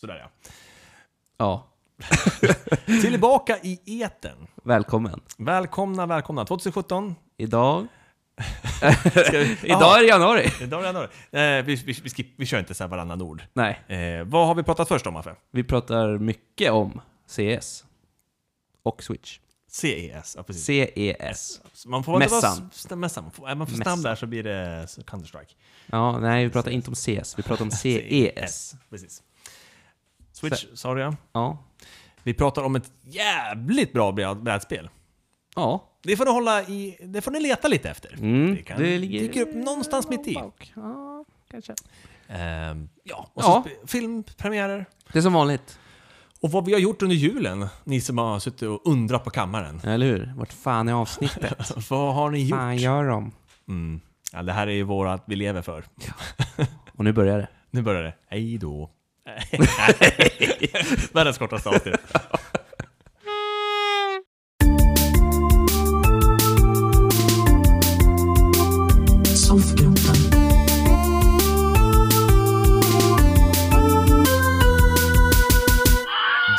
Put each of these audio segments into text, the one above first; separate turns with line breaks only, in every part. Sådär ja.
Ja,
Tillbaka i eten.
välkommen.
Välkomna, välkomna. 2017.
Idag...
Jaha.
Idag är det januari.
Idag är det januari. Eh, vi, vi, vi, skip, vi kör inte så här varannan ord.
Nej,
Eh, vad har vi pratat först om, Affe?
vi pratar mycket om CS. Och Switch. E
CES, E ja precis.
CES.
Så Man får inte vara...
Mässan.
s- Mässan. Man får, är man för
Mässan.
snabb där så blir det s- Counter-Strike. E
Ja, nej, vi pratar inte om CS, vi pratar om E CES.
Precis. Switch, sa du ja.
Ja.
Vi pratar om ett jävligt bra bräd- brädspel.
Ja.
Det får ni hålla i... Det får ni leta lite efter.
Mm,
det kan
det ligger-
dyker upp någonstans mitt i.
Ja, kanske.
Ehm, ja, och så sp- filmpremiärer.
Det är som vanligt.
Och vad vi har gjort under julen, ni som har suttit och undrat på kammaren.
Eller hur? Vart fan är avsnittet?
vad har ni gjort?
fan gör de?
Mm. Ja, det här är ju vårat vi lever för.
Och nu börjar det.
Nu börjar det. Hej då. Världens kortaste avsnitt.
Soffgrottan.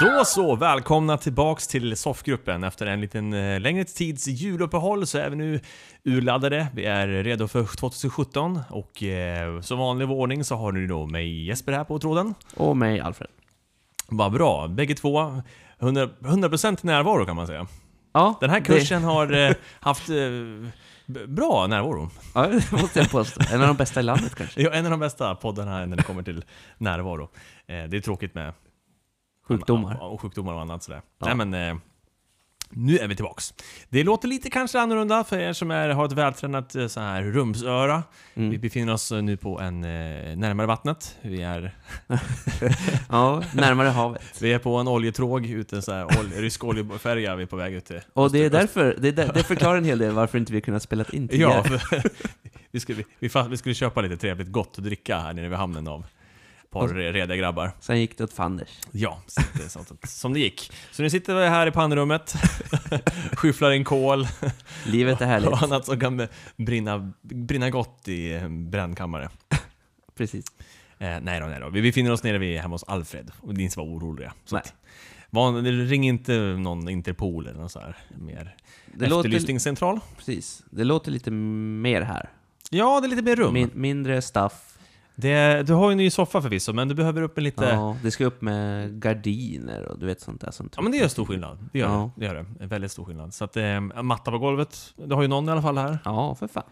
Då så, välkomna tillbaks till soffgruppen. Efter en liten eh, längre tids juluppehåll så är vi nu urladdade. Vi är redo för 2017 och eh, som vanlig ordning så har ni då mig Jesper här på tråden.
Och mig, Alfred.
Vad bra, bägge två 100%, 100 närvaro kan man säga.
Ja,
Den här
det-
kursen har eh, haft eh, b- bra närvaro.
Ja, det måste jag påstå. En av de bästa i landet kanske.
Ja, en av de bästa poddarna när det kommer till närvaro. Eh, det är tråkigt med
Sjukdomar.
Ja, Och sjukdomar och annat sådär. Nej men, eh, nu är vi tillbaks. Det låter lite kanske annorlunda för er som är, har ett vältränat eh, så här rumsöra.
Mm.
Vi befinner oss eh, nu på en eh, närmare vattnet. Vi är,
Ja, närmare havet.
vi är på en oljetråg ute, så här, ol, rysk oljefärja vi är på väg ut eh, till.
Och det är därför, det, är där, det förklarar en hel del varför inte vi kunnat spela in tidigare.
Ja, för, vi, skulle, vi, vi, fa- vi skulle köpa lite trevligt gott att dricka här nere vid hamnen av ett par re- rediga grabbar.
Sen gick det åt fanders.
Ja, så att det är sånt att, som det gick. Så nu sitter vi här i pannrummet, skyfflar in kol
Livet är
och
härligt.
annat som kan brinna, brinna gott i en brännkammare.
Precis.
Eh, nej då, nej då. Vi befinner oss nere vid, hemma hos Alfred. Och ni ska vara oroliga. Så
Nej.
att, van, ring inte någon Interpol eller något så här mer
Det låter-
efterlysningscentral.
Precis. Det låter lite mer här.
Ja, det är lite mer rum.
Min, mindre staff.
Det, du har ju en ny soffa förvisso, men du behöver upp en lite...
Ja, det ska upp med gardiner och du vet sånt där. Sånt.
Ja men det gör stor skillnad. Det gör,
Ja.
det, det gör det. En väldigt stor skillnad. Så att, eh, matta på golvet, det har ju någon i alla fall här.
Ja, för fan.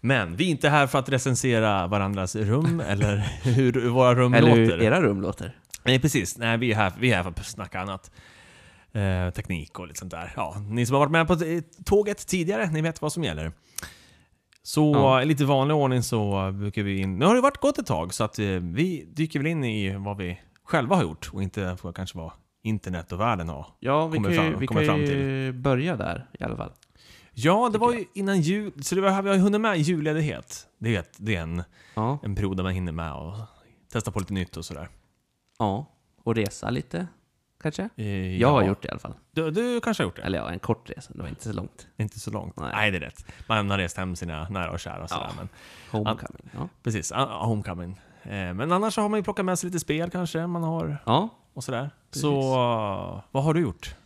Men vi är inte här för att recensera varandras rum eller hur våra rum
Eller hur
låter.
era rum låter.
Nej precis, Nej, vi, är här, vi är här för att snacka annat. Eh, teknik och lite sånt där. Ja, ni som har varit med på t- tåget tidigare, ni vet vad som gäller. Så
Ja.
i lite vanlig ordning så brukar vi in... Nu har det varit gått ett tag så att eh, vi dyker väl in i vad vi själva har gjort och inte får kanske vad internet och världen har
Ja, vi
Kommer
kan, ju,
fram-
vi
kommer
kan
fram
ju börja där i alla fall.
Ja, det var ju innan jul, så det var, vi har ju hunnit med julledighet. Det är, ett, det är en,
Ja,
en period där man hinner med och testa på lite nytt och sådär.
ja. och resa lite kanske.
Eh,
Jag har
ja.
gjort det i alla fall.
Du, du kanske har gjort det?
Eller ja, en kort resa. Det var inte så långt.
Inte så långt? Nej.
Nej.
det är rätt. Man har rest hem sina nära och kära och sådär. Men,
Homecoming. Ja,
precis, ah, ah, homecoming. Eh, men annars så har man ju plockat med sig lite spel kanske, man har
ja.
och sådär.
Precis.
Så ah, vad har du gjort?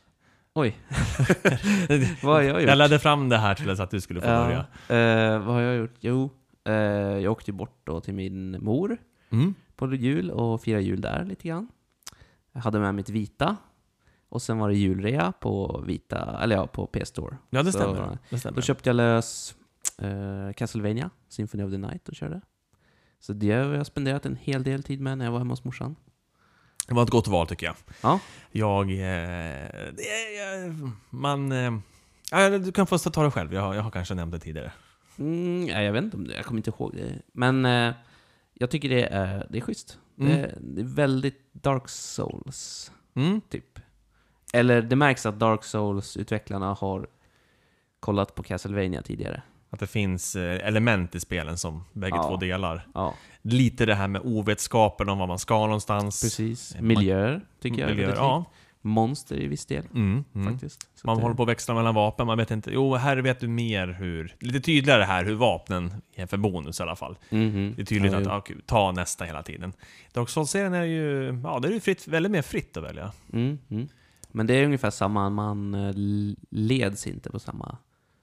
oj. Vad har jag gjort?
Jag ledde fram det här till att du skulle få börja.
Ja. Eh, vad har jag gjort? Jo, eh, jag åkte ju bort då till min mor
Mm.
på jul och firade jul där lite grann. Jag hade med mitt vita. Och sen var det julrea på vita, eller ja, på PS-store.
Ja, det
Så,
stämmer. Det
Då
stämmer.
köpte jag lös eh, Castlevania, Symphony of the Night och körde. Så det har jag spenderat en hel del tid med när jag var hemma hos morsan.
Det var ett gott val tycker jag.
Ja,
Jag... Eh, det är- man... Eh, ja, du kan få ta det själv, jag, har- jag har kanske nämnt det tidigare.
mm, ja, jag vet inte om det, jag kommer inte ihåg det. Men eh, jag tycker det är, det är schysst.
Mm.
Det, det är väldigt Dark Souls,
Mm.
typ. Eller det märks att Dark Souls-utvecklarna har kollat på Castlevania tidigare.
Att det finns eh, element i spelen som bägge
Ja.
två delar.
Ja,
Lite det här med ovetskapen om var man ska någonstans.
precis.
Eh,
Miljöer, tycker jag. är
Miljöer,
väldigt
ja.
monster i viss del
Mm, mm.
faktiskt. Så
Man
att,
håller på att växla mellan vapen, man vet inte. Jo, här vet du mer hur... Lite tydligare här hur vapnen ger för bonus i alla fall.
Mhm.
Det är tydligt
Ja,
att
jo.
ja, okej, ta nästa hela tiden. Dark Souls-serien är ju... Ja, det är ju fritt, väldigt mer fritt att välja.
Mm, mm. Men det är ungefär samma, man eh, leds inte på samma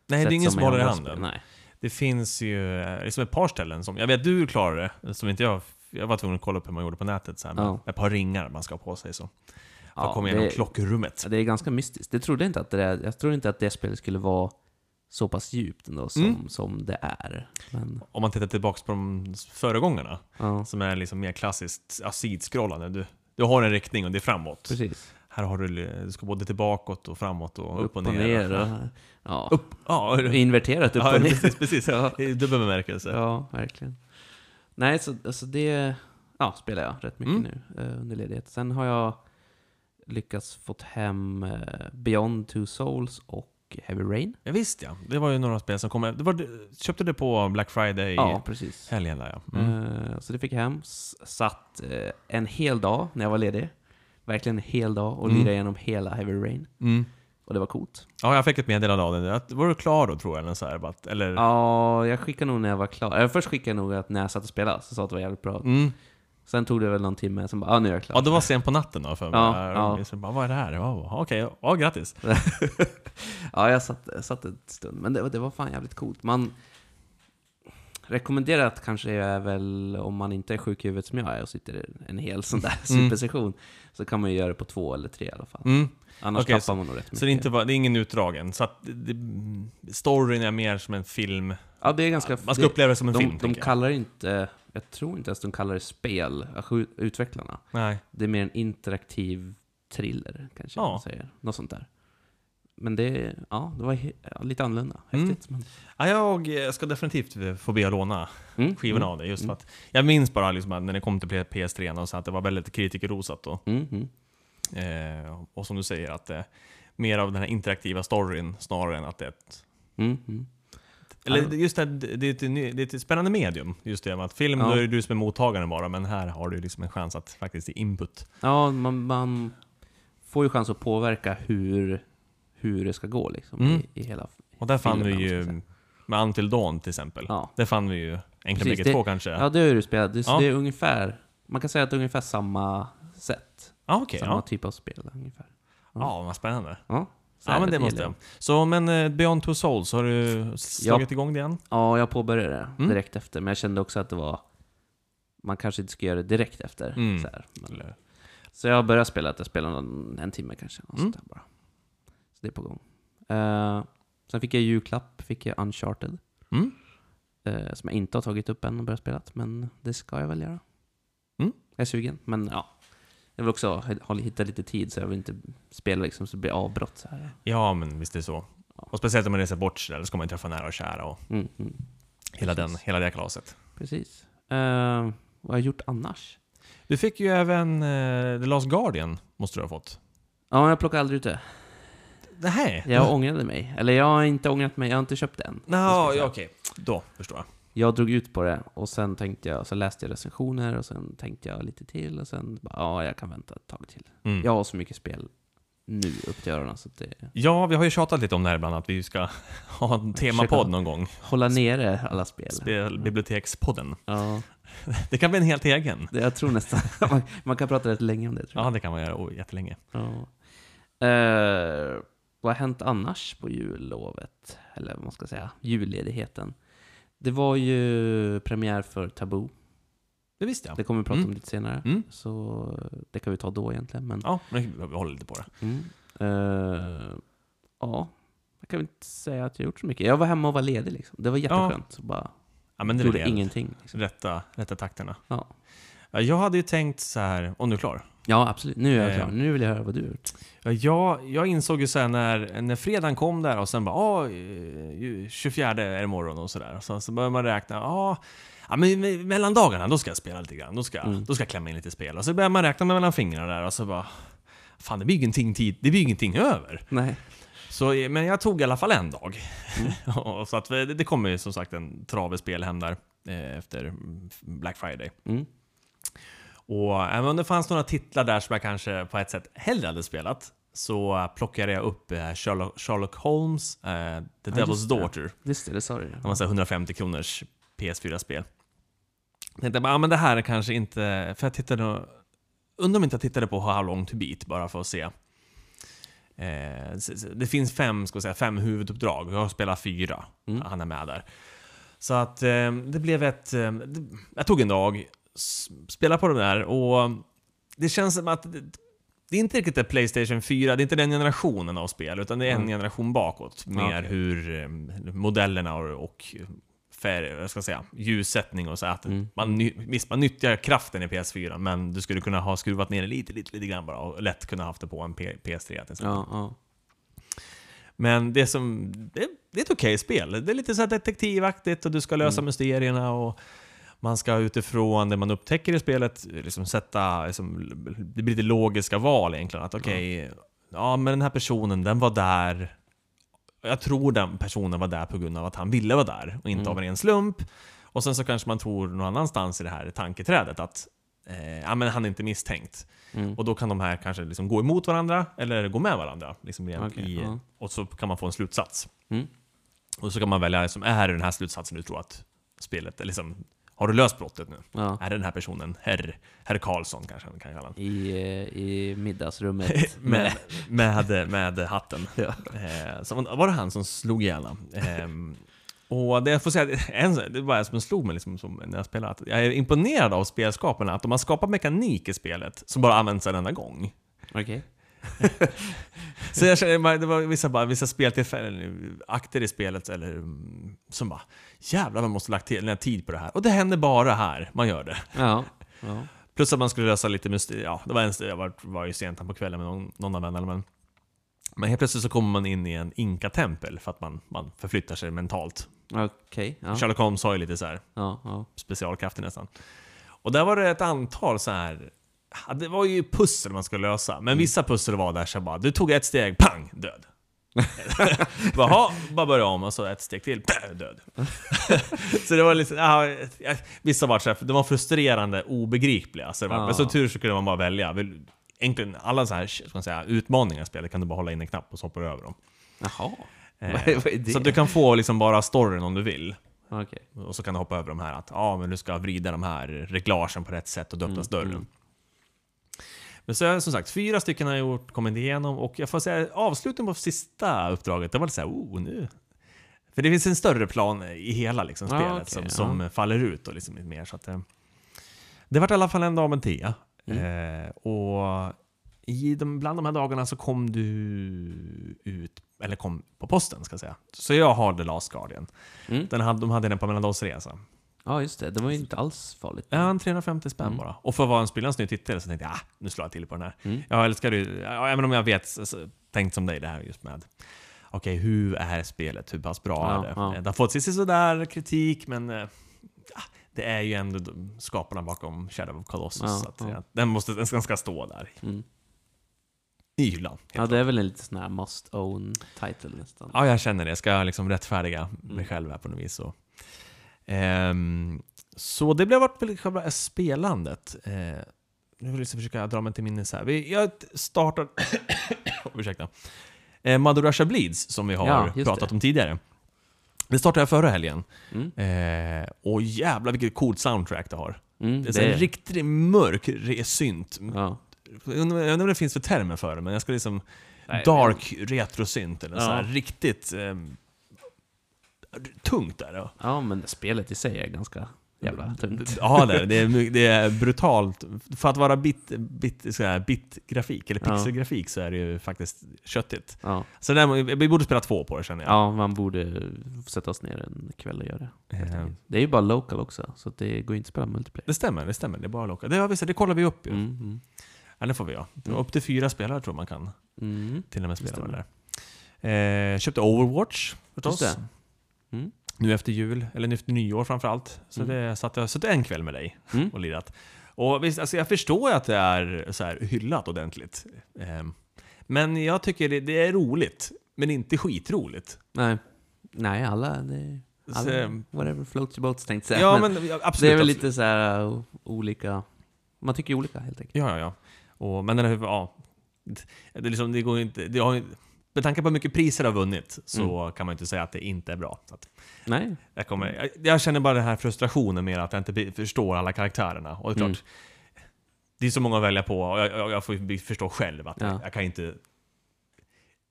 Nej,
sätt
det är ingen som håller i
andra
handen.
spel. Nej.
Det finns ju eh, liksom ett par ställen som, jag vet du klarar det, som inte jag, jag var tvungen att kolla upp hur man gjorde på nätet så här, med
Ja.
ett par ringar man ska ha på sig så. För att
Ja,
komma
det-
igenom klockrummet.
Ja, Det är ganska mystiskt. Det trodde jag, inte att det där, jag trodde inte att det spelet skulle vara så pass djupt ändå som,
Mm.
som det är. Men,
Om man tittar tillbaks på de föregångarna,
ja,
som är liksom mer klassiskt ja, sidskrollande. Du, du har en riktning och det är framåt.
precis.
Här har du, du ska både till bakåt och framåt och upp, och ner.
och, ja.
Upp, ja,
Inverterat upp
ja,
och ner.
precis, precis.
Ja.
I dubbel bemärkelse.
Ja, verkligen. Nej, så alltså det ja, spelar jag rätt mycket
Mm.
nu eh, under ledighet. Sen har jag lyckats fått hem eh, Beyond Two Souls och Heavy Rain.
Ja, visst ja, det var ju några spel som kom. Det var, köpte du på Black Friday
Ja, precis.
helgen där ja. Mm.
Eh, så det fick jag hem. S- Satt eh, en hel dag när jag var ledig. Verkligen en hel dag och
Mm.
lirade igenom hela Heavy Rain.
Mm.
Och det var coolt.
Ja, jag fick ett meddelande av den. Att, var du klar då tror jag? Eller, så här, bara att- eller,
Ja, jag skickade nog när jag var klar. Eller först skickade jag nog att när jag satt och spelade så sa att det var jävligt bra.
Mm.
Sen tog det väl någon timme, sen bara ah, nu är jag klar.
ja, det var sen på natten då för mig.
Ja,
Ja,
ja.
Bara, vad är det här? Ja, okej, ja, grattis.
Ja, jag satt, jag satt en stund, men det, var- det var fan jävligt coolt. Man rekommenderat kanske är väl om man inte är sjuk i huvudet som jag är och sitter en hel sån där supersession så kan man ju göra det på två eller tre i alla fall.
Mm.
Annars
Okej,
tappar
så-
man nog rätt mycket.
Så det är, inte, bara- det är ingen utdragen. Så att, det, det, storyn är mer som en film.
ja, det är ganska...
Man ska
det,
uppleva det som en
de,
film.
De
tänker jag.
kallar det inte... Jag tror inte ens de kallar det spel, alltså utvecklarna.
Nej.
Det är mer en interaktiv thriller, kanske
Ja.
man säger. Något sånt där. Men det, ja, det var he- ja, lite annorlunda.
Mm.
Häftigt. Men,
Ja, jag eh, ska definitivt få be att låna
mm,
skivorna
mm,
av det. Just för att jag minns bara liksom att när det kom till PS3 och så att det var väldigt kritikerrosat då.
mm, mm.
Eh, och som du säger, att det är mer av den här interaktiva storyn snarare än att det är ett
Mm, mm.
Eller
Ja.
just det, här, det, är ett, ny- det är ett spännande medium. Just det med att film,
Ja.
då är det du som är mottagaren bara, men här har du liksom en chans att faktiskt ge input.
Ja, man, man får ju chans att påverka hur, hur det ska gå liksom,
Mm.
i, i hela...
Och där fann vi
Filmen, vad ska
ju,
jag
med Until Dawn till exempel,
Ja,
där fann vi ju Enkla
Precis,
bägge
det-
två kanske? Ja,
ja det har ju du spelat. Det, så
Ja.
det är ungefär... Man kan säga att det är ungefär samma sätt.
ah, okej.
samma
ja.
typ av spel ungefär.
ja, vad spännande.
Ja, så
Ja,
är
men det
till
måste jag.
Alien.
Så, men eh, Beyond Two Souls, har du slagit igång det igen?
Ja, jag påbörjade det
Mm.
direkt efter. Men jag kände också att det var... Man kanske inte ska göra det direkt efter.
Mm.
Så, här. Men,
Eller?
så jag började spela att jag spelade en, en timme kanske. något
Mm.
sånt där bara. Så det är på gång. Eh, sen fick jag i julklapp, fick jag Uncharted.
Mm?
eh, som jag inte har tagit upp än och börjat spela, men det ska jag väl göra.
Mm.
Jag är sugen, men ja. Jag vill också ha- hitta lite tid så jag vill inte spela liksom så det blir avbrott så här.
Ja, men visst är det så. Och speciellt om man reser bort sådär, då ska man ju träffa nära och kära och
Mm, mm.
hela, den,
Precis.
hela det kalaset.
Precis. Eh, vad har jag gjort annars?
Du fick ju även eh, The Last Guardian, måste du ha fått.
Ja, jag plockade aldrig ut det.
Nej.
Jag ångrade mig. Eller jag har inte ångrat mig, jag har inte köpt det än.
Nå,
Det ska jag
ja,
säga.
okej. Då förstår jag.
Jag drog ut på det och sen tänkte jag, så läste jag recensioner och sen tänkte jag lite till och sen bara, ja, jag kan vänta ett tag till.
Mm.
Jag har så mycket spel nu upp till öronen så att det...
Ja, vi har ju tjatat lite om det här ibland, att vi ska ha en temapodd någon gång.
Hålla nere alla spel.
Spel- Bibliotekspodden.
Ja.
Det kan bli en helt egen.
Det, jag tror nästan man, man kan prata rätt länge om det. Tror jag.
Ja, det kan man göra oh, jättelänge.
Ja. Eh, vad har hänt annars på jullovet? Eller vad man ska säga, julledigheten. Det var ju premiär för Taboo.
Det visste jag.
Det kommer vi prata
Mm.
om lite senare.
Mm.
Så eh, det kan vi ta då egentligen. Men,
Ja, men vi håller lite på det.
mm. Eh, ja, jag kan väl inte säga att jag gjort så mycket. Jag var hemma och var ledig liksom. Det var jätteskönt. Bara,
Ja, men det är
gjorde
väl helt
ingenting. Liksom.
rätta, rätta takterna.
Ja.
Ja, Jag hade ju tänkt så här, om du är klar?
ja, absolut. Nu är jag
Eh.
klar. Nu vill jag höra vad du har gjort.
Ja, Jag, jag insåg ju sen när, när fredagen kom där och sen bara ah, eh, 24 är det morgon och sådär. Så, så börjar man räkna, ah, ja men me- mellan dagarna då ska jag spela lite grann, då ska, jag-
Mm.
då ska jag klämma in lite spel. Och så börjar man räkna med mellan fingrarna där och så bara Fan, det blir ju ingenting, tid, det blir ju ingenting över.
Nej.
Så, eh, men jag tog i alla fall en dag. Och så att, eh, det, det kommer ju som sagt en trave spel hem där eh, efter mm, Black Friday.
Mm.
Och även om det fanns några titlar där som jag kanske på ett sätt hellre hade spelat så plockade jag upp eh, Sherlock, Sherlock Holmes, eh, The
Ja,
Devil's
just det.
Daughter.
Just det, det sa du
Det var så här 150 kronors PS4-spel. Jag tänkte bara, ah, men det här är kanske inte... För jag tittade och- Undrar om inte jag tittade på How Long To Beat bara för att se. Eh, s- s- det finns fem, ska jag säga, fem huvuduppdrag. Jag spelar fyra.
Mm.
Han är med där. Så att eh, det blev ett... Eh, det- jag tog en dag, s- spelade på den där och det känns som att det, det är inte riktigt det Playstation 4, det är inte den generationen av spel, utan det är en
Mm.
generation bakåt. Mer
Ja, okej.
hur eh, modellerna och, och färg, jag ska jag säga, ljussättning och så. Att
Mm.
man, ny- visst, man nyttjar kraften i PS4, men du skulle kunna ha skruvat ner det lite, lite, lite grann bara och lätt kunna haft det på en P- PS3 till exempel.
Ja, ja.
Men det som... Det, det är ett okej spel. Det är lite så här detektivaktigt och du ska lösa mysterierna och man ska utifrån det man upptäcker i spelet liksom sätta... Liksom, det blir lite logiska val egentligen. Att okej, ja men den här personen den var där. Jag tror den personen var där på grund av att han ville vara där och inte
Mm.
av en ren slump. Och sen så kanske man tror någon annanstans i det här tanketrädet att eh, ja, men han är inte misstänkt.
Mm.
Och då kan de här kanske liksom gå emot varandra eller gå med varandra. Liksom rent
Okej,
i,
ja.
Och så kan man få en slutsats.
Mm.
Och så kan man välja, liksom, är det den här slutsatsen du tror att spelet, eller liksom, har du löst brottet nu?
ja.
Är det den här personen, herr, herr Karlsson kanske man kan kalla honom?
I, eh, I middagsrummet.
Med, med, med hatten.
Ja.
Eh, så man- var det han som slog ihjäl honom? Ehm, och det jag får säga, en, det var det som slog mig liksom, som när jag spelade, att jag är imponerad av spelskaparna, att de har skapat mekanik i spelet som bara används en enda gång.
Okej.
Så jag känner, bara- det var vissa, bara, vissa speltillfällen, akter i spelet eller, mm, som bara Jävlar man måste lagt till, lagt tid på det här. Och det händer bara här man gör det.
Ja. ja.
Plus att man skulle lösa lite mystik. Ja, det var, en, jag var, var ju sent här på kvällen med någon, någon av vännerna. Men, men helt plötsligt så kommer man in i en inka-tempel för att man, man förflyttar sig mentalt.
Okej. Ja.
Sherlock Holmes har ju lite så här
Ja, ja.
specialkrafter nästan. Och där var det ett antal så här. ja, Det var ju pussel man skulle lösa,
Mm.
men vissa pussel var där så bara du tog ett steg, pang, död. bara, "Ha, bara börja om och så ett steg till, pang, död. så det var liksom, ja, ja, vissa var så här, de var frustrerande, obegripliga. Så det var,
Ja.
Men så tur så kunde man bara välja. Vill- Egentligen alla så här, ska man säga, utmaningar i spelet kan du bara hålla in en knapp och så hoppar du över dem.
Jaha.
Eh,
Vad är- vad är det?
Så att du kan få liksom bara storyn om du vill.
Okej.
Och så kan du hoppa över de här att ja, men du ska vrida de här reglagen på rätt sätt och då
Mm,
öppnas dörren. Men så är det som sagt, fyra stycken har jag gjort, kommit igenom och jag får säga avsluten på sista uppdraget, det var lite såhär oh nu. För det finns en större plan i hela liksom,
Ja,
spelet
Ah, okej,
som,
ja.
som faller ut och liksom lite mer så att eh, Det vart i alla fall en dag med en tia.
Mm.
Eh, och i de, bland de här dagarna så kom du ut, eller kom på posten ska jag säga. Så jag har The Last Guardian.
Mm.
Den hade, de hade den på mellandagsresa.
Ja, just det. Det var ju inte alls farligt.
Ja, en 350 spänn bara. Och för att vara en sprillans ny titel så tänkte jag, ah, nu slår jag till på den här.
Mm.
Jag älskar ju, ja, även om jag vet, så- så- tänkt som dig det här just med, okej hur är spelet, hur pass bra
Ja,
är det?
ja.
Det har fått sig sådär kritik, men eh, ah, det är ju ändå de- skaparna bakom Shadow of Colossus.
Ja,
så att,
ja.
eh, den, måste, den ska, ska stå där
Mm.
i hyllan.
Ja, det är väl en lite sån här must own title nästan.
Ja, jag känner det. Ska jag liksom rättfärdiga
Mm.
mig själv här på något vis. Så, Ehm, så det blev vart väl själva spelandet. Eh, nu vill jag försöka dra mig till minnes här. Vi, jag startade... ursäkta. Eh, Madurasha Bleeds, som vi har
Ja, just
pratat
det.
om tidigare. Det startade jag förra helgen.
Mm.
Eh, och jävlar vilket coolt soundtrack det har.
Mm,
Det är, det... en riktigt mörk re- synt.
ja.
Jag undrar jag undrar vad det finns för termer för det, men jag ska liksom...
Nej,
dark retrosynt eller
Ja.
så här riktigt... ehm, tungt är det.
ja, men det spelet i sig är ganska jävla tungt.
Mm. Ja, det är, det är, my- det är brutalt. För att vara bit, bit, så här, bit-grafik, eller
Ja.
pixelgrafik, så är det ju faktiskt köttigt.
Ja.
Så där, vi borde spela två på det känner jag.
ja, man borde sätta oss ner en kväll och göra det.
Eh,
Det är ju bara local också, så att det går ju inte att spela multiplayer.
Det stämmer, det stämmer. Det är bara loka. Det, har vi, sett, det kollar vi upp ju.
Mm, mm,
Ja, det får vi göra.
Mm.
Upp till fyra spelare tror man kan
mm.
till och med spela
stämmer.
med det där. Eh, köpte Overwatch förstås.
Just det. Mm.
Nu efter jul, eller nu efter nyår framförallt. Så
Mm.
det satt jag suttit en kväll med dig
Mm.
och lirat. Och visst, alltså jag förstår ju att det är så här hyllat ordentligt. Ehm, Men jag tycker det, det är roligt, men inte skitroligt.
Nej. Nej, alla... Det, alla
Så-
whatever floats your boat, tänkte jag säga.
Ja,
Men
men absolut.
det är väl
absolut.
lite så här uh, olika Man tycker ju olika helt enkelt.
Ja, ja, ja. Och, men den här, ja. Det, är liksom, det går inte... Det har, med tanke på hur mycket priser det har vunnit så
Mm.
kan man ju inte säga att det inte är bra. Så att
Nej.
jag, kommer, jag, jag känner bara den här frustrationen med att jag inte be- förstår alla karaktärerna. Och det är klart,
Mm.
det är så många att välja på och jag, jag, jag får ju be- förstå själv att
Ja.
jag kan inte...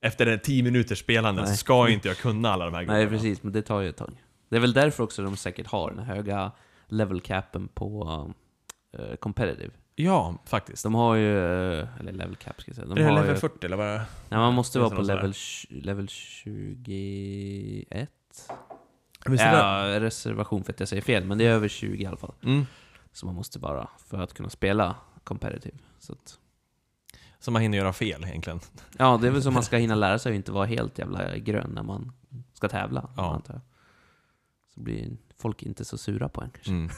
Efter en 10 minuters spelande så
Nej.
ska inte jag kunna alla de här
Nej,
grejerna.
precis. Men det tar ju ett tag. Det är väl därför också de säkert har den höga level capen på eh, competitive.
Ja, faktiskt.
De har ju... eh, eller level cap ska jag säga. De
är det
har
level
ju,
40 eller vad är det?
nej, man måste
Det är
vara
så
på
något sådär.
level, tj- level 21.
Visst är det?
Ja, reservation för att jag säger fel, men det är över 20 i alla fall.
Mm.
Så man måste vara för att kunna spela competitive. Så att,
Så man hinner göra fel egentligen.
ja, det är väl så man ska hinna lära sig och inte vara helt jävla grön när man ska tävla.
Ja.
Antar jag. Så blir folk inte så sura på en kanske.
Mm.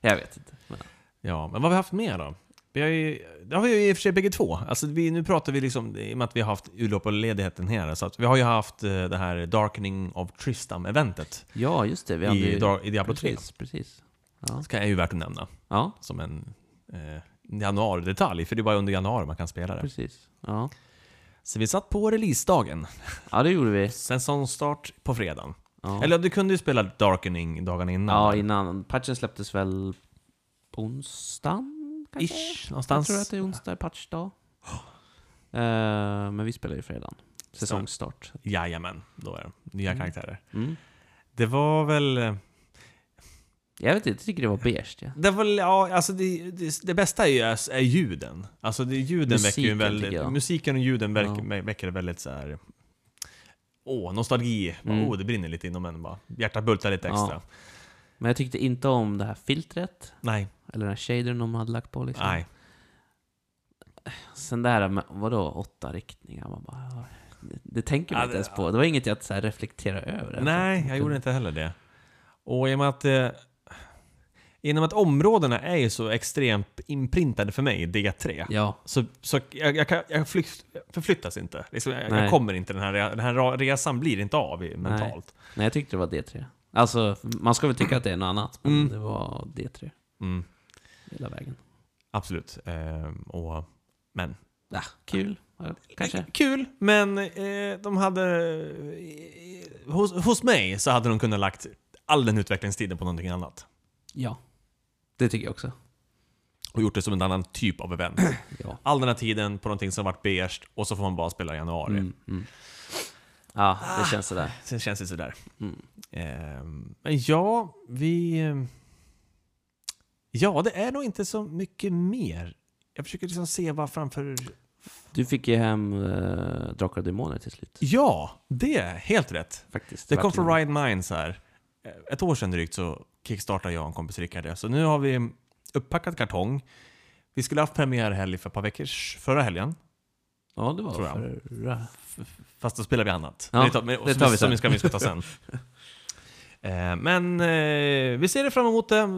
Jag vet inte. Men,
Ja, men vad har vi haft mer då? Vi har ju, det har vi ju i och för sig bägge två. Alltså vi, nu pratar vi liksom, i och med att vi har haft urlopp och ledigheten här, så att vi har ju haft eh, det här Darkening of Tristam-eventet
ja, just det. Vi hade
i,
ju...
Dar- i Diablo 3.
precis, precis. Ja.
Det är ju värt att nämna
ja,
som en eh, januaridetalj, för det är bara under januari man kan spela det.
precis. Ja.
Så vi satt på releasedagen,
ja, det gjorde vi.
sen sån start på fredagen.
Ja,
Eller du kunde ju spela Darkening dagarna innan.
ja innan. Patchen släpptes väl på onsdagen? Kanske?
Ish,
Jag
någonstans.
tror att det är onsdag, patchdag. Eh, men vi spelar ju fredagen. Säsongsstart.
Jajamän, då är det. Nya
Mm.
karaktärer.
Mm.
Det var väl... eh,
Jag vet inte, jag tycker det var beige. Ja.
Det, var, ja, alltså det, det, det bästa är, ju- är ljuden. Alltså det, ljuden väcker ju en
Musiken,
väldigt,
tycker jag.
musiken och ljuden väcker,
Ja.
vä- väcker väldigt så här. Åh, nostalgi. Bara,
Mm.
Åh, det brinner lite inom en bara. Hjärtat bultar lite
Ja.
extra.
Men jag tyckte inte om det här filtret,
Nej,
eller den här shadern de hade lagt på. Liksom.
nej.
Sen det här med, vadå, åtta riktningar? Man bara, ja, det, det tänker man
Ja,
inte
det-
ens på. Det var inget jag så här reflekterade över. alltså.
Nej, jag gjorde inte heller det. Och genom att, eh, genom att områdena är ju så extremt inprintade för mig, D3.
Ja,
Så, så jag, jag, kan, jag flykt, förflyttas inte. Liksom, jag, jag
Nej.
kommer inte den här, re- den här ra- resan blir inte av i- mentalt.
nej jag tyckte det var D3. Alltså, man ska väl tycka att det är något annat, men
Mm.
det var D3
Mm.
hela vägen.
Absolut. Ehm, och, men.
Ja, kul, ja, kanske.
Kul, men eh, de hade... eh, Hos, hos mig så hade de kunnat lagt all den utvecklingstiden på någonting annat.
Ja, det tycker jag också.
Och gjort det som en annan typ av event.
Ja.
All den här tiden på någonting som varit beige och så får man bara spela i januari.
Mm, mm. Ja,
Ah.
det känns sådär.
Sen känns det sådär.
Mm.
Ehm, men ja, vi... eh, Ja, det är nog inte så mycket mer. Jag försöker liksom se vad framför...
Du fick ju hem eh, Drakar och Demoner till slut.
Ja, det är helt rätt.
Faktiskt.
Det kom
Verkligen.
från Ride Minds här. Ett år sedan drygt så kickstartade jag och en kompis Rickard det. Så nu har vi upppackad kartong. Vi skulle haft premiär helg för ett par veckor förra helgen.
Ja, det var
tror jag.
förra.
Fast då spelar vi annat.
Ja,
Men tar, men,
det tar vi
Som vi
sen.
ska, vi ska ta sen. Eh, Men eh, vi ser det fram emot det.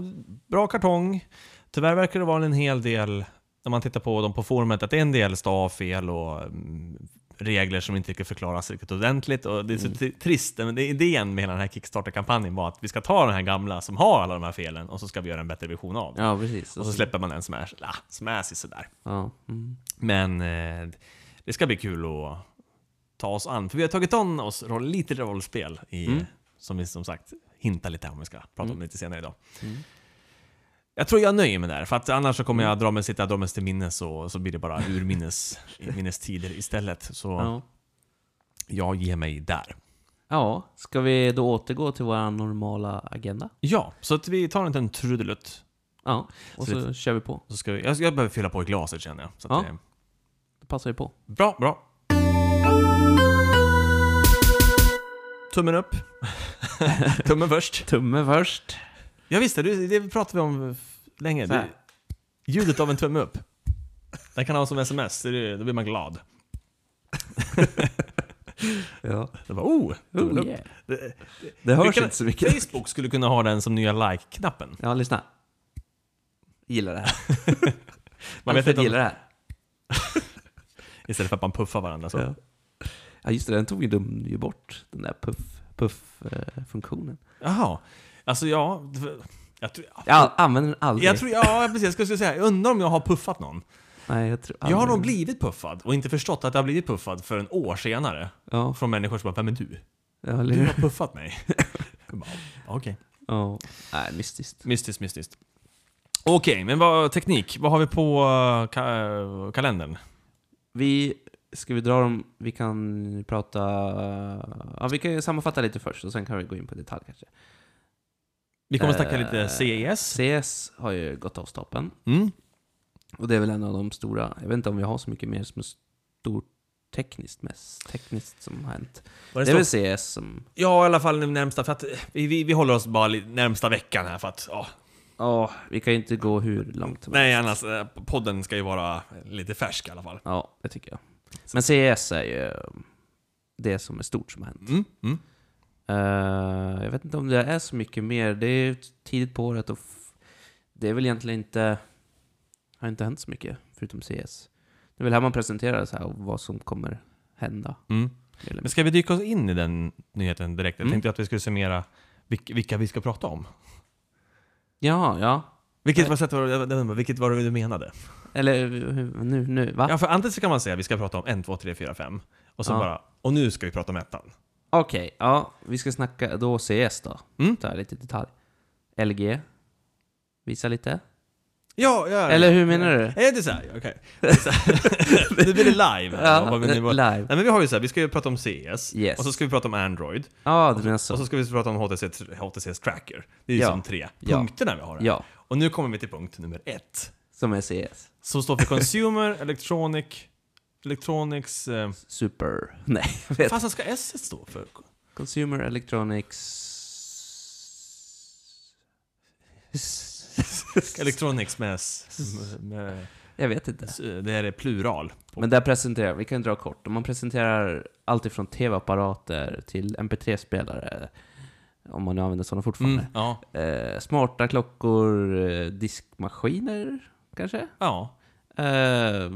Bra kartong. Tyvärr verkar det vara en hel del, när man tittar på dem på forumet, att det är en del stavfel och mm, regler som inte riktigt förklaras riktigt ordentligt. Och det är så
Mm.
tri- trist, men det är idén med hela den här Kickstarter-kampanjen var att vi ska ta den här gamla som har alla de här felen och så ska vi göra en bättre version av den.
Ja, precis.
Och så släpper man en som är, ah, som är sådär.
Ja. Mm.
Men eh, det ska bli kul att ta oss an. För vi har tagit an oss roll, lite rollspel, i,
Mm.
som vi som sagt hintar lite om. Vi ska prata om
Mm.
lite senare idag.
Mm.
Jag tror jag nöjer mig där, för att annars så kommer jag dra mig, sitta och dra mig till minnes och så blir det bara urminnes minnestider istället. Så
Ja.
jag ger mig där.
ja, ska vi då återgå till vår normala agenda?
Ja, så att vi tar en liten trudelutt.
Ja, och
Så
så, kör vi på.
Så ska vi, jag, jag behöver fylla på i glaset känner jag. Så att
Ja.
det,
Det passar ju på.
bra, bra. Tummen upp. Tummen först.
Tumme först.
Ja visst, det, det pratade vi om f- länge.
Så här.
Det, ljudet av en tumme upp. Den kan ha som sms, det, är- då blir man glad.
Ja.
Det var oh! tummen upp.
Oh, yeah.
Det-
Det
Vi
hörs
kan-
inte så mycket.
Facebook skulle kunna ha den som nya like-knappen.
Ja, lyssna. Gillar det här.
Man vet
Alfred
inte om,
gillar det här.
istället för att man puffar varandra så.
Ja. ja, just det. Den tog ju de ju bort, den där puff-funktionen. Puff, eh, funktionen.
Jaha. Alltså ja, Jag, tror,
Jag använder den aldrig.
jag tror, ja precis, jag skulle säga, jag undrar om jag har puffat någon.
Nej, jag tror
Jag har
aldrig-
nog blivit puffad och inte förstått att jag har blivit puffad för en år senare.
Ja,
Från människor som bara, vem är du?
ja, eller
Du
hur?
har puffat mig. Jag bara, Okej.
Ja. Nej, mystiskt.
Mystiskt, mystiskt. Okej, men vad, teknik. Vad har vi på eh, ka- kalendern?
Vi, ska vi dra dem, vi kan prata... Ja, vi kan ju sammanfatta lite först och sen kan vi gå in på detalj kanske.
Vi kommer att snacka lite
Eh,
CES.
CS har ju gått av stapeln.
Mm.
Och det är väl en av de stora, jag vet inte om vi har så mycket mer som är stort tekniskt mest, tekniskt som har hänt.
Var
Det är väl CS som,
Ja, i alla fall den närmsta, för att eh, vi, vi, vi håller oss bara li- närmsta veckan här för att, ja.
ja, vi kan ju inte gå hur långt som helst.
Nej, annars, eh, podden ska ju vara lite färsk i alla fall.
Ja, det tycker jag. Men CS är ju det som är stort som har hänt.
Mm. Mm.
Eh, jag vet inte om det är så mycket mer, det är ju tidigt på året och f- det är väl egentligen inte, har inte hänt så mycket förutom CS. Det är väl här man presenterar så här, vad som kommer hända.
Mm.
mer eller
Men ska vi dyka oss in i den nyheten direkt? Jag
Mm.
tänkte att vi skulle summera vilk- vilka vi ska prata om.
Ja, ja.
Vilket var, sätt var- vilket var det du menade?
Eller hur- nu, nu, va?
Ja, för antingen så kan man säga att vi ska prata om 1, 2, 3, 4, 5. Och sen
Ja.
bara, och nu ska vi prata om ettan.
Okej, ja. Vi ska snacka då CS då.
Mm.
Ta lite detalj. LG. Visa lite.
Ja, ja.
Eller hur menar du?
Är det så här? Okej. Det är så här. nu blir det live. här, vad vi nu var-
live.
Nej men vi har ju så här, vi ska ju prata om CS,
Yes.
och så ska vi prata om Android,
Ja, du menar
och
så.
så ska vi prata om HTC, HTC's tracker. Det är ju
Ja.
som tre
Ja.
punkterna vi har här.
Ja,
Och nu kommer vi till punkt nummer ett.
som är CS.
Som står för Consumer Electronic... Electronics... Eh,
Super. Nej, jag vet.
fast vad ska S stå för?
Consumer Electronics...
Electronics med... s- med,
Jag vet inte.
med det här är plural. på-
Men där presenterar, vi kan dra kort, man presenterar allt ifrån tv-apparater till mp3-spelare, om man nu använder sådana fortfarande.
Mm, ja.
Eh, smarta klockor, eh, diskmaskiner kanske?
ja.
Eh,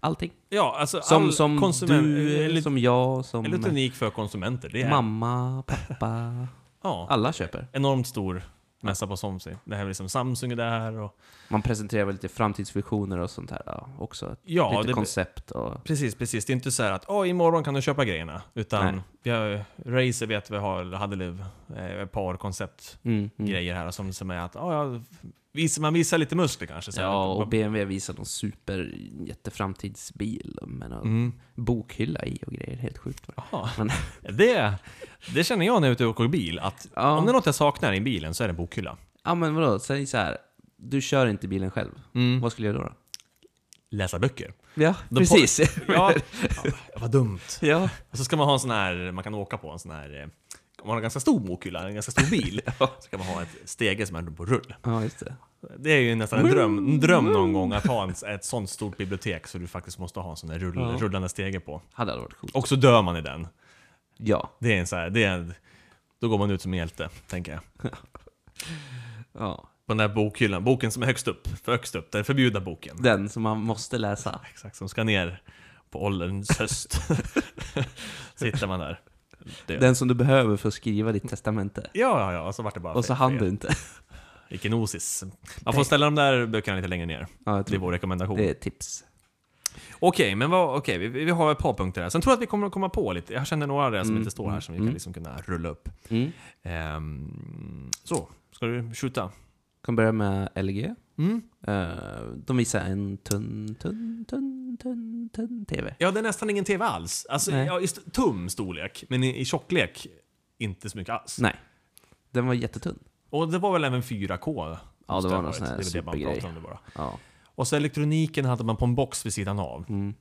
allting.
Ja, alltså
Som,
all
som
konsument...
du,
ele-
som jag, som
Elektronik för konsumenter, det är...
mamma, pappa.
Ja.
Alla köper.
Enormt stor mässa på som sig. Det här är liksom Samsung är där och...
Man presenterar väl lite framtidsvisioner och sånt här ja, också.
Ja,
lite
det,
koncept och...
precis, precis. Det är inte så här att oh, imorgon kan du köpa grejerna. Utan
Nej.
vi har, Razer vet vi har, hade liv, eh, ett par konceptgrejer
Mm, mm.
här som, som är att oh, ja, vis, man visar lite muskler kanske. Så här.
Ja, och BMW visar någon super jätteframtidsbil med någon
Mm.
bokhylla i och grejer. Helt sjukt. va?
Jaha.
Men-
Det, det känner jag när jag är ute och åker bil, att om det är
Ja,
något jag saknar i bilen så är det en bokhylla.
ja men vadå? Säg så här. Du kör inte bilen själv.
Mm.
Vad skulle jag göra då?
Läsa böcker.
Ja,
De
precis.
Ja, ja, vad dumt.
ja.
Och så ska man ha en sån här, man kan åka på en sån här, eh, om man har en ganska stor bokhylla, en ganska stor bil, så kan man ha ett stege som är på rull.
ja, just det.
Det är ju nästan en dröm, en dröm någon gång att ha en, ett sånt stort bibliotek så du faktiskt måste ha en sån där rull,
Ja.
rullande stege på.
Hade aldrig varit coolt.
Och så dör man i den.
Ja.
Det är en så här, det är en, då går man ut som en hjälte, tänker jag.
ja.
På den där bokhyllan, boken som är högst upp, för högst upp, den förbjudna boken.
Den som man måste läsa.
Exakt, som ska ner på ålderns höst. Sitter man där. Död.
Den som du behöver för att skriva ditt testamente.
Ja, ja, ja, och så vart det bara
Och så
fel-
hann
fel.
du inte.
Ikenosis. Man får ställa de där böckerna lite längre ner.
Ja, jag
Det är
tror
vår rekommendation.
det är ett tips.
Okej, men vad, okej, vi, vi har ett par punkter här. Sen tror jag att vi kommer att komma på lite. Jag känner några där som
Mm,
inte står här som vi
mm.
kan liksom kunna rulla upp.
Mm.
Ehm, så, ska du skjuta?
Kan börja med LG.
Mm.
Eh, de visar en tunn, tunn, tunn, tunn, tunn TV.
Ja, det är nästan ingen TV alls. Alltså,
Nej.
ja, i st- tum storlek, men i, i tjocklek inte så mycket alls.
Nej. Den var jättetunn.
Och det var väl även 4K?
Ja, det var någon sån
Det är
här
väl det man pratar
supergrej.
om det bara.
Ja.
Och så elektroniken hade man på en box vid sidan av.
Mm.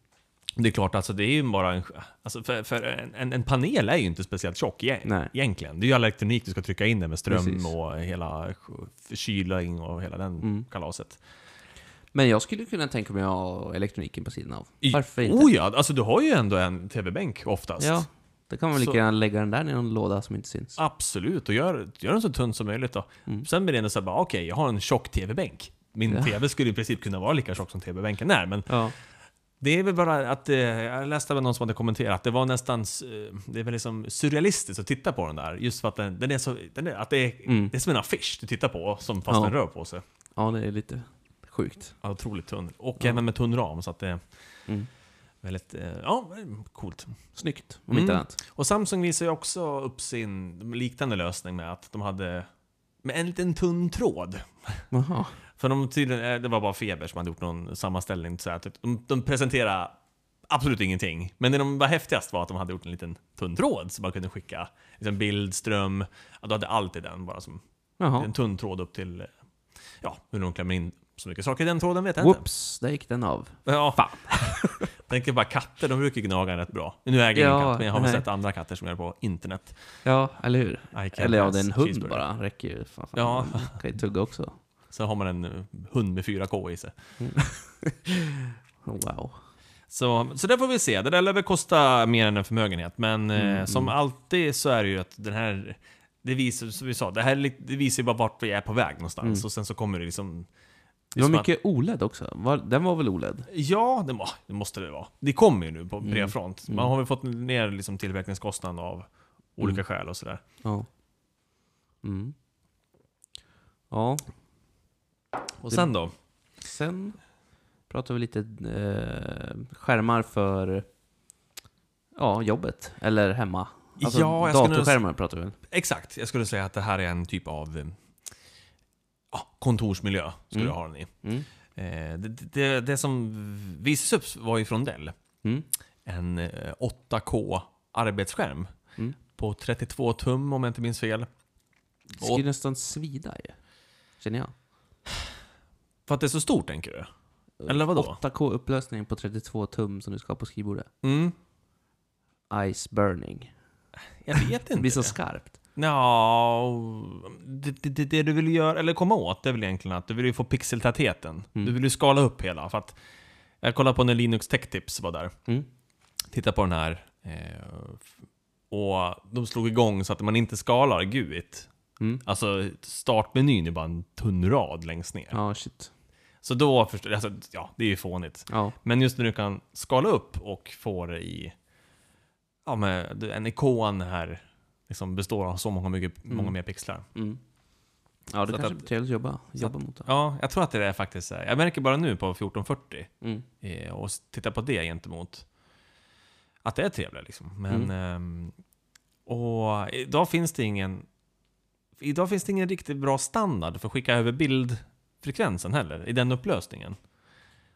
Det är klart, alltså det är ju bara en... Alltså för, för en, en, en panel är ju inte speciellt tjock e-
Nej.
egentligen. Det är ju all elektronik du ska trycka in där med ström
Precis.
och hela kyling och hela den
Mm.
kalaset.
Men jag skulle kunna tänka mig att ha elektroniken på sidan av.
I-
Varför inte?
Oh ja, alltså du har ju ändå en TV-bänk oftast.
ja. Då kan man lika
Så-
gärna lägga den där i någon låda som inte syns.
Absolut, och gör, gör den så tunn som möjligt då.
Mm.
Sen blir det ändå såhär, bara, okej, jag har en tjock TV-bänk. Min
Ja.
TV skulle i princip kunna vara lika tjock som TV-bänken är, men
Ja.
Det är väl bara att, eh, jag läste av någon som hade kommenterat, att det var nästan, eh, det är väl liksom surrealistiskt att titta på den där. Just för att den, den är så, den är, att det är,
Mm.
det är som en affisch du tittar på, som fast
Ja.
den rör på sig.
Ja, det är lite sjukt.
Ja, otroligt tunn. Och
Ja.
även med tunn ram, så att det är
Mm.
väldigt, eh, ja, coolt.
Snyggt, om inte
Mm.
annat.
Och Samsung visar ju också upp sin liknande lösning med att de hade med en liten tunn tråd.
Jaha.
För de tydligen, eh, det var bara Feber som hade gjort någon sammanställning. Så här, typ. de, de presenterade absolut ingenting. Men det de var häftigast var att de hade gjort en liten tunn tråd som man kunde skicka liksom bild, ström. Ja, du hade allt i den bara som en
Jaha.
tunn tråd upp till, eh, ja, hur de klämmer in så mycket saker i den tråden vet jag inte.
Whoops, där gick den av.
Ja.
Fan.
Tänker bara katter, de brukar ju gnaga en rätt bra. Nu äger jag ingen
Ja,
katt, men jag har väl
nej.
sett andra katter som är på internet.
Ja, eller hur?
I can't
Eller ja,
ask
det är en hund
cheeseburger.
bara. Räcker ju. Fan, fan.
Ja.
Man kan ju tugga också.
Så har man en eh, hund med 4K i sig.
Wow.
Så, så det får vi se. Det där lär väl kosta mer än en förmögenhet. Men eh,
Mm.
som alltid så är det ju att den här... Det visar, som vi sa, det här är lite- det visar ju bara vart vi är på väg någonstans.
Mm.
Och sen så kommer det liksom...
Det var
som att-
mycket OLED också. Var, den var väl E OLED?
Ja, det, må, det måste det vara. Det kommer ju nu på
Mm.
bred front. Man
Mm.
har väl fått ner liksom tillverkningskostnaden av olika
Mm.
skäl och sådär.
Ja. Mm. Ja,
Och
Det-
sen då?
sen pratar vi lite eh, skärmar för ja, jobbet. Eller hemma. Alltså
Ja, jag skulle nog-
datorskärmar pratar vi väl?
Exakt, jag skulle säga att det här är en typ av eh, ja, kontorsmiljö. Skulle
Mm.
jag ha den i.
Mm.
Eh, det, det, det som visades upp var ju från Dell.
Mm.
en eh, 8K arbetsskärm
Mm.
på 32 tum om jag inte minns fel.
Det ska ju nästan svida ju. Känner jag.
För att det är så stort tänker du? Eller vadå?
8K upplösning på 32 tum som du ska ha på skrivbordet.
Mm.
Ice burning.
Jag vet
Det
inte.
blir så skarpt.
Nja, det, det, det, det du vill göra, eller komma åt, det är väl egentligen att du vill ju få pixeltätheten.
Mm.
Du vill ju skala upp hela. För att jag kollade på när Linux Tech Tips var där.
Mm.
Titta på den här. Eh, f- och de slog igång så att man inte skalar GUIT.
Mm.
Alltså startmenyn är bara en tunn rad längst ner.
Ja, shit.
Så då förstår alltså, ja, det är ju fånigt.
Ja.
Men just när du kan skala upp och få det i... Ja, men du- en ikon här liksom består av så många, mycket,
Mm.
många mer pixlar.
Mm. Ja, det
Så att-
kanske blir trevligt att jobba, jobba mot det.
Ja, jag tror att det är faktiskt... så här. Jag märker bara nu på 1440
Mm.
eh, och s- tittar på det gentemot att det är trevligare liksom. Men... ehm, och idag finns det ingen... Idag finns det ingen riktigt bra standard för att skicka över bildfrekvensen heller, i den upplösningen.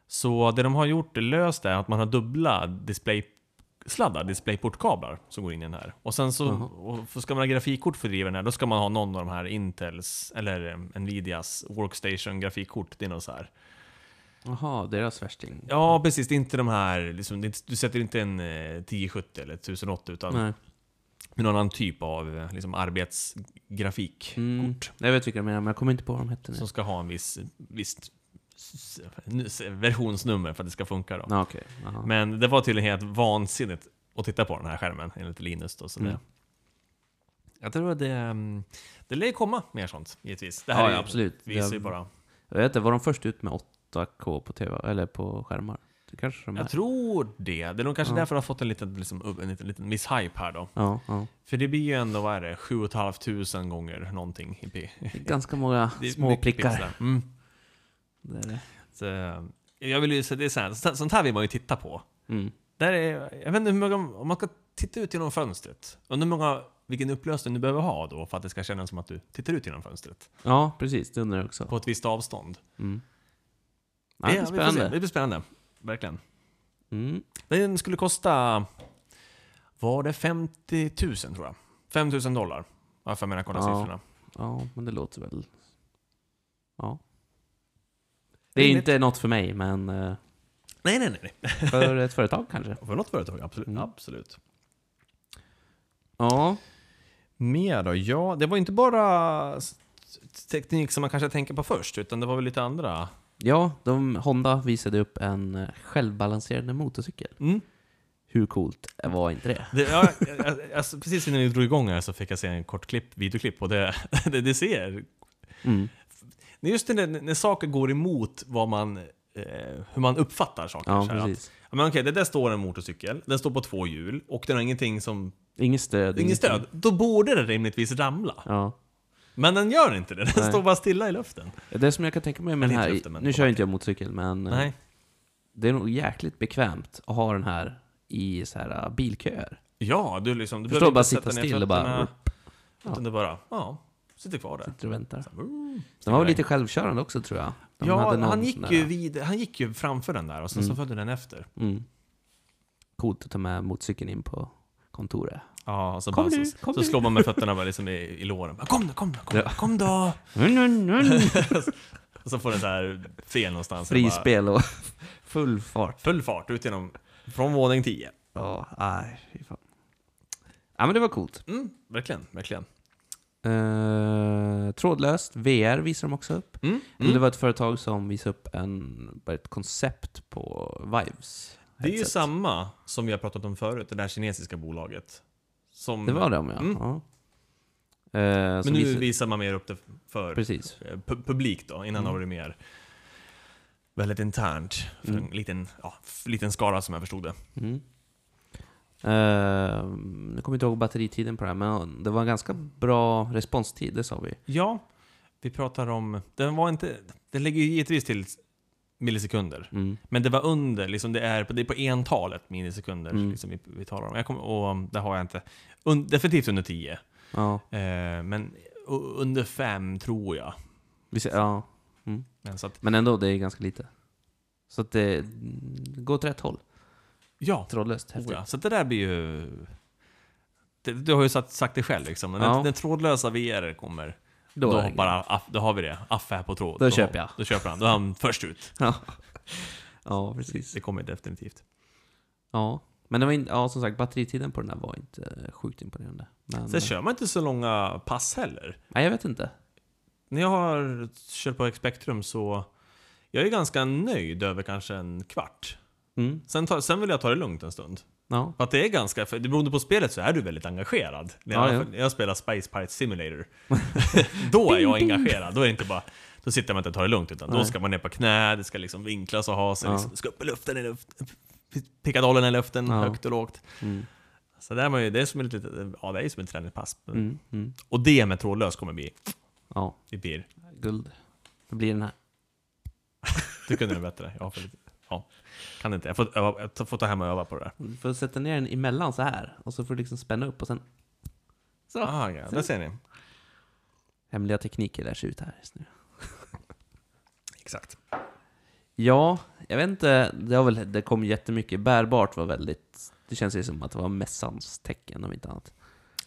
Så det de har gjort är löst är att man har dubbla display-sladdar, displayportkablar, som går in i den här. Och sen så,
Jaha.
och för- ska man ha grafikkort för att driva den här, då ska man ha någon av de här Intels, eller eh, Nvidias Workstation-grafikkort. Det är någon så här.
Jaha, deras värsting.
Ja, precis. Det är inte de här, liksom, det är inte, du sätter inte en eh, 1070 eller 1080, utan
Nej.
med någon annan typ av eh, liksom, arbetsgrafikkort.
Mm. Jag vet vilka de menar, men jag kommer inte på vad de hette nu.
Som ska ha en viss, visst s- s- versionsnummer för att det ska funka. Då.
Ja, okej. Jaha.
Men det var tydligen helt vansinnigt att titta på den här skärmen, enligt Linus. Då, så det,
Mm.
jag tror att det, mm, det lär ju komma mer sånt, givetvis. Det
ja,
är
ja,
ju-
absolut.
visar ju
jag,
bara.
jag vet inte, var de först ut med 8K på TV, eller på skärmar? Det kanske de är.
Jag tror det. Det är nog kanske
Ja.
därför det har fått en liten, liksom, upp- en liten, liten misshype här då.
Ja, ja.
För det blir ju ändå, vad är det, 7 500 gånger någonting i P.
Det är ganska många
Det är
små
mycket
prickar.
pixlar. Mm.
Det är det.
Så, eh, jag vill ju, så det är så här, så- sånt här vill man ju titta på.
Mm.
Där är, jag vet inte hur många, om man ska titta ut genom fönstret, undrar hur många, vilken upplösning du behöver ha då för att det ska kännas som att du tittar ut genom fönstret.
Ja, precis. Det undrar jag också.
På ett visst avstånd.
Mm. Ja, det är
vi får se.
spännande.
Det blir spännande. Verkligen.
Mm.
Den skulle kosta, var det 50 000 tror jag? 5 000 dollar. Ja, för jag menar kolla
Ja.
siffrorna.
Ja, men det låter väl... Ja. Det är
Rimligt.
inte något för mig, men eh,
Nej, nej, nej. nej.
för ett företag kanske.
För något företag, absolut.
Mm.
absolut.
Ja.
Mer då? Ja, det var inte bara s- s- teknik som man kanske tänker på först, utan det var väl lite andra.
Ja, de, Honda visade upp en eh, självbalanserande motorcykel. Hur coolt var inte det?
Mm. Det, ja, jag- jag- alltså, precis innan vi drog igång här så fick jag se en kort klipp, videoklipp och det, det, det ser...
Mm.
Det är just det, när, när saker går emot vad man eh, hur man uppfattar saker.
Ja,
så här, att,
precis.
ja, men okej, det där står en motorcykel, den står på två hjul och den har ingenting som...
Inget stöd.
Inget stöd. Då borde den rimligtvis ramla.
Ja.
Men den gör inte det, den
Nej.
står bara stilla i luften.
Det som jag kan tänka mig med
Eller
den
inte
här,
luften, men
nu
på
kör inte jag motorcykel, men eh,
Nej.
det är nog jäkligt bekvämt att ha den här i så här eh, bilköer.
Ja, du liksom... Du
Förstår,
behöver
bara
inte
sitta
sätta ner
still och bara-
fötterna,
Ja.
Utan du bara, ja, sitter kvar där.
Sitter och väntar.
Mm.
De var väl lite självkörande också tror jag. De
Ja,
hade någon
han
sån
gick,
där-
ju vid, han gick ju framför den där och sen så
Mm.
följde den efter.
Mm. Coolt att ta med motorcykeln in på kontoret.
Ja, och så,
Kom
bara,
nu,
så,
kom
så
nu.
slår man med fötterna bara liksom i, i låren. Bara, Kom då, kom då, kom, då,
Ja.
kom då!
Mm.
Och så får den så här fel någonstans. och Alltså, Bara,
Frispel och full fart.
full fart ut genom, från våning 10.
Ja, nej, fy fan. Ja, men det var coolt.
Mm, verkligen, verkligen.
Eh, trådlöst, VR visar de också upp.
Mm,
Eller Det
mm.
var ett företag som visade upp en, bara ett koncept på Vives.
Det är ju
headset.
samma som vi har pratat om förut, det där kinesiska bolaget. Som,
Det var det, ja.
Mm.
ja. Eh, som
men nu
visar-
visar man mer upp det för
Precis.
eh, pu- publik då, innan
Mm.
var det mer väldigt internt för
Mm.
en liten, ja, f- liten skara som jag förstod det.
Mm. Eh, jag kommer inte ihåg batteritiden på det här, men det var en ganska bra responstid, det sa vi.
Ja, vi pratar om... Den var inte... Den lägger ju givetvis till millisekunder.
Mm.
Men det var under, liksom det är på, det är på entalet millisekunder
Mm.
liksom vi, vi talar om. Jag kommer, och um, det har jag inte. Un, definitivt under 10. Eh,
Ja,
men u- under 5 tror jag.
vi ser, ja,
Men så att,
men ändå, det är ganska lite. Så att det det går åt rätt håll.
ja,
Trådlöst,
oh
häftigt.
ja, så att det där blir ju... Det, du har ju sagt, sagt det själv liksom. Den,
Ja.
den trådlösa VR kommer. Då,
Då är det
hoppar, aff, då har vi det. Affe är på tråd.
Då köper jag.
Då köper han. Då är han först ut.
Ja, precis.
Det kommer definitivt.
Ja. Men det var in, ja, som sagt, batteritiden på den där var inte eh, sjukt imponerande. Men,
Sen kör man inte så långa pass heller.
nej, jag vet inte.
När jag har kört på Expectrum så... Jag är ganska nöjd över kanske en kvart.
Mm.
Sen, tar, sen vill jag ta det lugnt en stund.
Ja.
För att det är ganska... För det beroende på spelet så är du väldigt engagerad. När
Ja,
jag,
ja.
när jag spelar Space Pirate Simulator, då är jag engagerad. Då är det inte bara... Då sitter man inte och tar det lugnt, utan då
Nej.
ska man ner på knä, det ska liksom vinklas och ha sig.
Ja.
Liksom, ska upp i luften, i luften pickadollen i luften,
Ja.
högt och lågt.
Mm.
Så där är man ju, det är som ett litet... Ja, det är ju som ett träningspass.
Mm. Mm.
Och det med trådlös kommer bli...
Ja,
Det blir...
guld. Det blir den här.
Du kunde det bättre. Jag har för lite. Ja. Kan inte. Jag får, öva, jag ta- får ta hem och öva på det där.
Du får sätta ner den emellan så här och så får du liksom spänna upp och sen... Så.
Ah, ja, där ser ni.
Hemliga tekniker lär sig ut här just nu.
Exakt.
Ja, jag vet inte. Det, har väl, det kom jättemycket. Bärbart var väldigt... Det känns ju som att det var mässans tecken om inte annat.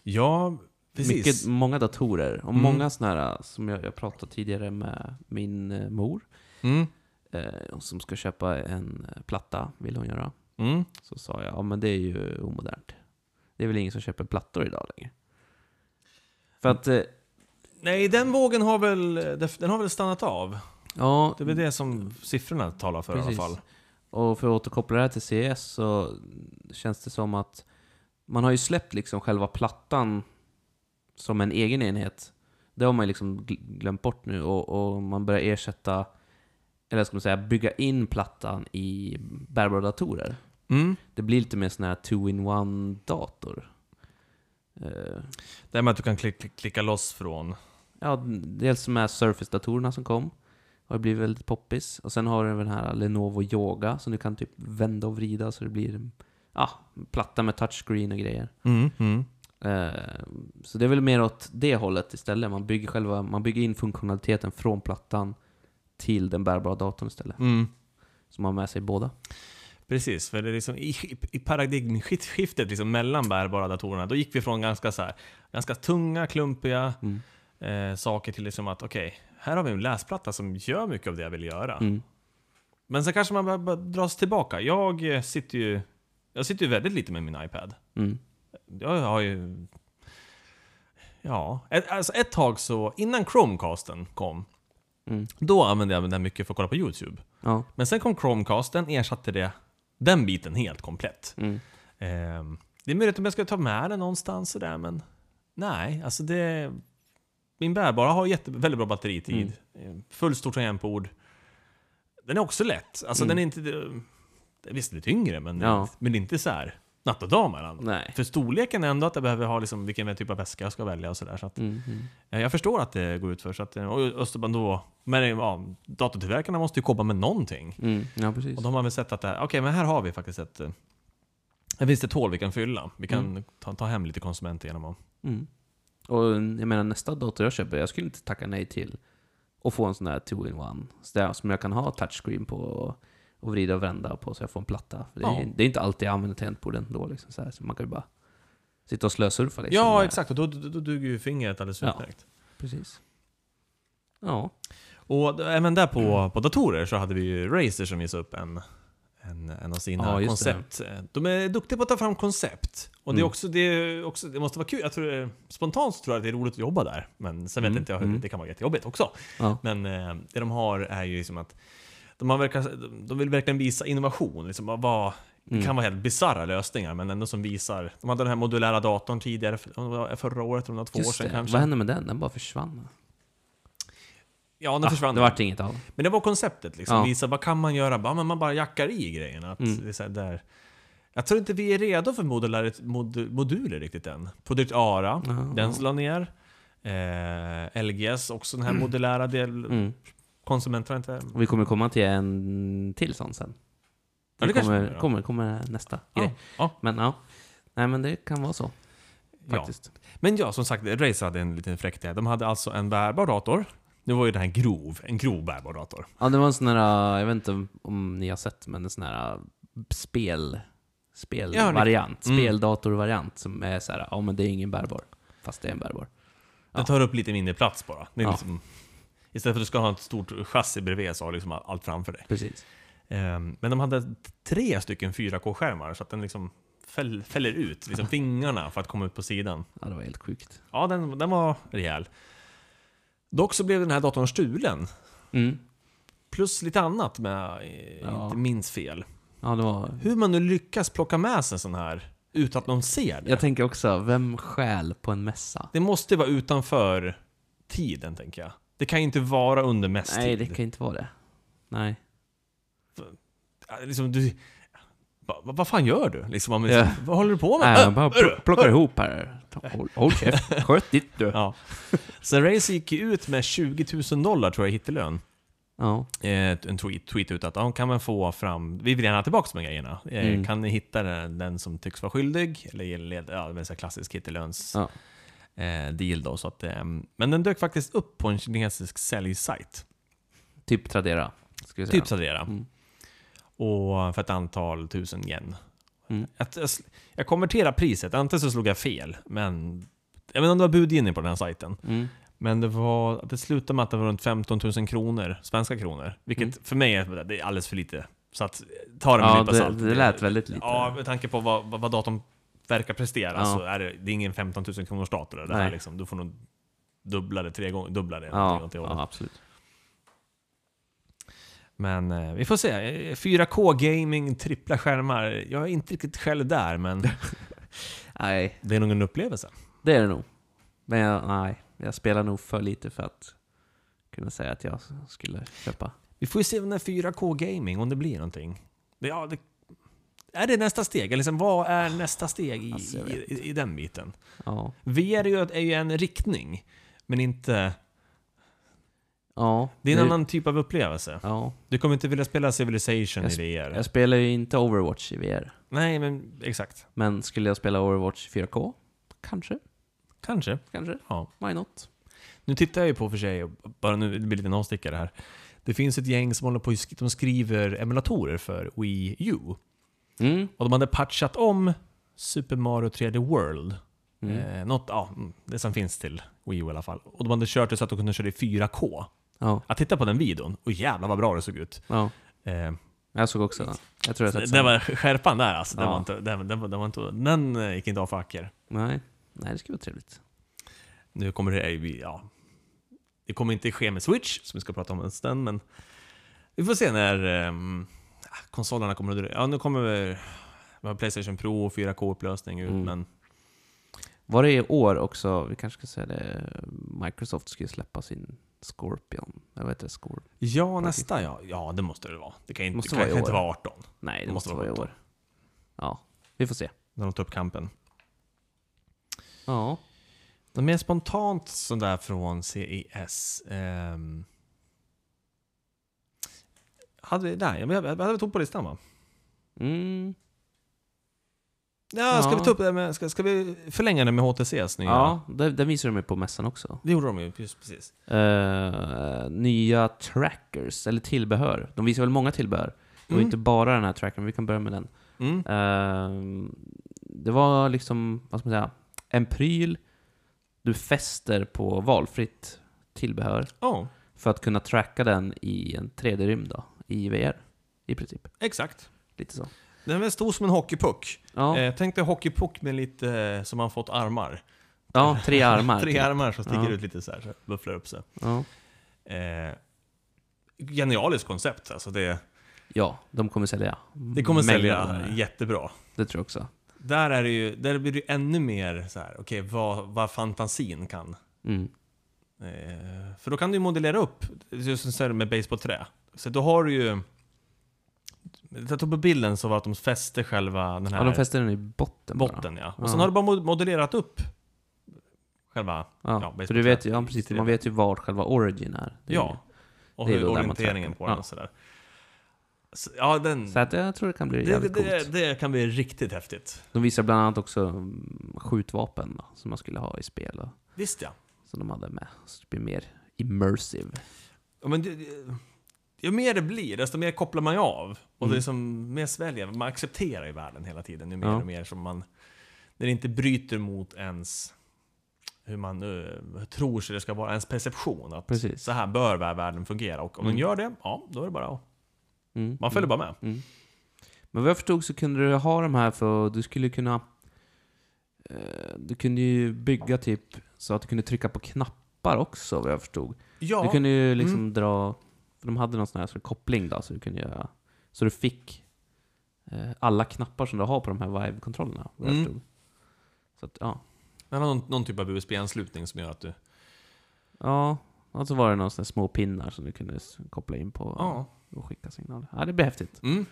Ja, precis.
Mycket, många datorer och
Mm.
många sådana här som jag, jag pratade tidigare med min eh, mor.
Mm.
Eh, som ska köpa en eh, platta, vill hon göra.
Mm.
Så sa jag, ja men det är ju omodernt. Det är väl ingen som köper plattor idag längre. För att, eh,
Nej, den vågen har väl, den har väl stannat av.
ja,
Det är väl det som siffrorna talar för i
Precis.
alla fall.
Och för att återkoppla det här till CES så känns det som att man har ju släppt liksom själva plattan som en egen enhet. Det har man ju liksom gl- glömt bort nu och, och man börjar ersätta, eller ska man säga bygga in plattan i bärbara datorer.
Mm.
Det blir lite mer sån här two-in-one-dator. Eh,
Det här med att du kan klicka, klicka loss från...
Ja, dels de här Surface-datorerna som kom. Har blivit väldigt poppis. Och sen har du den här Lenovo Yoga som du kan typ vända och vrida så det blir ja, platta med touchscreen och grejer.
Mm. Mm.
Eh, så det är väl mer åt det hållet istället. Man bygger, själva, man bygger in funktionaliteten från plattan till den bärbara datorn istället.
Mm.
Så man har med sig båda.
Precis, för det är liksom i, i paradigmskiftet liksom mellan bärbara datorerna, då gick vi från ganska, så här, ganska tunga, klumpiga
Mm.
eh, saker till liksom att okej, här har vi en läsplatta som gör mycket av det jag vill göra.
Mm.
Men sen kanske man behöver dras tillbaka. Jag eh, sitter ju jag sitter ju väldigt lite med min iPad.
Mm.
Jag har ju... Ja, ett, alltså ett tag så, innan Chromecasten kom,
Mm.
då använde jag den mycket för att kolla på YouTube.
Ja.
Men sen kom Chromecasten, ersatte det, den biten helt komplett.
Mm.
Ehm, det är möjligt om jag ska ta med den någonstans sådär, men nej, alltså det... Min bärbara har jätte, väldigt bra batteritid. Mm. Full stort tangentbord. Den är också lätt. Alltså den är inte... eh, Visst, lite yngre, men,
Ja.
men inte så här natt och dag mellan.
Nej.
För storleken är ändå att jag behöver ha liksom vilken typ av väska jag ska välja och sådär. Så att,
Mm, mm.
eh, jag förstår att det går ut för. Så att, eh, och Österban då, men eh, ja, datortillverkarna måste ju komma med någonting.
Mm. Ja, precis.
Och de har väl sett att det här, okej men här har vi faktiskt ett... eh, Här finns det ett hål vi kan fylla. Vi kan ta, ta hem lite konsumenter genom att...
Mm. Och jag menar nästa dator jag köper, jag skulle inte tacka nej till att få en sån här 2-in-1 så där som jag kan ha touchscreen på och, och vrida och vända på så jag får en platta. För det, är,
Ja.
det är inte alltid jag använder tangentbordet ändå liksom så, här, så man kan ju bara sitta och slösurfa liksom.
Ja,
med-
exakt. Och då, då, då duger ju fingret alldeles
Ja.
utmärkt.
Precis. Ja.
Och d- även där på,
Mm.
på datorer så hade vi ju Razer som visade upp en, en, en av sina
Ja, just det.
koncept. De är duktiga på att ta fram koncept. Och det, är
Mm.
också, det, är också, det måste vara kul. Jag tror, det- spontant tror jag att det är roligt att jobba där. Men sen vet
Mm,
inte jag hur
mm.
det kan vara jättejobbigt också.
ja.
Men eh, det de har är ju liksom att de, har verkar, de vill verkligen visa innovation. Liksom, vad- vad, det
Mm.
kan vara helt bisarra lösningar, men ändå som visar. De hade den här modulära datorn tidigare, för- om det var förra året eller om det var två år
Just
sedan
det.
kanske.
Vad hände med den? Den bara försvann.
Ja, den
Ah,
försvann.
Det vart inget av.
Men det var konceptet, liksom.
Ja.
visa vad kan man göra? Bara, men man bara jackar i grejerna. Att
Mm.
det är så här, där. Jag tror inte vi är redo för modulär, mod, moduler riktigt än. Produkt ARA,
Ja,
den
ja.
slår ner. Eh, LGS, också den här modulära del...
Mm.
Konsumenter har inte...
Och vi kommer komma till en till sån sen.
Ja, det kanske vi gör,
kommer,
ja.
kommer, kommer nästa
Ja,
grej.
ja.
Men ja. Nej men det kan vara så.
Ja.
Faktiskt.
Men ja, som sagt, Razer hade en liten fräckhet. De hade alltså en bärbar dator. Nu var ju den här grov, en grov bärbar dator.
Ja, det var en sån här, jag vet inte om- om ni har sett, men en sån här eh, spel, spelvariant,
Ja, mm.
speldatorvariant som är så här, ja men det är ingen bärbar, fast det är en bärbar.
Den
Ja.
tar upp lite mindre plats bara. Det är
Ja.
liksom, istället för att du ska ha ett stort chassi bredvid så har du liksom allt framför dig.
Precis.
Ehm, Men de hade tre stycken 4K-skärmar så att den liksom fäll, fäller ut liksom fingrarna för att komma ut på sidan.
Ja, det var helt sjukt.
Ja, den, den var rejäl. Dock så blev den här datorn stulen.
Mm.
Plus lite annat om jag eh,
Ja.
inte minns fel.
Ja, det var...
Hur man nu lyckas plocka med sig en sån här utan att någon ser det.
Jag tänker också, vem stjäl på en mässa?
Det måste vara utanför tiden, tänker jag. Det kan ju inte vara under mest
Nej, det
tid.
kan inte vara det. Nej.
Ja, Liksom, du, va, va, vad fan gör du? Liksom, om-
Ja.
Vad håller du på med?
Nej,
Äh,
jag bara
är du?
pl- plockar ihop här. Ta- Håll, håll käft, sköt ditt du.
Ja. Så Razer gick ju ut med 20 000 dollar tror jag i hittelön.
Ja.
Eh, En tweet, tweet ut att ah, kan man få fram, vi vill gärna ha tillbaka de här grejerna. Eh,
Mm.
Kan ni hitta den, den som tycks vara skyldig? Eller led- ja, det vill säga klassisk hittelöns
Ja.
eh, deal då. Så att, eh, men den dök faktiskt upp på en kinesisk säljsajt.
Typ Tradera, ska vi säga.
Typ Tradera.
Mm.
Och för ett antal tusen yen.
Mm.
Att, jag, sl- jag konverterar priset, antingen så slog jag fel, men jag vet inte om det var budgivning på den här sajten.
Mm.
Men det, var, det slutade med att det var runt 15 000 kronor, svenska kronor. Vilket
Mm.
för mig är, det är alldeles för lite. Så att, ta det med en
Ja,
nypa
det,
salt.
det lät väldigt lite.
Ja, med tanke på vad, vad, vad datorn verkar prestera
Ja.
så är det, det är ingen 15 000 kronors dator. Det här
Nej.
liksom, du får nog dubbla det tre gånger. Dubbla det.
ja,
någonting åt det hållet.
ja absolut.
Men eh, vi får se. Eh, 4K gaming, trippla skärmar. Jag är inte riktigt själv där, men
Nej,
det är nog en upplevelse.
det är det nog. Men jag, nej, jag spelar nog för lite för att kunna säga att jag skulle köpa.
Vi får ju se när 4K gaming, om det blir någonting. Det, ja, det, är det nästa steg? Eller liksom, vad är nästa steg i,
Alltså, jag vet
i, i den biten?
Ja.
VR är ju, är ju en riktning, men inte...
ja
Det är en
nu-
annan typ av upplevelse.
Ja.
Du kommer inte vilja spela Civilization
Jag
i VR.
Jag spelar ju inte Overwatch i VR.
Nej, men exakt.
Men skulle jag spela Overwatch 4K? Kanske.
Kanske.
Kanske.
Ja.
Why not?
Nu tittar jag ju på för sig, och bara nu det blir lite en avstickare här. Det finns ett gäng som håller på och sk- de skriver emulatorer för Wii U.
Mm.
Och de hade patchat om Super Mario 3D World.
Mm.
Eh, något, ja, mm, det som finns till Wii U i alla fall. Och de hade kört det så att de kunde köra i 4K.
Ja.
Jag tittade på den videon och jävlar vad bra det såg ut.
ja.
Eh,
Jag såg också den. Jag tror jag sett
det
samma.
var skärpan där alltså. Den,
Ja.
var inte, den, den, var- den, var inte, den eh, gick inte av för hacker.
Nej. Nej, det skulle vara trevligt.
Nu kommer det... eh, Ja, det kommer inte ske med Switch, som vi ska prata om en stund, men... Vi får se när ehm, konsolerna kommer att dröja. Ja, nu kommer vi, vi har Playstation Pro och 4K-upplösning ut,
Mm.
men...
Var det i år också, vi kanske ska säga det, Microsoft ska ju släppa sin Scorpion. Eller vad heter det? Scorp...
Ja, nästa ja. Ja, det måste det vara. Det kan inte,
Måste
kan,
vara i
kan inte
år.
vara 18
Nej, det
Måste
måste,
vara
vara i år. Ja, vi får se.
när de tar upp kampen.
Ja.
Något mer spontant sådär från
E
CES? ehm, hade vi, nej, men jag, jag hade vi tog på listan va?
Mm.
Ja, ska,
Ja.
Vi ta upp det med, ska, ska vi förlänga det med HTCs nya?
Ja, den, den visade de ju på mässan också.
Det gjorde de ju, just precis.
Eh, nya trackers, eller tillbehör. De visar väl många tillbehör? Det var
Mm.
inte bara den här trackern, vi kan börja med den.
Mm.
Eh, det var liksom, vad ska man säga, en pryl du fäster på valfritt tillbehör
Ja,
för att kunna tracka den i en 3D-rymd då, i VR. I princip.
exakt.
Lite så.
Den är väl stor som en hockeypuck.
Ja,
Eh, tänk dig hockeypuck med lite, eh, som man fått armar.
ja tre armar.
Tre
typ.
armar som sticker
Ja.
ut lite så här, så här, bufflar upp sig.
Ja.
Eh, genialiskt koncept alltså. Det,
ja, de kommer sälja.
det kommer
mängder
sälja
av de här.
jättebra.
Det tror jag också.
Där, är det ju, där blir det ju ännu mer så här, okej, vad, vad fantasin kan.
Mm.
Eh, för då kan du ju modellera upp, just som du säger med basebollträ. Så då har du ju... Jag tog på bilden så var att de fäste själva den här
Ja, de fäster den i botten bara.
botten. Ja. Och sen
Ja.
har du bara mod- modellerat upp själva... ja,
Ja, för
baseball
du vet ju,
trä.
ja, precis, man vet ju var själva origin är. Det är
Ja. Och
det är
hur
då där man
orienteringen
trackar.
på den
Ja.
och sådär. Så, ja, den...
ju- Så att jag tror det kan bli
det, det,
jävligt
det,
coolt.
det kan bli riktigt häftigt.
De visar bland annat också mm, skjutvapen då, som man skulle ha i spel. Och,
Visst ja.
som de hade med. Så det blir mer immersive.
Ja, men det, det, ju mer det blir, desto mer kopplar man ju av. Och det är som mer sväljer, man accepterar ju världen hela tiden. Ju mer
Mm. Ja.
och mer som man... När det inte bryter mot ens hur man eh, tror sig det ska vara, ens perception. Att
Precis.
så här bör världen fungera. Och om den gör det, ja, då är det bara att-
Mm,
Man följer bara med.
Mm. Men vad jag förstod så kunde du ha de här för du skulle kunna... eh, Du kunde ju bygga typ så att du kunde trycka på knappar också vad jag förstod.
Ja, Mm.
Du kunde ju liksom dra... För de hade någon sån här så koppling då, så du kunde göra... Så du fick eh, alla knappar som du har på de här Vive-kontrollerna vad jag
Mm.
förstod. Så att, ja.
den har någon, någon typ av USB-anslutning som gör att du...
Ja, och så var det några såna här små pinnar som du kunde s- koppla in på
Ja.
och skicka signaler. Ja, det blir häftigt.
Mm.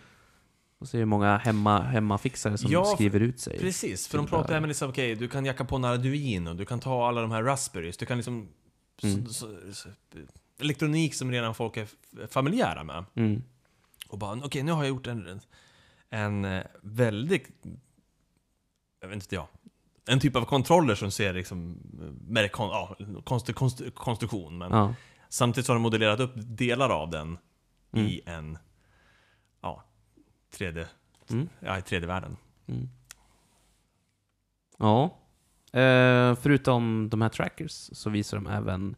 Och så är det många hemma, hemmafixare som
Ja,
skriver ut sig.
Precis, för de
till
pratar
det här.
även liksom, okej, du kan jacka på en Arduino, du kan ta alla de här Raspberries, du kan liksom...
Mm.
Så, så, så, elektronik som redan folk är f- familjära med.
Mm.
Och bara, okej, nu har jag gjort en, en eh, väldigt... Jag vet inte, ja. En typ av kontroller som ser liksom... eh, Med kon, ja, konst, konst, konstruktion, men...
Ja.
Samtidigt så har de modellerat upp delar av den
Mm.
i en... Ja, 3D...
Mm.
Ja, i 3D-världen.
Mm. Ja. Eh, förutom de här trackers så visar de även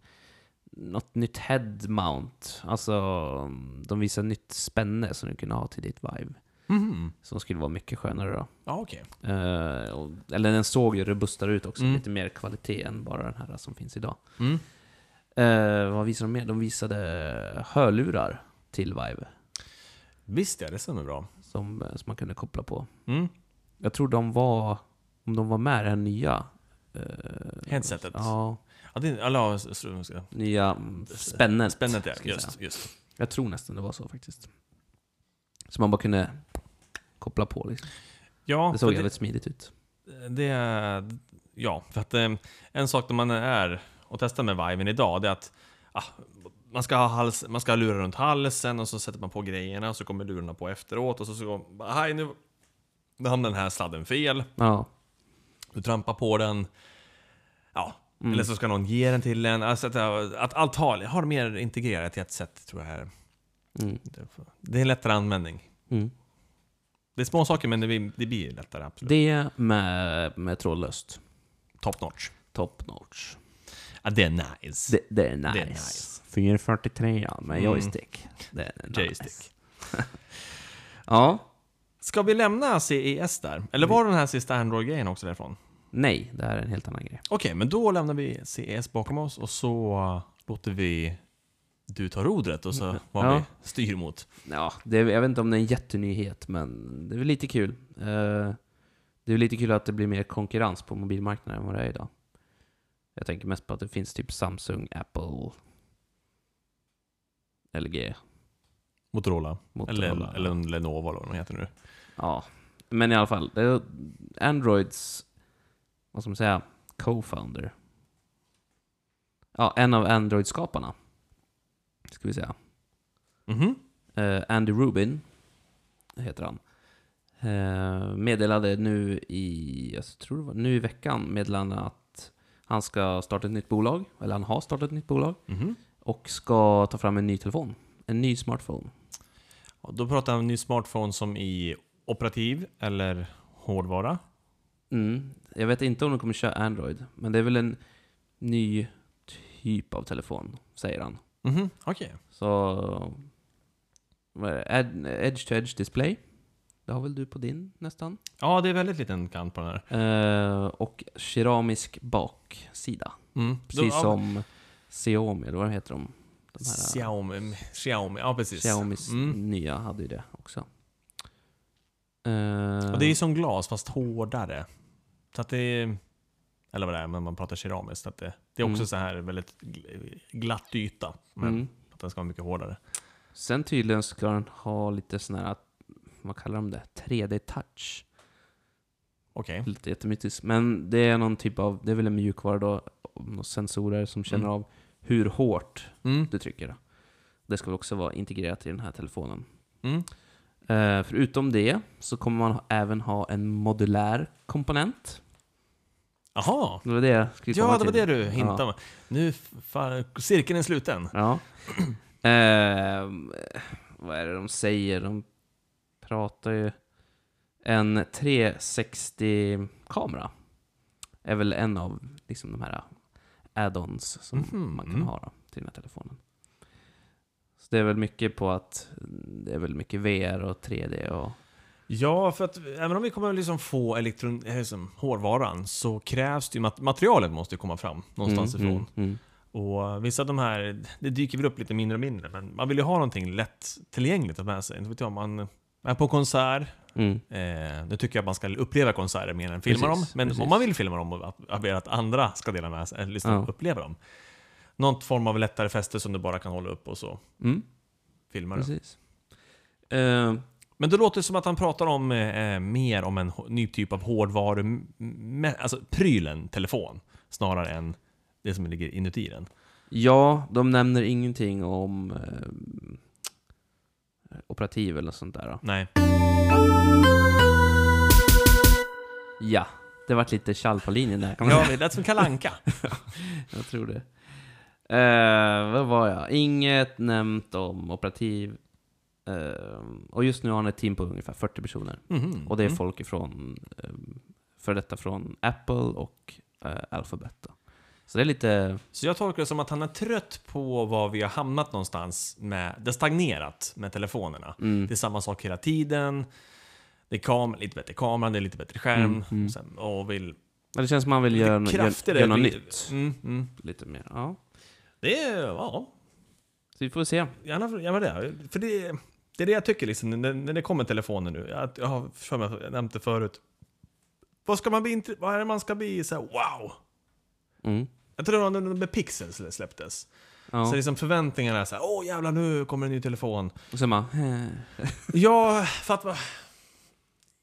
något nytt head mount. Alltså, de visar nytt spänne som du kunde ha till ditt Vive.
Mhm.
Som skulle vara mycket skönare då.
Ja, okej.
Eh, och, eller den såg ju robustare ut också,
Mm.
lite mer kvalitet än bara den här som finns idag.
Mm.
Eh, vad visade de mer? De visade hörlurar till Vive
Visst ja, det stämmer bra.
som, som man kunde koppla på.
Mm.
Jag tror de var, om de var med i det här nya... eh,
Headsetet. Ja.
ja,
det är, alla har s- s- ska-
nya mm, spännet.
spännet ja,
ska jag säga.
just, just.
Jag tror nästan det var så faktiskt. Så man bara kunde koppla på liksom.
Ja,
Det såg
för
jävligt smidigt ut.
det, det, är- ja, för att eh, en sak när man är och testar med Viven idag, det är att ah, man, ska ha hals, man ska ha lurar runt halsen och så sätter man på grejerna och så kommer lurarna på efteråt och så, så går man, "Aj, nu, nu hamnar den här sladden fel.
Ja,
Du trampar på den. Ja,
Mm.
eller så ska någon ge den till en. Alltså att, att allt har, har det mer integrerat i ett sätt tror jag. Här.
Mm.
Det är en lättare användning.
Mm.
Det är små saker men det blir, det blir lättare absolut.
det med, med trådlöst.
Top notch.
Top notch.
Ja, det är nice.
Det, det är
Det är
nice. 443 ja, med
Mm.
joystick. Det är nice.
Joystick.
Ja.
Ska vi lämna CES där? Eller var det den här sista Android-grejen också därifrån?
Nej, det här är en helt annan grej.
Okej, men då lämnar vi CES bakom oss och så uh, låter vi du ta rodret och så vad
Mm. Ja.
vi styr mot.
Ja, det, är- jag vet inte om det är en jättenyhet, men det är väl lite kul. Eh, det är lite kul att det blir mer konkurrens på mobilmarknaden än vad det är idag. Jag tänker mest på att det finns typ Samsung, Apple, LG.
Motorola.
Motorola.
Eller, eller en Lenovo eller vad de heter nu.
Ja. Men i alla fall, det är Androids, vad ska man säga, co-founder. Ja, en av Android-skaparna. Ska vi säga.
Mhm.
Eh, Andy Rubin heter han. Eh, meddelade nu i, jag tror det var nu i veckan, meddelade han att han ska starta ett nytt bolag, eller han har startat ett nytt bolag,
Mhm.
och ska ta fram en ny telefon. En ny smartphone.
Och Då pratar vi om en ny smartphone som i operativ eller hårdvara.
Mm. Jag vet inte om de kommer köra Android, men det är väl en ny typ av telefon, säger han.
Mhm. Okej.
Så... Vad är det? Ed- Edge-to-edge display. Det har väl du på din nästan?
Ja, det är väldigt liten kant på den här.
Eh, och keramisk baksida.
Mm.
Precis
Då- ja,
som Xiaomi, eller vad heter de? de här,
Xiaomi. Xiaomi, ja precis.
Xiaomis
Mm.
nya hade ju det också. Eh,
Och det är ju som glas fast hårdare. Så att det är, Eller vad det är, men man pratar keramiskt. Så att det, det är också
Mm.
så här väldigt gl- glatt yta. Men
mm.
att den ska vara mycket hårdare.
Sen tydligen ska den ha lite sån här, vad kallar de det? 3D-touch.
Okej.
Lite jättemytiskt. Men det är någon typ av, det är väl en mjukvara då, några sensorer som känner
Mm.
av hur hårt
Mm.
du trycker. Det ska väl också vara integrerat i den här telefonen.
Mm.
Eh, förutom det så kommer man ha- även ha en modulär komponent.
Aha.
Det var det jag skulle komma
Ja, det var
till.
det du hintade om. Nu, f- fan, cirkeln är sluten.
Ja. Ehm, vad är det de säger? De pratar ju... En 360-kamera är väl en av liksom, de här add-ons som
Mhm,
man kan
mm.
ha då, till den här telefonen. Så det är väl mycket på att det är väl mycket VR och 3D och...
Ja, för att även om vi kommer liksom få elektron, eh, liksom, hårdvaran så krävs det ju mat- materialet måste ju komma fram någonstans
Mm,
ifrån.
Mm, mm.
Och vissa av de här, det dyker väl upp lite mindre och mindre, men man vill ju ha någonting lätt tillgängligt att ha med sig. Inte vet jag, man är på konsert,
Mm.
eh, nu tycker jag att man ska uppleva konserter mer än filma
Precis,
dem, men
precis.
om man vill filma dem och att, att, att andra ska dela med sig, eller lyssna
Ja.
och uppleva dem. Någon form av lättare fäste som du bara kan hålla upp och så
Mm,
filmar du.
precis. Ehm,
Men det låter som att han pratar om eh, mer om en h- ny typ av hårdvaru, m- m- alltså prylen telefon, snarare än det som ligger inuti den.
Ja, de nämner ingenting om eh, operativ eller sånt där. Då.
Nej.
Ja, det vart lite tjall på linjen där kan man
Ja,
säga.
det lät som kalanka.
Jag tror det. Eh, vad var jag? Inget nämnt om operativ. Eh, och just nu har han ett team på ungefär 40 personer.
Mhm.
Och det är
Mm.
folk ifrån, eh, för detta från Apple och eh, Alphabet. Då. Så det är lite,
Så jag tolkar det som att han är trött på var vi har hamnat någonstans med, det har stagnerat med telefonerna.
mm,
Det är samma sak hela tiden. Det är kam- lite bättre kamera, det är lite bättre skärm.
Mm, mm.
Och, sen, och vill...
men det känns som man vill
lite
göra, gör,
kraftigare-
göra något nytt.
Mm, mm.
Lite mer, ja.
Det är, ja,
Så vi får se.
gärna, gärna det. För det, det är det jag tycker liksom, när, när det kommer telefoner nu. Att, jag har för mig, att jag nämnt det förut. Vad ska man bli, intre- vad är det man ska bli så här, wow?
Mm.
Jag tror det var när den med Pixels släpptes.
Ja.
Så liksom förväntningarna är så här, åh jävlar nu kommer en ny telefon.
Och sen bara... eh.
Ja, för att...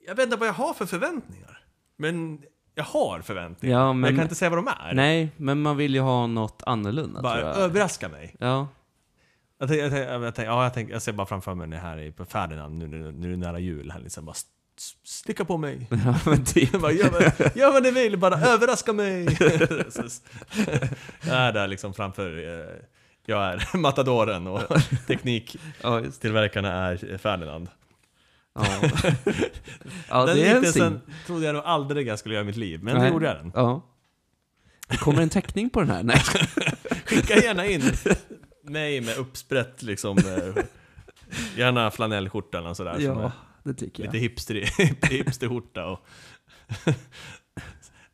Jag vet inte vad jag har för förväntningar. Men jag har förväntningar.
Ja,
men jag
men,
kan inte säga vad de är.
nej, men man vill ju ha något annorlunda
bara
tror jag.
överraska mig.
Ja,
Jag, tänk, jag, tänk, jag, tänk, ja, jag, tänk, jag ser bara framför mig när jag är här i- på Ferdinand, nu, nu, nu är det nära jul. Han liksom bara st- st- sticka på mig.
ja men typ.
Jag bara, gör, vad, gör vad ni vill, bara överraska mig. Så- så- jag är där liksom framför... Eh, jag är matadoren och tekniktillverkarna
Ja, just det.
är Ferdinand.
Ja, ja
den
det är en
liknelsen
sin.
trodde jag nog aldrig jag skulle göra i mitt liv, men
Nej.
det gjorde jag den.
Ja. Det kommer en teckning på den här. Nej.
Skicka gärna in mig med uppsprätt liksom eh, Gärna flanellskjortan och sådär som
Ja,
är
det tycker
Lite
jag.
hipster, hipsterskjorta och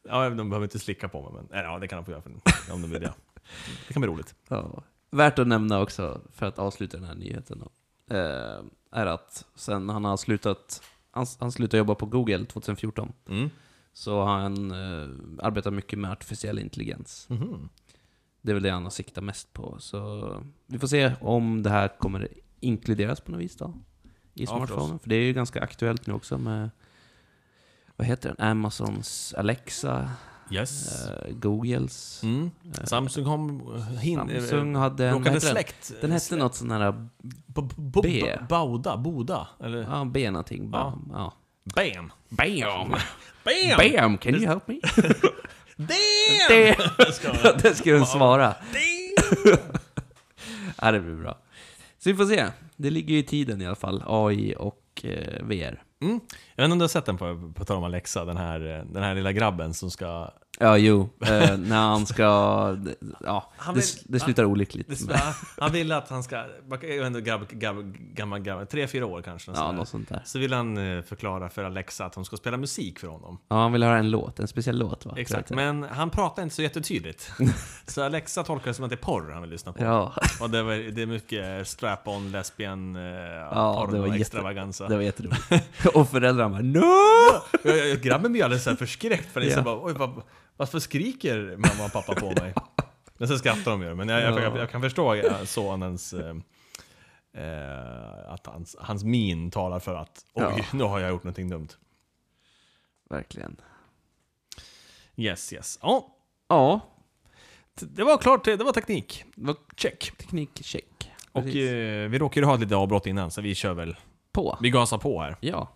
Ja, de behöver inte slicka på mig men eller, ja, det kan de få göra för om de vill det Det kan bli roligt
Ja. Värt att nämna också, för att avsluta den här nyheten, då, eh, är att sen han har slutat, han, han slutade jobba på Google 2014,
mm.
så har han eh, arbetat mycket med artificiell intelligens.
Mhm.
Det är väl det han har siktat mest på. Så vi får se om det här kommer inkluderas på något vis då. I
Ja, förstås.
smartphonen. För det är ju ganska aktuellt nu också med vad heter den? Amazons Alexa,
Yes.
eh, Googles.
Mm.
eh,
Samsung kom... Hin,
Samsung hade
eh,
en... vad
råkade
heter den?
släkt...
Den hette något sån här...
B- b-
B.
Bauda, Boda, eller?
Ja, B någonting.
Ja.
Ja. Ja.
Bam!
Bam!
Bam!
Bam! Can you help me?
Damn!
Det, det ska den svara.
Damn!
Ja, det blir bra. Så vi får se. Det ligger ju i tiden i alla fall, AI och eh, VR.
Mm. Jag vet inte om du har sett den på, på tal om Alexa, den här, eh, den här lilla grabben som ska...
Ja, jo. Eh, när han ska... Ja,
Han
det,
vill-
det slutar olyckligt.
Han vill att han ska... Jag vet inte, grabb, grabb, gammal grabb, tre, fyra år kanske.
ja,
sådär.
något sånt där.
Så vill han eh, förklara för Alexa att hon ska spela musik för honom.
Ja, han vill höra en låt. En speciell låt, va?
Exakt,
Tror jag
men han pratar inte så jättetydligt. så Alexa tolkar det som att det är porr han vill lyssna
att
på.
det- Ja,
Och det, var, det är mycket strap-on, lesbian, eh,
ja
porno,
det var jätte,
extravaganza.
Det var jätteroligt. och föräldrarna bara no!
Och jag- jag- Grabben blir alldeles så här förskräckt för det är så
Ja.
bara, Oj, vad, varför skriker mamma och pappa på mig? Men sen skrattar de ju, men jag, jag, jag, jag kan förstå eh, sonens... Eh, eh, att hans, hans min talar för att oj,
Ja.
nu har jag gjort någonting dumt.
Verkligen.
Yes, yes. Ja,
Ja,
det var klart, det var teknik.
vad
Check.
teknikcheck.
Och
Precis.
eh, vi råkade ju ha ett litet avbrott innan, så vi kör väl.
På.
Vi gasar på här.
Ja,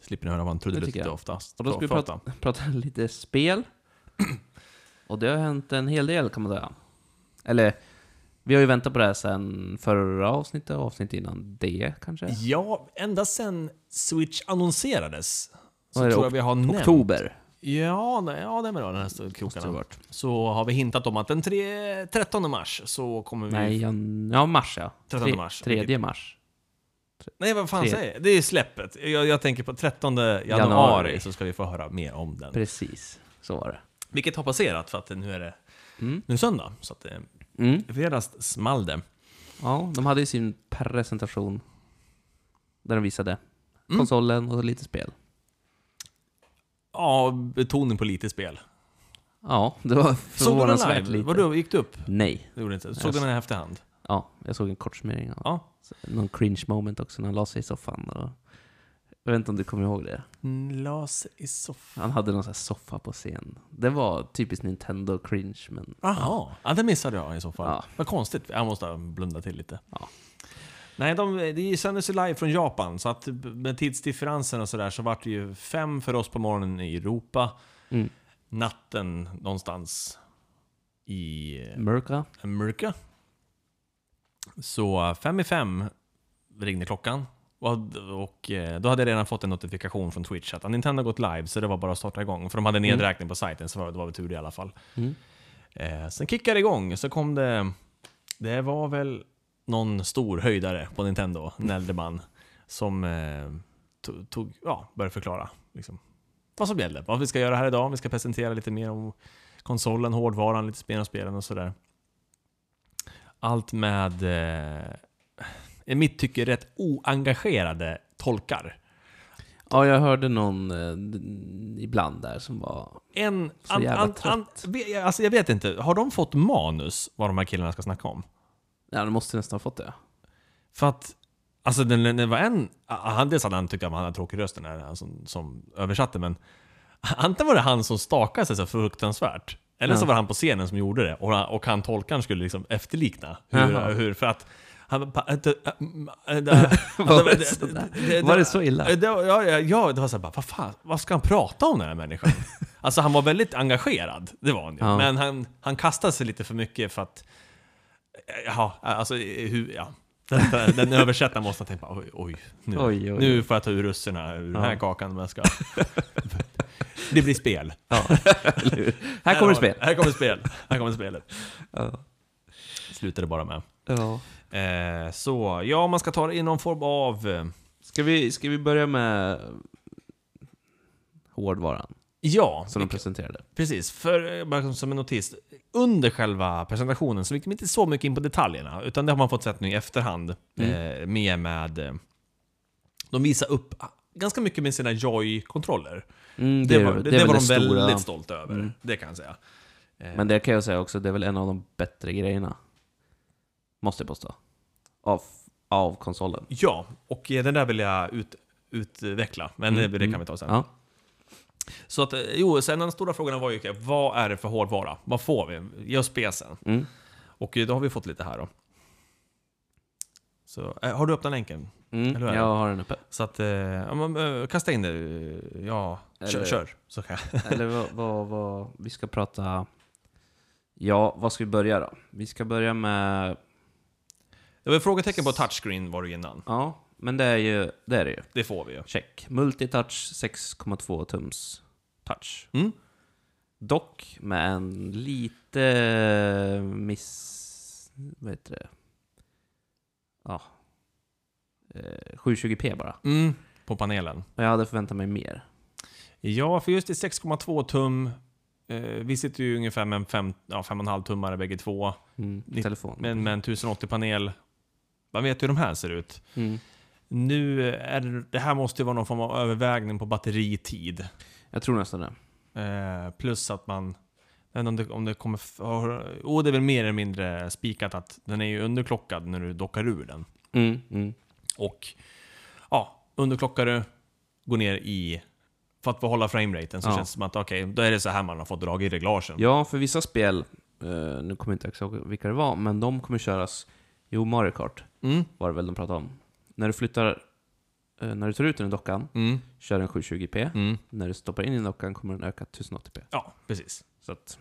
Slipper ni höra vad han
tycker
trudelutt
jag.
oftast.
Och då ska vi
prata.
prata lite spel. Och det har hänt en hel del kan man säga. Eller, vi har ju väntat på det här sen förra avsnittet, och avsnittet innan det kanske?
Ja, ända sen Switch annonserades så
Vad är det?
tror jag vi har nämnt...
Oktober.
Ja, nej, ja, det är väl den här stund-
måste det ha
krokarna.
varit.
Så har vi hintat om att den tre, 13 mars så kommer vi...
Nej, jan... ja mars ja.
13
Tre-
mars.
Tredje mars.
Nej, vad fan
Tre.
säger jag? Det är ju släppet. Jag, jag tänker på 13 januari,
Januari.
så ska vi få höra mer om den.
Precis, så var det.
Vilket har passerat för att nu är det
Mm.
nu är det söndag. Så att eh,
Mm.
i fredags small det.
Ja, de hade ju sin presentation där de visade
Mm.
konsolen och lite spel.
Ja, betoning på lite spel.
Ja, det var
Såg du den
förvånansvärt
live?
lite.
Vadå, gick du upp?
Nej.
Det gjorde inte. Såg
Jag
du
s-
den i efterhand?
Ja, jag såg en kort summering av
Ja.
någon cringe moment också när han la sig i soffan. Och... Jag vet inte om du kommer ihåg det?
Las i soffan.
Han hade någon sån här soffa på scen. Det var typiskt Nintendo cringe, men
Jaha, ja, det missade jag i så fall.
Ja.
Vad konstigt, jag måste blunda till lite.
Ja.
Nej, de, det sändes ju live från Japan, så att med tidsdifferensen och sådär så vart det ju fem för oss på morgonen i Europa.
Mm.
Natten någonstans i
mörka.
Amerika. Så fem i fem ringde klockan. Och, och eh, då hade jag redan fått en notifikation från Twitch att Nintendo har gått live, så det var bara att starta igång. För de hade nedräkning på sajten, så var- det var väl tur det i alla fall.
Mm.
Eh, sen kickade det igång, så kom det... Det var väl någon stor höjdare på Nintendo, en
Mm.
äldre man, som eh, to- tog, ja, började förklara liksom, vad som gäller, vad vi ska göra här idag. Vi ska presentera lite mer om konsolen, hårdvaran, lite spel och spelen och sådär. Allt med, eh, i mitt tycke, rätt oengagerade tolkar.
Ja, jag hörde någon eh, ibland där som var...
En,
Så jävla trött.
ve- alltså jag vet inte, har de fått manus vad de här killarna ska snacka om?
Ja, de måste nästan ha fått det.
För att, alltså den, den var en, han, dels hade han tyckt att han hade tråkig röst den här han som, som översatte, men antingen var det han som stakade sig så fruktansvärt, eller så
Ja.
var det han på scenen som gjorde det, och, han- och han tolkaren skulle liksom efterlikna.
Jaha.
Hur, hur, för att han, pa- inte- äh, mm, äh, äh,
Var det
alltså,
så
det-
där?
det-
Var det så illa?
Eh, det var- Ja, ja, ja, det var såhär bara, vad fan, vad ska han prata om den här människan? Alltså han var väldigt engagerad, det var han ju.
Ja.
Men han, han kastade sig lite för mycket för att, ja, alltså hur, ja. Den, den översättaren måste ha tänkt bara, oj, oj, nu,
Oj, oj,
nu får jag ta ur russerna ur den här
Ja.
kakan om jag ska... Det blir spel.
Ja, eller hur? Här kommer
har-
spel.
Här kommer spel. Här kommer spelet.
Ja.
Slutade bara med.
Ja.
Eh, så, ja, man ska ta det i någon form av... eh,
Ska, vi, ska vi börja med hårdvaran
Ja,
som de presenterade?
Precis, för eh, bara som en notis. Under själva presentationen så gick de inte så mycket in på detaljerna, utan det har man fått sett nu i efterhand.
Mm.
Eh, mer med... eh, De visar upp ah, ganska mycket med sina Joy-kontroller.
Mm,
Det, var,
är-
det,
är
var
väl
de
stora- Mm.
väldigt stolta över, det kan jag säga. Eh,
Men det kan jag säga också, det är väl en av de bättre grejerna. Måste jag påstå. Av, av konsolen.
Ja, och eh, den där vill jag ut, utveckla, men
Mm,
det, det kan
mm.
vi ta sen.
Ja.
Så att, eh, jo, sen den stora frågan var ju vad är det för hårdvara? Vad får vi? Ge oss spesen.
Mm.
Och eh, då har vi fått lite här då. Så, eh, har du öppnat länken?
Mm.
Eller hur?
Jag har den uppe.
Så att, eh, ja, men, eh, kasta in det. eh, Ja, kör,
Eller-
kör. Så kan jag.
Eller vad, vad, vad, vi ska prata... Ja, vad ska vi börja då? Vi ska börja med...
Det var ett frågetecken på touchscreen var det innan.
Ja, men det är ju det, är det ju.
Det får vi ju.
Check. Multitouch 6,2 tums touch.
Mm.
Dock med en lite miss... Vad heter det? Ja. Eh, 720p bara.
Mm. På panelen.
Och jag hade förväntat mig mer.
Ja, för just i 6,2 tum. Eh, vi sitter ju ungefär med en fem- ja, 5,5 tummare bägge två.
Mm,
Ni-
telefon.
Men med en 1080-panel. Man vet ju hur de här ser ut.
Mm.
Nu är det, det här måste ju vara någon form av övervägning på batteritid.
Jag tror nästan det.
Eh, plus att man... Jag vet inte om det, om det kommer... f- har- Oh, det är väl mer eller mindre spikat att den är ju underklockad när du dockar ur den.
Mm, mm.
Och ja, underklockar du, går ner i... För att behålla frameraten så
Ja.
känns det som att okej, då är det så här man har fått drag i reglagen.
Ja, för vissa spel, eh, nu kommer jag inte exakt ihåg vilka det var, men de kommer köras, jo Mario Kart
Mm,
var det väl de pratade om. När du flyttar, eh, när du tar ut den ur dockan,
mm,
kör den 720p.
mm.
När du stoppar in den i dockan kommer den öka 1080p.
Ja, precis.
Så att,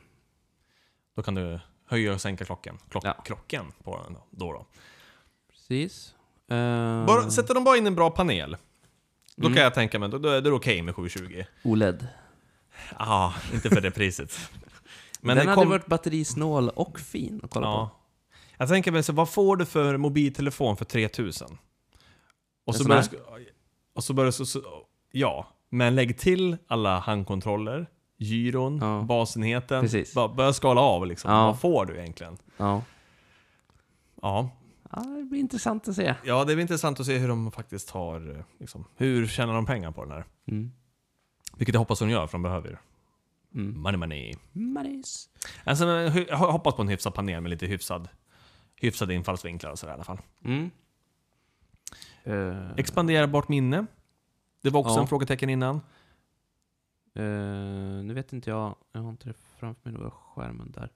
Då kan du höja och sänka klockan. Klock,
Ja.
Klockan på den då. då, då.
precis. Eh,
Bara, sätter de bara in en bra panel, då
Mm.
kan jag tänka mig då, då är det okej med 720.
OLED.
Ja, ah, inte för det priset. Men
den
det
hade
kom,
varit batterisnål och fin att kolla
ja. Jag tänker mig så, vad får du för mobiltelefon för 3000? Och
En
så
sån
börjar
här?
du sk- och så börjar du så, så, ja, men lägg till alla handkontroller, gyron,
Ja.
basenheten.
Precis.
Bara börja skala av liksom.
Ja.
Vad får du egentligen?
på. Ja.
Ja.
ja, det blir intressant att se.
ja, det blir intressant att se hur de faktiskt har, eh, liksom, hur tjänar de pengar på den här?
Mm.
Vilket jag hoppas de gör, för de behöver ju.
Mm.
Money money.
Maris.
Alltså, men hy- jag hoppas på en hyfsad panel med lite hyfsad, hyfsade infallsvinklar och sådär i alla fall.
Mm. Eh,
Expanderbart minne. Det var också
Ja.
en frågetecken innan.
Eh, nu vet inte jag, jag har inte det framför mig, nu har jag skärmen där.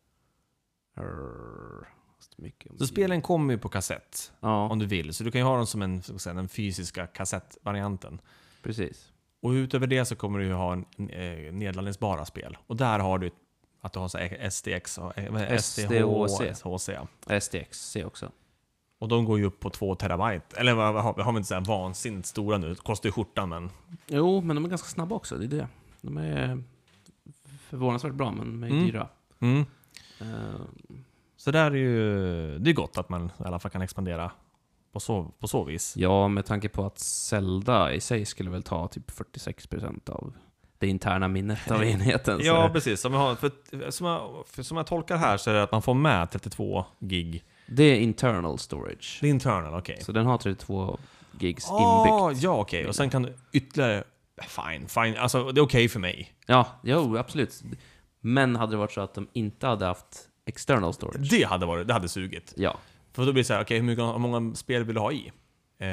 Arr, fast mycket om
Så
det.
spelen kommer ju på kassett
Ja,
om du vill, så du kan ju ha dem som en, så att säga, den fysiska kassettvarianten.
precis.
Och utöver det så kommer du ju ha en, en, eh, nedladdningsbara spel. Och där har du att du har så här SDX och eh, vad är det?
SDHC.
SDHC. ja.
SDXC också.
Och de går ju upp på 2 terabyte. Eller vad vad har vi? Har vi inte så här vansinnigt stora nu? Kostar ju skjortan men...
Jo, men de är ganska snabba också, det är det. De är förvånansvärt bra, men de är
Mm.
dyra.
Mm.
Eh,
Så där är ju, det är gott att man i alla fall kan expandera på så, på så vis.
ja, med tanke på att Zelda i sig skulle väl ta typ 46% av det interna minnet av enheten. så-
Ja, precis. Som jag, har, för, som, jag, för, som jag tolkar här så är det att man får med 32 gig.
Det är internal storage.
Det är internal, okej.
Så den har 32 gigs inbyggt.
Ah, ja, okej. Och sen kan du ytterligare... Eh, Fine, fine. Alltså, det är okej för mig.
Ja, jo, absolut. Men hade det varit så att de inte hade haft external storage?
Det hade varit, det hade sugit.
Ja.
För då blir det så här, okej, hur, mycket- hur många spel vill du ha i? Eh,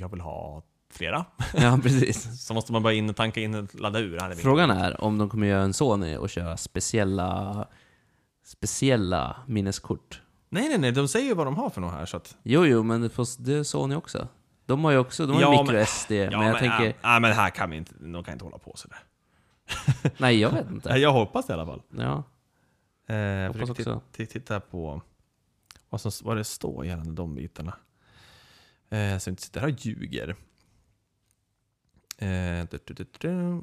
jag vill ha flera.
ja, precis.
Så måste man bara in och tanka in och ladda ur. Här är min-
Frågan är om de kommer göra en Sony och köra speciella, speciella minneskort.
Nej, nej, nej. De säger ju vad de har för något här. Så att,
Jo, jo, men det får- det är Sony också. De har ju också, de har
Ja,
ju micro SD, men jag tänker,
ja, ja, men här kan vi inte, de kan inte hålla på sådär.
nej jag vet inte.
Nej, jag hoppas det i alla fall.
Ja,
Eh, jag
hoppas
försöker
också.
ti- Titta på vad, som, vad det står gällande de bitarna. Eh, så jag inte sitter här och ljuger. Eh, du, du, du, du.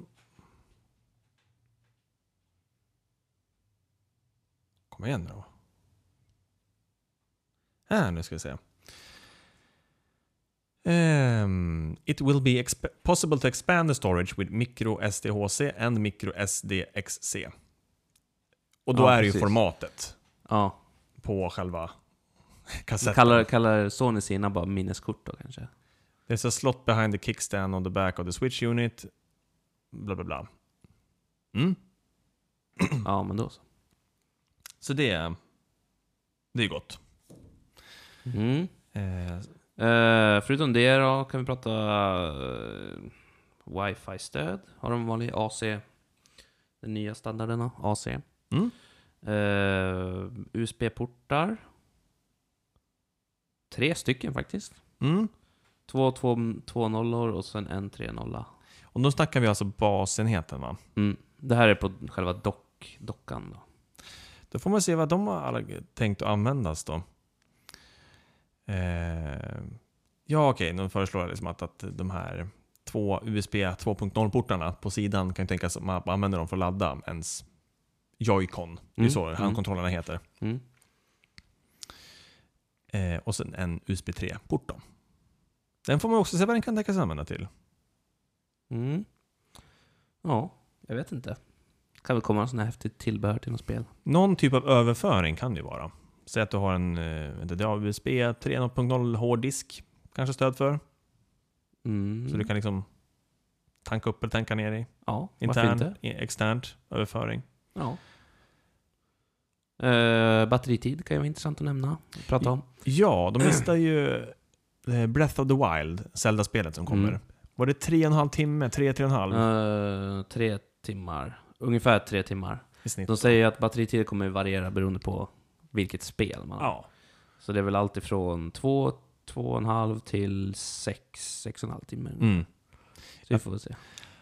Kom igen nu då. Här, nu ska vi se. Ehm, it will be exp- possible to expand the storage with micro SDHC and micro SDXC. Och då
Ja,
är det ju
precis.
formatet
ja.
på själva
De
kassetten.
Kallar, kallar Sony sina bara minneskort då kanske?
There's a slot behind the kickstand on the back of the switch unit. Bla bla bla. Mm.
Ja, men då så.
Så det, det är gott.
Mm.
Eh,
Eh, förutom det då kan vi prata eh, wifi-stöd. Har de vanlig AC? Den nya standarden då, AC.
Mm.
Eh, USB-portar. Tre stycken faktiskt.
mm.
Två, två, två nollor och sen en tre nolla.
Och då snackar vi alltså basenheten va?
Mm. Det här är på själva dock, dockan då.
Då får man se vad de har alla tänkt att användas då. Eh, ja, okej, de föreslår liksom att, att de här två USB 2.0-portarna på sidan kan ju tänkas att man använder dem för att ladda ens Joy-Con. Det är
Mm,
så
mm.
handkontrollerna heter.
Mm.
Eh, och sen en USB 3-port då. Den får man också se vad den kan tänkas använda till.
Mm. Ja, jag vet inte. Kan väl komma en sån här häftigt tillbehör till något spel.
Någon typ av överföring kan det ju vara. Säg att du har en eh, det har USB 3.0 hårddisk, kanske stöd för.
Mm.
Så du kan liksom tanka upp eller tanka ner i.
Ja, varför
Intern,
inte?
i- externt, överföring.
Ja. Eh, batteritid kan ju vara intressant att nämna. Prata om.
Ja, de listar ju eh, Breath of the Wild, Zelda-spelet som kommer.
Mm.
Var det tre och en halv timme? Tre, tre och en halv
Eh, tre timmar. Ungefär tre timmar.
i snitt?
De säger att batteritiden kommer variera beroende på vilket spel man har.
Ja.
Så det är väl allt ifrån två, två och en halv till sex, sex och en halv timme.
Mm.
Så vi får väl se.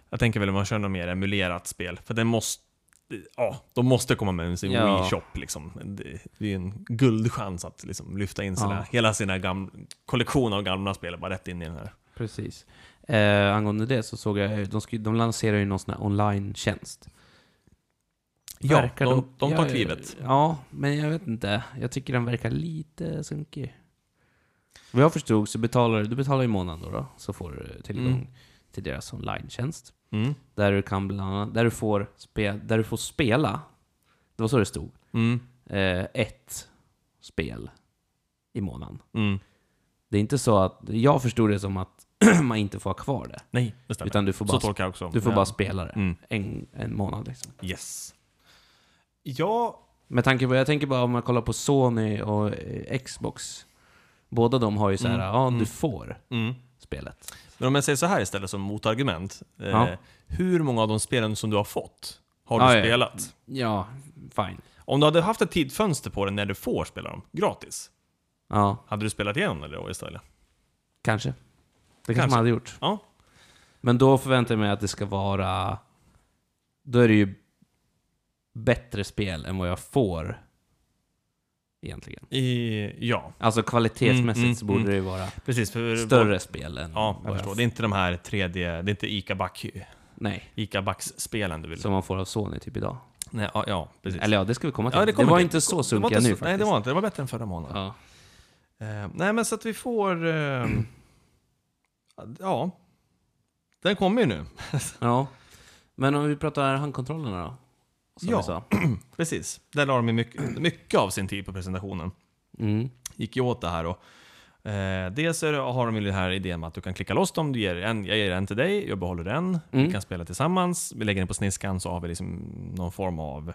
Jag tänker väl om man kör något mer emulerat spel. För den måste... Ja, de måste komma med sin
Ja.
Wii Shop liksom. Det, det är ju en guldchans att liksom lyfta in sina,
Ja.
hela sina gamla, kollektion av gamla spel bara rätt in i den här.
Precis. Eh, angående det så såg jag, eh, de, sku- de lanserar ju någon sån här online-tjänst.
Ja,
Verkar
de- de tar
ja,
klivet.
Ja, men jag vet inte. Jag tycker den verkar lite sunkig. Vad jag förstod så betalar du betalar i månaden då, då så får du tillgång
Mm.
till deras online-tjänst.
Mm.
Där du kan bland annat, där du får, spe, där du får spela, det var så det stod,
Mm.
eh, ett spel i månaden.
Mm.
Det är inte så att, jag förstod det som att man inte får ha kvar det.
Nej, det stämmer.
Utan du får
Så
bara
tolkar jag också.
du får
Ja.
bara spela det
Mm.
en, en månad liksom.
Yes. Ja,
Med tanke på, jag tänker bara om man kollar på Sony och eh, Xbox. Båda de har ju så här,
Mm,
ja
mm.
du får spelet.
men om jag säger så här istället som motargument. Eh,
Ja.
Hur många av de spelen som du har fått har du
Ja, ja.
spelat?
Ja, fine.
Om du hade haft ett tidsfönster på det när du får spela dem gratis,
Ja,
hade du spelat igenom det då istället?
kanske. Det kanske
Kanske.
man hade gjort.
Ja.
Men då förväntar jag mig att det ska vara, då är det ju bättre spel än vad jag får egentligen.
I, ja,
Alltså kvalitetsmässigt
Mm, mm,
så borde
mm.
det ju vara
precis. För
större spel än
Ja, jag
vad
förstår.
f-
Det är inte de här 3D, det är inte Ica Back,
Nej,
Ica Backs-spelen du vill...
som man får av Sony typ idag.
Nej, ja, ja, precis.
Eller ja, det ska vi komma till.
Ja,
det,
kommer
var
till.
inte så
Det var
sunkiga
inte så-
nu faktiskt.
Nej, det var inte. Det var bättre än förra månaden.
Ja.
Eh, nej, men så att vi får... Eh, ja. Den kommer ju nu.
ja. Men om vi pratar handkontrollerna då? Som
Ja.
vi sa.
Precis. Där la de ju mycket, mycket av sin tid på presentationen.
Mm.
Gick ju åt det här och Eh, dels är det, har de ju den här idén med att du kan klicka loss dem, du ger en, jag ger en till dig, jag behåller den, vi
Mm.
kan spela tillsammans, vi lägger den på sniskan så har vi liksom någon form av...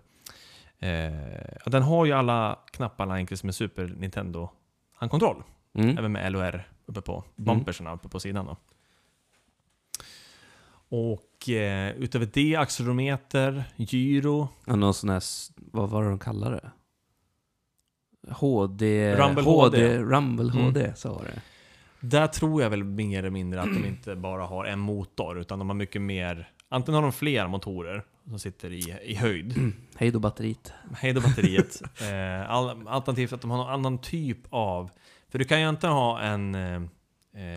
Eh, ja, den har ju alla knapparna inklusive med Super Nintendo-handkontroll.
Mm.
Även med LOR uppe på bumpersen uppe på sidan. Då. Och eh, utöver det, accelerometer, gyro,
Och någon sån här, s- vad var det de kallade det? HD...
Rumble HD.
Rumble
Mm.
HD, så var det.
Där tror jag väl mer eller mindre att de inte bara har en motor, utan de har mycket mer... Antingen har de fler motorer som sitter i, i höjd,
Hej då batteriet.
hej då batteriet. eh, all, alternativt att de har någon annan typ av... För du kan ju inte ha en, eh,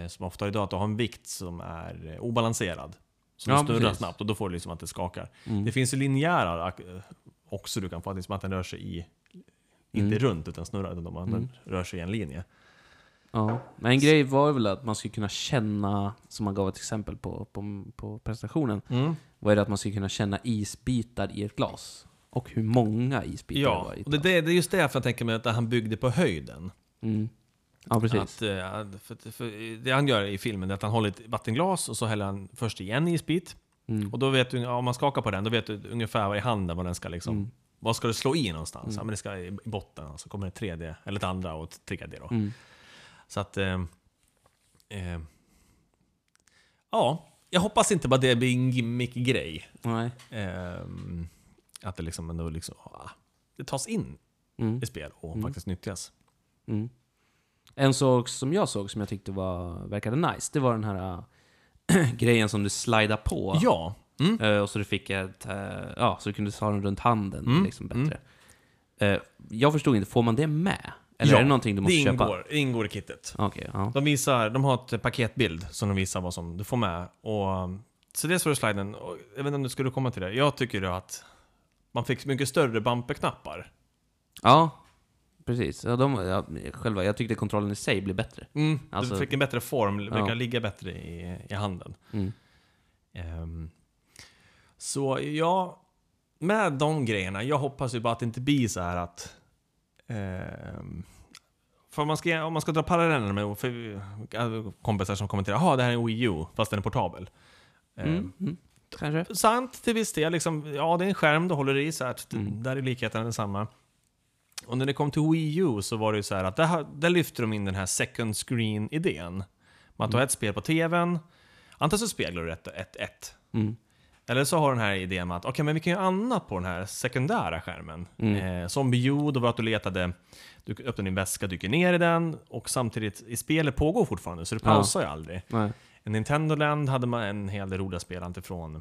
eh, som ofta idag, att du har en vikt som är eh, obalanserad. Som
Ja,
snurrar
precis.
snabbt och då får du liksom att det skakar.
Mm.
Det finns ju linjära ak- också du kan få, att det är som att den rör sig i, inte
Mm.
runt utan snurrar, utan de- den
Mm.
rör sig i en linje.
Ja. Men en grej var väl att man skulle kunna känna, som man gav ett exempel på, på, på presentationen,
Mm.
var ju det att man skulle kunna känna isbitar i ett glas. Och hur många isbitar det
Ja,
var i ett
och det,
glas.
det, det är just därför jag tänker mig att han byggde på höjden.
Mm. Ja, precis.
Att, eh, för, för det han gör i filmen är att han håller ett vattenglas och så häller han först i en isbit.
Mm.
Och då vet du, ja, om man skakar på den, då vet du ungefär vad i handen vad den ska liksom
Mm.
Vad ska det slå i någonstans?
Mm.
Ja, men det ska i i botten, och så kommer det 3D, eller ett andra och ett tredje då.
Mm.
Så att... Eh, eh, ja, jag hoppas inte bara det blir en gimmick-grej.
Nej.
Ehm, att det liksom ändå liksom... ah, Det tas in
Mm.
i spel och
Mm.
faktiskt nyttjas.
Mm. En sak som jag såg som jag tyckte var, verkade nice, det var den här äh, grejen som du slidar på.
Ja. Mm.
Eh, och så du fick ett, eh, ja, så du kunde ha den runt handen
Mm,
liksom bättre. Eh, jag förstod inte, får man det med? Eller
ja.
är det någonting du måste
det
köpa?
ingår, det ingår i kittet.
Okej, ja.
De, visar, de har ett paketbild som de visar vad som du får med. Och, um, så det står i sliden. Och Jag vet inte om du skulle komma till det. Jag tycker ju att man fick mycket större bumperknappar.
Ja, precis. Ja, de, ja, själva, jag tyckte kontrollen i sig blev bättre.
Mm,
Alltså-
du fick en bättre form, det verkar
Ja.
ligga bättre i, i handen.
Mm.
Ehm, så ja, med de grejerna. Jag hoppas ju bara att det inte blir så här att... ehm, för om man, ska, om man ska dra paralleller med för, äh, kompisar som kommenterar Jaha, det här är en Wii U, fast den är portabel. Ehm,
Mm. Mm. Kanske.
Sant till viss del. Liksom, ja, det är en skärm du håller i, så här, att det-
Mm.
där är likheten densamma. Och när det kom till Wii U så var det ju så här att där, har- där lyfte de in den här second screen-idén. Man
Mm.
tar ett spel på tvn, antingen så speglar du ett, ett, ett.
Mm.
Eller så har den här idén med att okej, men vi kan göra annat på den här sekundära skärmen.
Mm.
Eh, som bio, då var det att du letade, du öppnar din väska, dyker ner i den och samtidigt, i spelet pågår fortfarande så det
Ja.
pausar ju aldrig.
Nej.
I Nintendo Land hade man en hel del roliga spel antifrån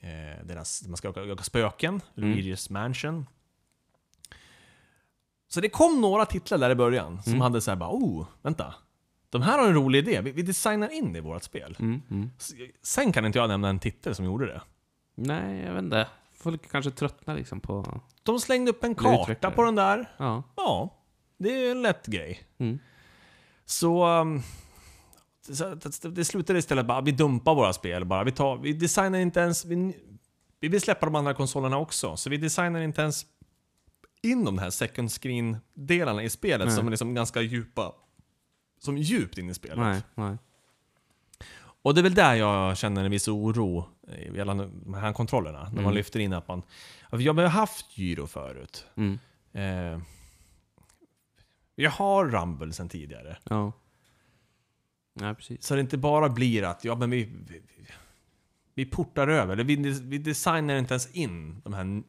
eh, deras, man ska jaga, jaga spöken,
Mm.
Luigi's Mansion. Så det kom några titlar där i början som
Mm.
hade såhär bara oh, vänta. De här har en rolig idé, vi, vi designar in det i vårt spel.
Mm. Mm.
S- Sen kan inte jag nämna en titel som gjorde det.
Nej, jag vet inte. Folk kanske tröttnar liksom på...
De slängde upp en
Eller
karta
utvecklare.
på den där.
Ja.
Ja, det är ju en lätt grej.
Mm.
Så... um, så att- att Det slutade istället bara, vi dumpar våra spel bara. Vi, tar, vi designar inte ens... Vi, vi vill släppa de andra konsolerna också, så vi designar inte ens in de här second screen-delarna i spelet
Nej.
som är liksom ganska djupa. Som djupt in i spelet.
Nej, nej.
Och det är väl där jag känner en viss oro eh, gällande de här kontrollerna. När man
Mm.
lyfter in att man... Jag har haft gyro förut.
Mm.
Eh, jag har Rumble sen tidigare.
Ja. Nej, precis.
Så det inte bara blir att, ja men vi... Vi, vi portar över, eller vi, vi designar inte ens in de här n-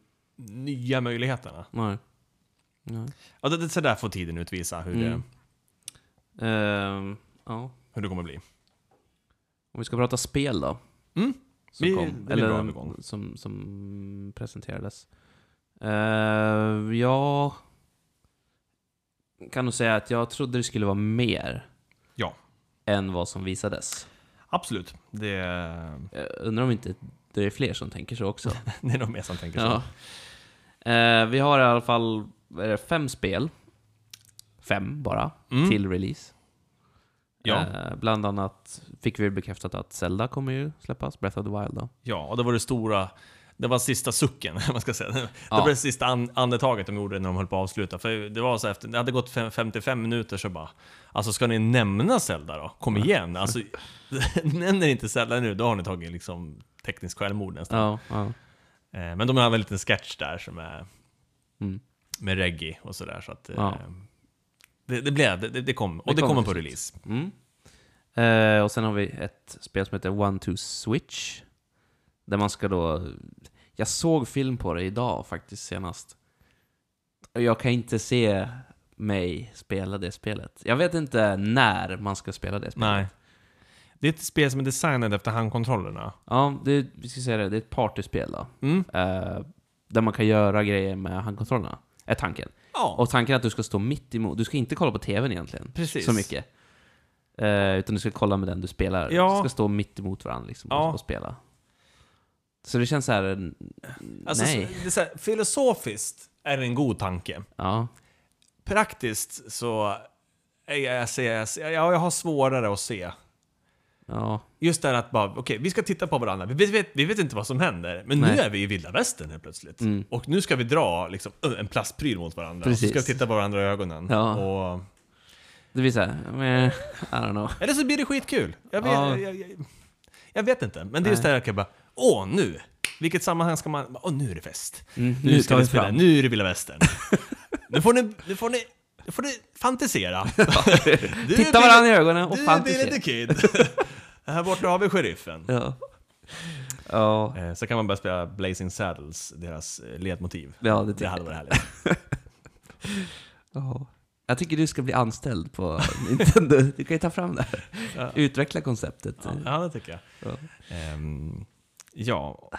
nya möjligheterna.
Nej. nej.
Ja, det, det, så där får tiden utvisa hur, det,
Mm. Ehm, ja.
hur det kommer bli.
Om vi ska prata spel då.
Mm.
Som
Vi- det
kom,
blir bra övergång.
eller som, som presenterades. Uh, jag kan nog säga att jag trodde det skulle vara mer
Ja.
än vad som visades.
Absolut. Det,
Eh, undrar om inte det är fler som tänker så också.
det är nog mer som tänker så.
ja. Eh, vi har i alla fall vad är det, fem spel. Fem bara,
Mm.
till release.
Ja.
Eh, bland annat fick vi bekräftat att Zelda kommer ju släppas, Breath of the Wild då.
Ja, och det var det stora... Det var sista sucken, man ska säga. Det
Ja.
var det sista an- andetaget de gjorde när de höll på att avsluta. För det var så efter, det hade gått fem- 55 minuter så bara... Alltså ska ni nämna Zelda då? Kom igen! Alltså, nämner ni inte Zelda nu, då har ni tagit liksom tekniskt självmord nästan.
Ja, ja.
Eh, Men de har väl en liten sketch där som är
Mm.
med reggae och sådär. Så att, eh,
Ja.
det, det blev, det, det kom. Och
Det
det,
kommer
kommer på
till
release.
Mm. Eh, och sen har vi ett spel som heter One Two Switch. Där man ska då... Jag såg film på det idag faktiskt senast. Och jag kan inte se mig spela det spelet. Jag vet inte när man ska spela det spelet.
Nej. Det är ett spel som är designat efter handkontrollerna.
Ja, det, är- vi ska säga det. Det är ett partyspel då.
Mm.
Eh, där man kan göra grejer med handkontrollerna. Är tanken.
Ja,
Och tanken är att du ska stå mitt emot. Du ska inte kolla på TVn egentligen.
precis.
så mycket. Eh, utan du ska kolla med den du spelar.
Ja.
Du ska stå mitt emot varandra liksom,
Ja.
och, och spela. Så det känns så här... n-
Alltså,
nej.
så- Det är så här, filosofiskt är det en god tanke.
Ja.
Praktiskt så är jag, jag, ser- jag, ser- ja, jag har svårare att se.
Ja.
Just det här att bara, okej, vi ska titta på varandra. Vi vet, vet, vi vet inte vad som händer, men
Nej. Mm.
nu är vi i vilda västern helt plötsligt. Och nu ska vi dra liksom, ö, en plastpryl mot varandra.
Precis.
Och så ska vi titta på varandra i ögonen.
Ja.
Och,
Det blir så här... meh, I don't know.
eller så blir det skitkul. Jag vet,
Ja.
jag, jag, jag vet inte, men det är just det
Nej.
här att jag bara, åh, nu! Vilket sammanhang ska man... Åh, nu är det fest.
Mm,
Nu, ska vi spela. Nu är det vilda västern. nu får ni... Nu får ni nu får ni fantisera. Du
Titta
blir-
varandra i ögonen och
du
fantisera.
blir lite kid. Här borta har vi sheriffen.
Ja. Ja.
Eh, Så kan man börja spela Blazing Saddles, deras eh, ledmotiv.
ja, det typ-
Det
tycker
hade
jag.
varit härligt.
Ja. Jag tycker du ska bli anställd på Nintendo. Du kan ju ta fram det här.
Ja.
Utveckla konceptet.
Ja, Ja, det tycker jag.
Ja.
Ehm, ja,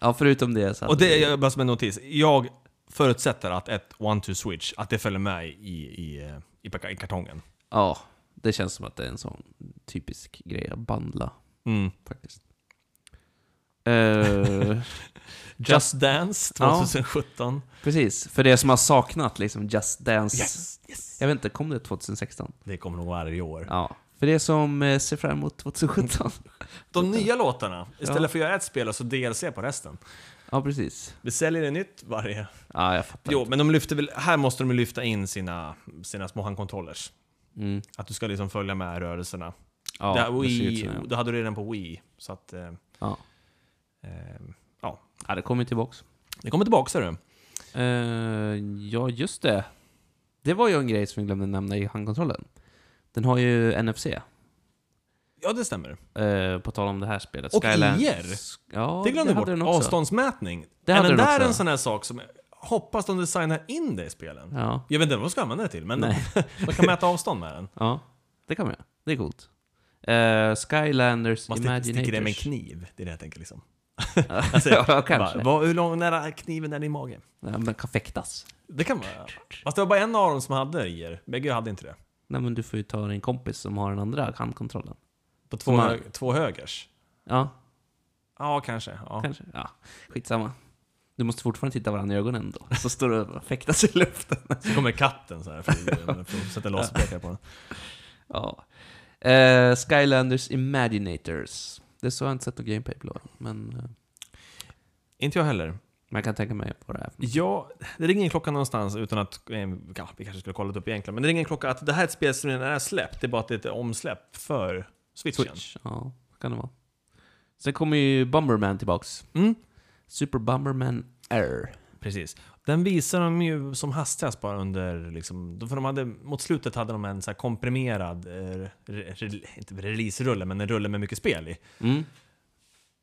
Ja, förutom det så...
och det jag bara som en notis. Jag förutsätter att ett one-two-switch, att det följer med i, i, eh, i, pak- i kartongen.
Ja, det känns som att det är en sån typisk grej att bandla
Mm.
faktiskt. Eh,
Just Dance
Ja.
2017.
precis, för det som har saknat liksom Just Dance.
Yes, yes.
Jag vet inte, kom det 2016?
Det kommer nog varje år.
Ja. För det som eh, ser fram emot 2017.
De nya låtarna, istället för att göra ett spel och så DLC på resten.
ja, precis.
Vi säljer det nytt varje...
Ja, jag fattar.
Jo, men de lyfter väl, här måste de lyfta in sina, sina små handkontrollers.
Mm.
Att du ska liksom följa med rörelserna.
Ja,
det, här,
det ser ut
Wii,
som det.
det hade du redan på Wii. Så att, eh,
Ja.
eh, ja.
ja, det kommer tillbaks.
Det kommer tillbaka ser du.
Eh, ja, just det. Det var ju en grej som vi glömde nämna i handkontrollen. Den har ju NFC.
Ja, det stämmer.
eh, på tal om det här spelet.
Och
Skylands-
IR.
Ja,
det glömde
det
du
hade
bort.
den också.
Avståndsmätning.
Det
Men
hade
den
den
där är
också.
en sån här sak som jag hoppas de designar in det i spelen.
Ja,
Jag vet inte vad de ska använda det till, men de,
nej.
de kan mäta avstånd med den.
ja, det kan man göra. Det är coolt. Eh, Skylanders
Man stick-
Imaginators.
sticker det med en kniv, det är det jag tänker liksom.
alltså, ja, kanske.
Bara, vad, hur lång, nära kniven är din mage?
Ja, men kan fäktas.
Det kan vara... Fast det var bara en av dem som hade IR, bägge hade inte det.
Nej, men du får ju ta din kompis som har den andra handkontrollen.
På två,
Som har-
hög, två högers.
Ja,
Ja, kanske. Ja.
kanske. Ja, skitsamma. Du måste fortfarande titta varandra i ögonen då. Så står du och fäktas i luften.
Så kommer katten så här, för, för att sätta laserpekare på den.
Ja. Eh, Skylanders Imaginators. Det så har jag inte sett något gameplay på, men eh,
Inte jag heller.
man kan tänka mig på det här.
Ja, det ringer en klocka någonstans utan att... eh, Ja, vi kanske skulle ha kollat upp egentligen. Men det ringer en klocka att det här är ett spel som redan är släppt. Det är bara att det är ett omsläpp för switchen.
Switch, ja, kan det vara. Sen kommer ju Bomberman tillbaks.
Mm,
Super Bomberman Air.
precis. Den visar de ju som hastigast bara under... Liksom, för de hade, mot slutet hade de en så här komprimerad... eh, Re, re, inte release-rulle, men en rulle med mycket spel i.
Mm.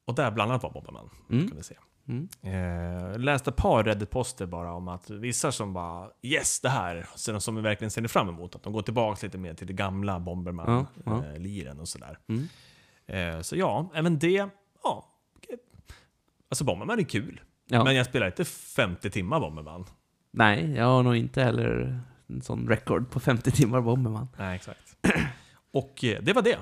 Och där bland annat var Bomberman.
Mm.
Kunde se.
Mm.
Eh, läste ett par Reddit-poster bara om att vissa som bara “Yes, det här!” sen, Som vi verkligen ser fram emot. Att de går tillbaka lite mer till det gamla
Ja, ja.
Bomberman-liren och sådär.
Mm.
Eh, så ja, även det... Ja, eh, alltså Bomberman är kul.
Ja.
Men jag spelar inte 50 timmar Bomberman.
Nej, jag har nog inte heller en sån rekord på 50 timmar Bomberman.
Nej, exakt. och eh, det var det.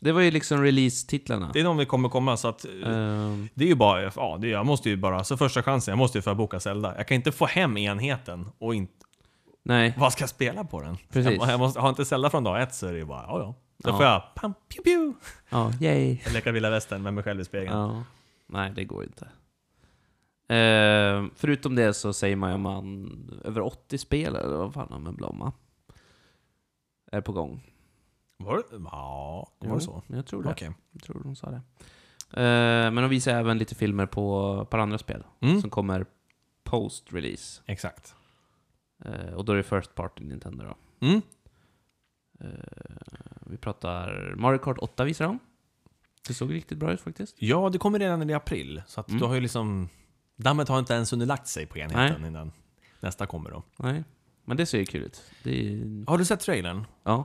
Det var ju liksom release-titlarna.
Det är de vi kommer komma. Så att, eh,
Ehm,
Det är ju bara, ja, det, jag måste ju bara, så första chansen, jag måste ju förboka Zelda. Jag kan inte få hem enheten och inte
nej,
Vad ska jag spela på den?
Precis.
Jag, jag måste, har inte Zelda från dag ett så är det ju bara, ja ja. Då
Ja.
får jag, pam, pew, pew.
ja, yay.
Jag leker vilda västern med mig själv i spegeln.
Ja. Nej, det går inte. Ehm, förutom det så säger man ju om man över 80 spel, eller vad fan har man blomma? Är på gång.
Var det, ja, var
Jo,
det så?
Jag tror det.
Okej.
Jag tror de sa det. Eh, men de visar även lite filmer på ett par andra spel
Mm,
som kommer post-release.
exakt.
Eh, och då är det First Party Nintendo då.
Mm,
Eh, vi pratar Mario Kart 8 visar de. Det såg riktigt bra ut faktiskt.
ja, det kommer redan i april. Så att
Mm.
du har ju liksom, dammet har inte ens underlagt sig på enheten innan nästa kommer då.
Nej, men det ser ju kul ut. Det är,
Har du sett trailern?
ja,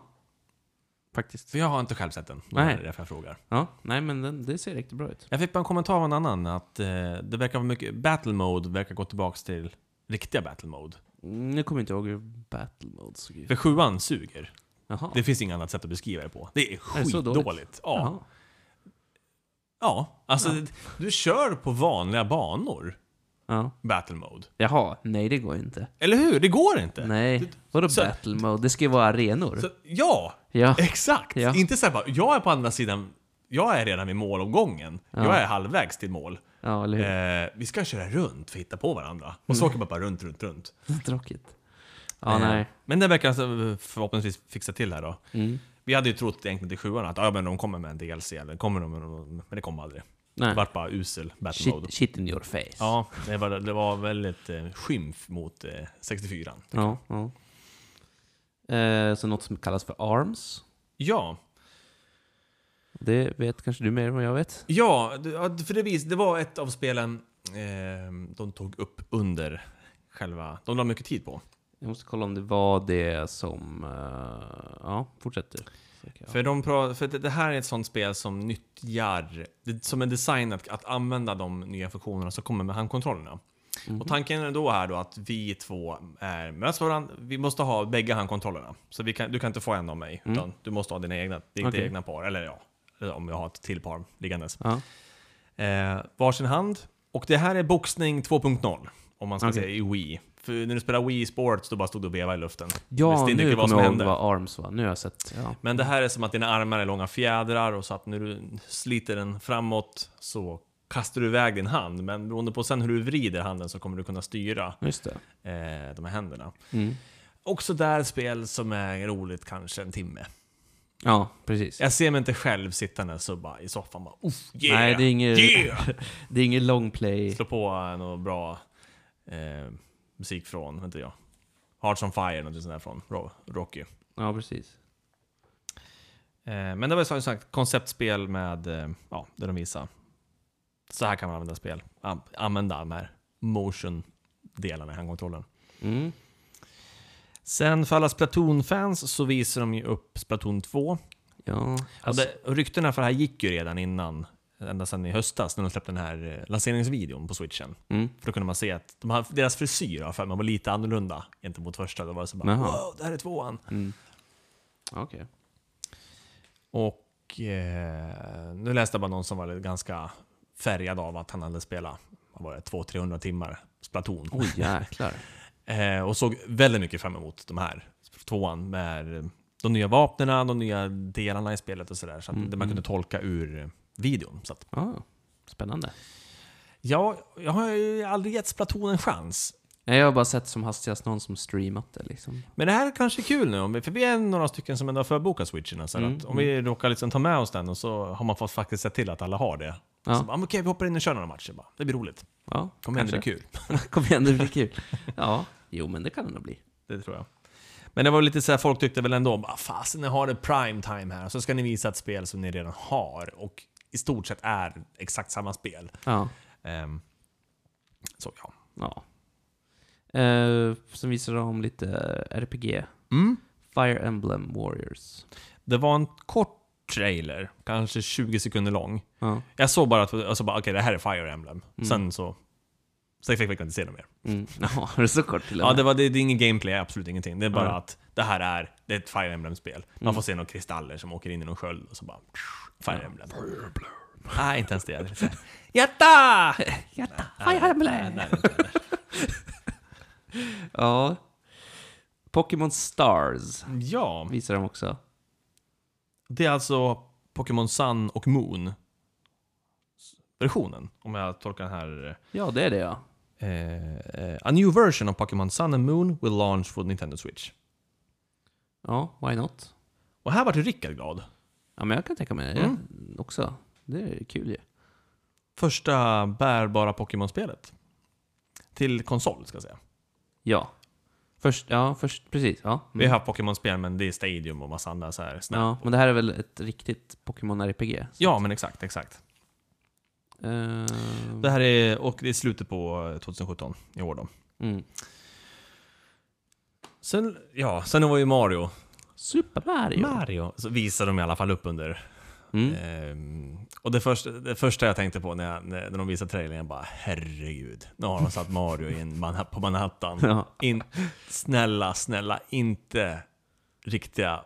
faktiskt.
För jag har inte själv sett den.
Nej.
Det är därför jag frågar.
Ja, nej men den, det ser riktigt bra ut.
Jag fick bara en kommentar av en annan att eh, det verkar vara mycket, battle mode verkar gå tillbaks till riktiga battle mode.
Mm, Nu kommer jag inte ihåg hur Battle Mode såg ut.
För sjuan suger.
Jaha.
Det finns inget annat sätt att beskriva det på. Det är
det så dåligt?
skitdåligt. Ja.
Jaha.
ja, alltså
Ja.
det- du kör på vanliga banor,
Ja.
battle mode.
Jaha, nej det går inte.
Eller hur? Det går inte.
Nej, vadå
så-
battle mode? Det ska ju vara arenor.
Så, Eh. ja,
ja,
exakt.
Ja.
Inte så här bara, jag är på andra sidan, jag är redan vid målomgången. Jag
Ja.
är halvvägs till mål.
ja, eller hur?
Eh, vi ska köra runt för att hitta på varandra. Och så åker man bara runt, runt, runt.
Tråkigt. Ja,
Eh,
nej.
Men det verkar alltså förhoppningsvis fixa till här då.
Mm.
Vi hade ju trott egentligen till sjuan att ah, men de kommer med en DLC, eller kommer de med någon- men det kommer aldrig.
Nej.
Vart bara usel battle mode.
Shit, shit in your face.
Ja, det var, det var väldigt eh, skymf mot eh, 64.
ja, ja. Eh, så något som kallas för ARMS.
Ja,
Det vet kanske du mer än vad jag vet.
ja, det- ja, för det, vis, det var ett av spelen eh, de tog upp under själva... De la mycket tid på.
Jag måste kolla om det var det som... eh, ja, fortsätt du. Försöker jag.
För, de, pra- för det, det här är ett sånt spel som nyttjar... Det, som är designat att använda de nya funktionerna som kommer med handkontrollerna. Och tanken är då är då att vi två är, möts varandra. Vi måste ha bägge handkontrollerna. Så vi kan, du kan inte få en av mig. Utan du måste ha dina egna, ditt
Okej.
egna par. Eller ja, eller om jag har ett till par liggandes.
Ja.
Eh, varsin hand. Och det här är boxning 2.0. Om man ska
Okej.
säga i Wii. För när du spelar Wii Sports då bara stod du och vevade i luften.
Ja,
Visste inte
nu
riktigt vad som
kommer jag ihåg
hände.
vad ARMS var. Nu har jag sett. Ja.
Men det här är som att dina armar är långa fjädrar och så att när du sliter den framåt så kastar du iväg din hand. Men beroende på sen hur du vrider handen så kommer du kunna styra
Just det.
eh, de här händerna.
Mm.
Också där spel som är roligt kanske en timme.
Ja, precis.
Jag ser mig inte själv sittandes och bara i soffan bara Uff, yeah,
Nej, det är inget-
yeah!
Det är ingen long play.
Slå på något bra eh, musik från, vet inte jag. Hearts on Fire, något sånt där från Ro- Rocky.
Ja, precis.
Eh, men det var ju som sagt konceptspel med, eh, ja, där de visar. Så här kan man använda spel. An- Använda de här motion-delarna i handkontrollen.
Mm.
Sen för alla Splatoon-fans så visar de ju upp Splatoon 2.
Ja, alltså,
och det, och ryktena för det här gick ju redan innan, ända sedan i höstas när de släppte den här eh, lanseringsvideon på switchen.
mm.
För då kunde man se att de här, deras frisyr har för mig var lite annorlunda gentemot första. Då var det så bara
Jaha.
wow, det här är tvåan.
Mm. Okej.
Och eh, nu läste jag bara någon som var ganska färgad av att han hade spelat vad var det, 200-300 timmar Splatoon.
Oj, jäklar.
Eh, och såg väldigt mycket fram emot de här tvåan med de nya vapnena, de nya delarna i spelet och sådär. Så att
Mm,
det man kunde
mm.
tolka ur eh, videon. Så att
Ah, spännande.
Ja, jag har ju aldrig gett Splatoon en chans.
Nej, Jag har bara sett som hastigast någon som streamat det liksom.
Men det här är kanske är kul nu, om vi- för vi är några stycken som ändå har förbokat switchen. Så
Mm,
att om vi råkar liksom ta med oss den och så har man fått faktiskt sett till att alla har det.
Ja.
Så Alltså, bara, "Ah, men okej, vi hoppar in och kör några matcher bara. Det blir roligt.
Ja,
Kommer hända det kul.
Kom igen, det blir kul. Ja, jo men det kan det nog bli.
Det tror jag. Men det var lite så här, folk tyckte väl ändå, bara, fasen ni har det prime time här och så ska ni visa ett spel som ni redan har och i stort sett är exakt samma spel.
Ja.
Ehm, så ja.
ja. Eh, sen visar de om lite RPG.
Mm.
Fire Emblem Warriors.
Det var en kort trailer, kanske 20 sekunder lång.
Ja.
Jag såg bara att, alltså bara, okej det här är Fire Emblem. Sen så... Sen fick jag inte se det mer.
Mm. Ja, det är så kort till och
Ja,
med.
det, var, det, det är ingen gameplay, absolut ingenting. Det är bara
Ja.
att det här är, det är ett Fire Emblem-spel. Man
Mm.
får se några kristaller som åker in i någon sköld och så bara... Fire
Ja.
Emblem. Nej, inte ens det. Hjärta!
Hjärta, Fire Emblem!
Nej, nej, nej,
Ja. Pokémon Stars
nej. Ja,
visar de också.
det är alltså Pokémon Sun och Moon. Versionen, om jag tolkar den här... eh,
Ja, det är det ja.
eh, a new version of Pokémon Sun and Moon will launch for Nintendo Switch.
Ja, why not?
Och här vart ju Rickard glad.
Ja, men jag kan tänka mig det också. Det är kul ju.
Första bärbara Pokémon-spelet. Till konsol, ska jag säga.
Ja. Först, ja, först, precis. Ja. Mm.
Vi har haft Pokémon-spel, men det är Stadium och massa andra så här snabbt. Ja.
ja, men det här är väl ett riktigt Pokémon RPG? så-
men exakt, exakt.
Eh,
Det här är, och det är slutet på eh, 2017, i år då.
mm.
Sen, ja, sen var ju Mario.
Super Mario.
Mario så visade de i alla fall upp under.
Mm.
Ehm, och det första, det första jag tänkte på när, jag, när när de visade trailern, jag bara herregud. Nu har de satt Mario i en Manha- på Manhattan.
Ja.
In, snälla, snälla, inte riktiga...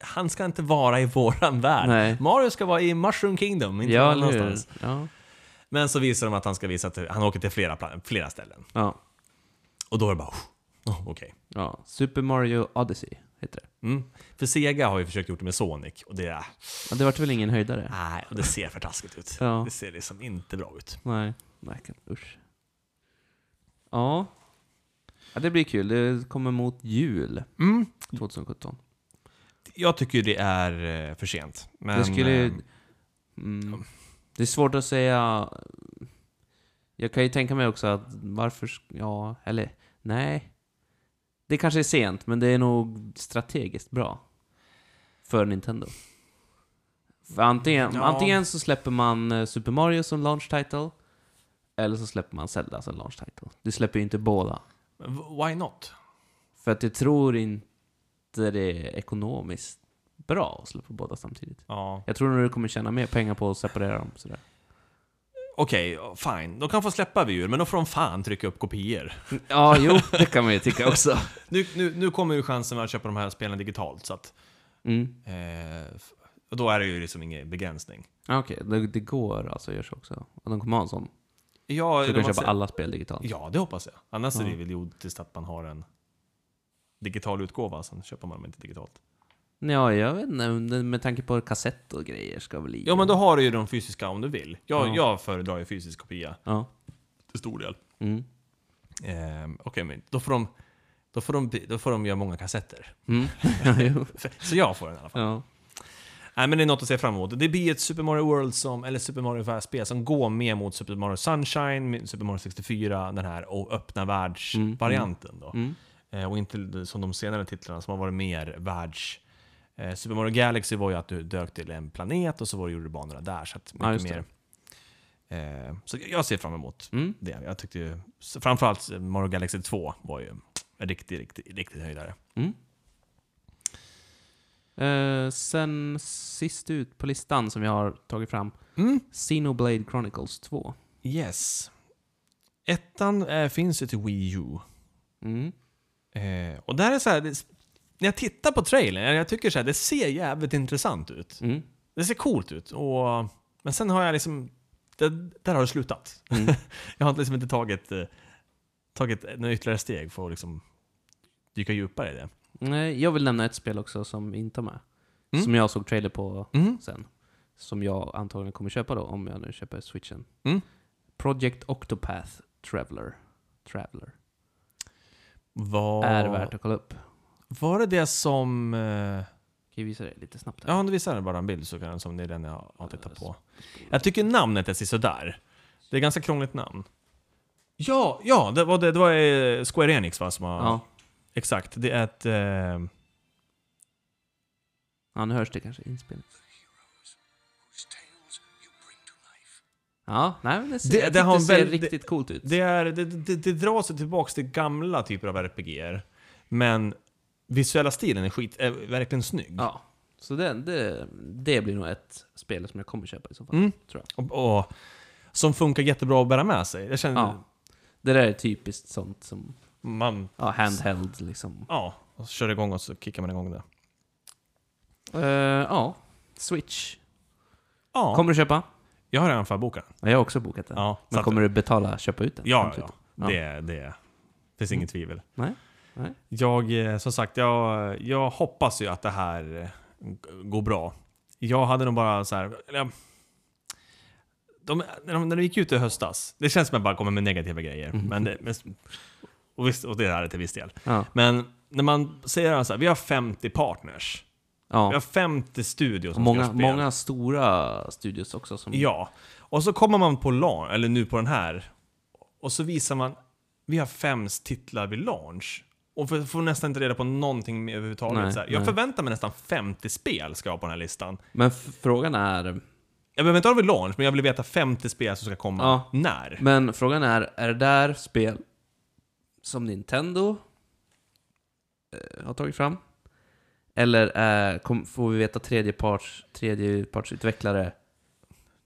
Han ska inte vara i våran värld.
Nej.
Mario ska vara i Mushroom Kingdom, inte
Ja,
någon
eller hur?
annanstans.
Ja.
Men så visar de att han ska visa att han åker till flera, plan- flera ställen.
Ja.
Och då är det bara... Oh, oh, Okej.
ja. Super Mario Odyssey heter det.
Mm. För Sega har ju försökt gjort det med Sonic och det,
Ja, det vart väl ingen höjdare?
nej, och det ser för taskigt ut.
Ja.
Det ser liksom inte bra ut.
Nej. Nej, kan, usch. Ja. ja. Det blir kul. Det kommer mot jul 2017.
Jag tycker det är eh, för sent. Men,
ehm, det skulle...
eh,
Mm, Det är svårt att säga. Jag kan ju tänka mig också att varför, sk- ja, eller nej. Det kanske är sent, men det är nog strategiskt bra. För Nintendo. För antingen,
Ja.
antingen så släpper man eh, Super Mario som launch title, eller så släpper man Zelda som launch title. Du släpper ju inte båda.
Men v- Why not?
För att jag tror inte det är ekonomiskt bra att släppa båda samtidigt.
Ja.
Jag tror nog du kommer tjäna mer pengar på att separera dem sådär.
Okej, fine. De kan få släppa Wii U, men då får de fan trycka upp kopior.
Ja, jo, det kan man ju tycka också.
Nu, nu, nu kommer ju chansen att köpa de här spelen digitalt, så att...
Mm.
Eh, f- och då är det ju liksom ingen begränsning.
Ja, Okej, det, det går alltså att göra så också. Och de kommer ha en sån.
Ja,
Så du kan
de har
köpa
se-
alla spel digitalt.
ja, det hoppas jag. Annars är det
Ja.
väl idiotiskt att man har en digital utgåva, sen köper man dem inte digitalt.
Ja, jag vet inte. men Med tanke på kassett och grejer ska väl i.
Ja, men då har du ju de fysiska om du vill. Jag,
Ja.
jag föredrar ju fysisk kopia,
Ja.
till stor del.
Mm.
Eh, Okej, men då får, de, då, får de, då får de göra många kassetter.
Mm. ja, jo.
Så jag får den i alla fall.
Ja.
Nej, men det är något att se fram emot. Det blir ett Super Mario World, som, eller Super Mario-spel, som går mer mot Super Mario Sunshine, Super Mario 64, den här o- öppna världsvarianten. Då.
Mm.
Eh, Och inte som de senare titlarna som har varit mer världs... Eh, Super Mario Galaxy var ju att du dök till en planet och så var det, gjorde du banorna där. Så att
Ja,
mycket
just
mer... Eh, så jag ser fram emot
Mm.
det. Jag tyckte ju, så framförallt Mario Galaxy 2 var ju en riktig, riktig, riktig höjdare.
Mm. Eh, sen sist ut på listan som jag har tagit fram,
Mm.
Xenoblade Chronicles 2.
Yes. Ettan eh, finns ju till Wii U.
Mm.
Eh, och där är så här, det, när jag tittar på trailern, jag tycker så här, det ser jävligt intressant ut.
Mm.
Det ser coolt ut. Och, men sen har jag liksom, det, där har det slutat.
Mm.
jag har liksom inte tagit, eh, tagit några ytterligare steg för att liksom dyka djupare i det.
Nej, jag vill nämna ett spel också som inte är med.
Mm.
Som jag såg trailer på
Mm.
sen. Som jag antagligen kommer köpa då, om jag nu köper switchen.
Mm.
Project Octopath Traveler. Traveler.
Var,
Är värt att kolla upp. Kan
Var det det som... eh,
jag visa dig lite snabbt här?
Ja, om du visar bara en bild så kan som det är den jag har tittat på. Jag tycker namnet är sådär. Det är ganska krångligt namn. Ja, ja, det var, det, det var eh, Square Enix va? Som har,
Ja.
Exakt, det är ett... Eh,
ja, nu hörs det kanske i inspelningen. Ja, nej men det ser,
Det-
jag
det
tyckte
har en
det ser
väldigt-
riktigt coolt ut.
det, är, det, det, det drar sig tillbaka till gamla typer av RPG men visuella stilen är, skit, är verkligen snygg.
Ja. Så det, det, det blir nog ett spel som jag kommer köpa i så fall.
Mm.
Tror jag.
Och, och, som funkar jättebra att bära med sig. Jag känner,
Ja. Det där är typiskt sånt som,
man
ja, handheld liksom.
ja, och så kör igång och så kickar man igång det.
Eh, ja, Switch.
Ja,
Kommer du köpa?
jag har redan förbokat den.
Ja, jag har också bokat den.
Ja, så
Men
att-
kommer du betala, köpa ut den?
Ja,
Samtidigt?
ja, Det, det finns
Mm.
inget tvivel.
Nej? Nej?
Jag, eh, som sagt, jag, jag hoppas ju att det här eh, g- går bra. Jag hade nog bara så här... Eller, jag- de, när, de, när de gick ut i höstas, det känns som att jag bara kommer med negativa grejer.
Mhm.
Men det, men, och, visst, och det är det till viss del.
Ja.
Men när man säger så här, vi har 50 partners. Vi har
ja.
50 studios
Och
som ska
många,
spela.
många stora studios också som...
Ja. Och så kommer man på launch, eller nu på den här, och så visar man, vi har fem titlar vid launch. Och får- får nästan inte reda på någonting mer överhuvudtaget.
Nej,
så här. Jag
nej.
förväntar mig nästan 50 spel ska jag ha på den här listan.
Men f- frågan är...
Jag behöver inte ha det vid launch, men jag vill veta 50 spel som ska komma
Ja.
när.
Men frågan är, är det där spel som Nintendo eh, har tagit fram? Eller eh, kom, får vi veta tredjeparts, tredjepartsutvecklare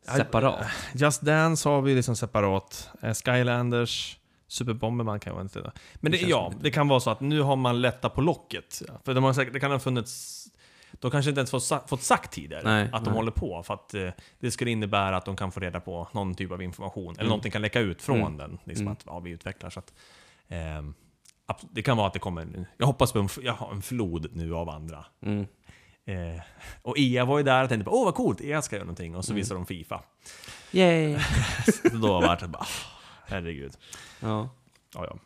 Ja,
separat?
Just Dance har vi liksom separat. Eh, Skylanders, Super Bomberman kan jag inte det. Men
Det
det,
känns
ja,
som lite-
det kan vara så att nu har man lättat på locket. För de har säkert, det kan ha funnits... De kanske inte ens fått, sa- fått sagt tidigare
Nej,
att de
nej.
håller på. För att eh, det skulle innebära att de kan få reda på någon typ av information. Eller någonting kan läcka ut från
Mm.
den. Liksom
Mm.
att ja, vi utvecklar. Så att, ehm, abs- det kan vara att det kommer... en- Jag hoppas på en, f- jag har en flod nu av andra.
Mm.
Eh, och EA var ju där och tänkte på åh vad coolt, EA ska göra någonting.
Mm.
Och så visar de Fifa.
Yay!
Så då vart det bara, "Ah, herregud.
ja.
Ja, ja.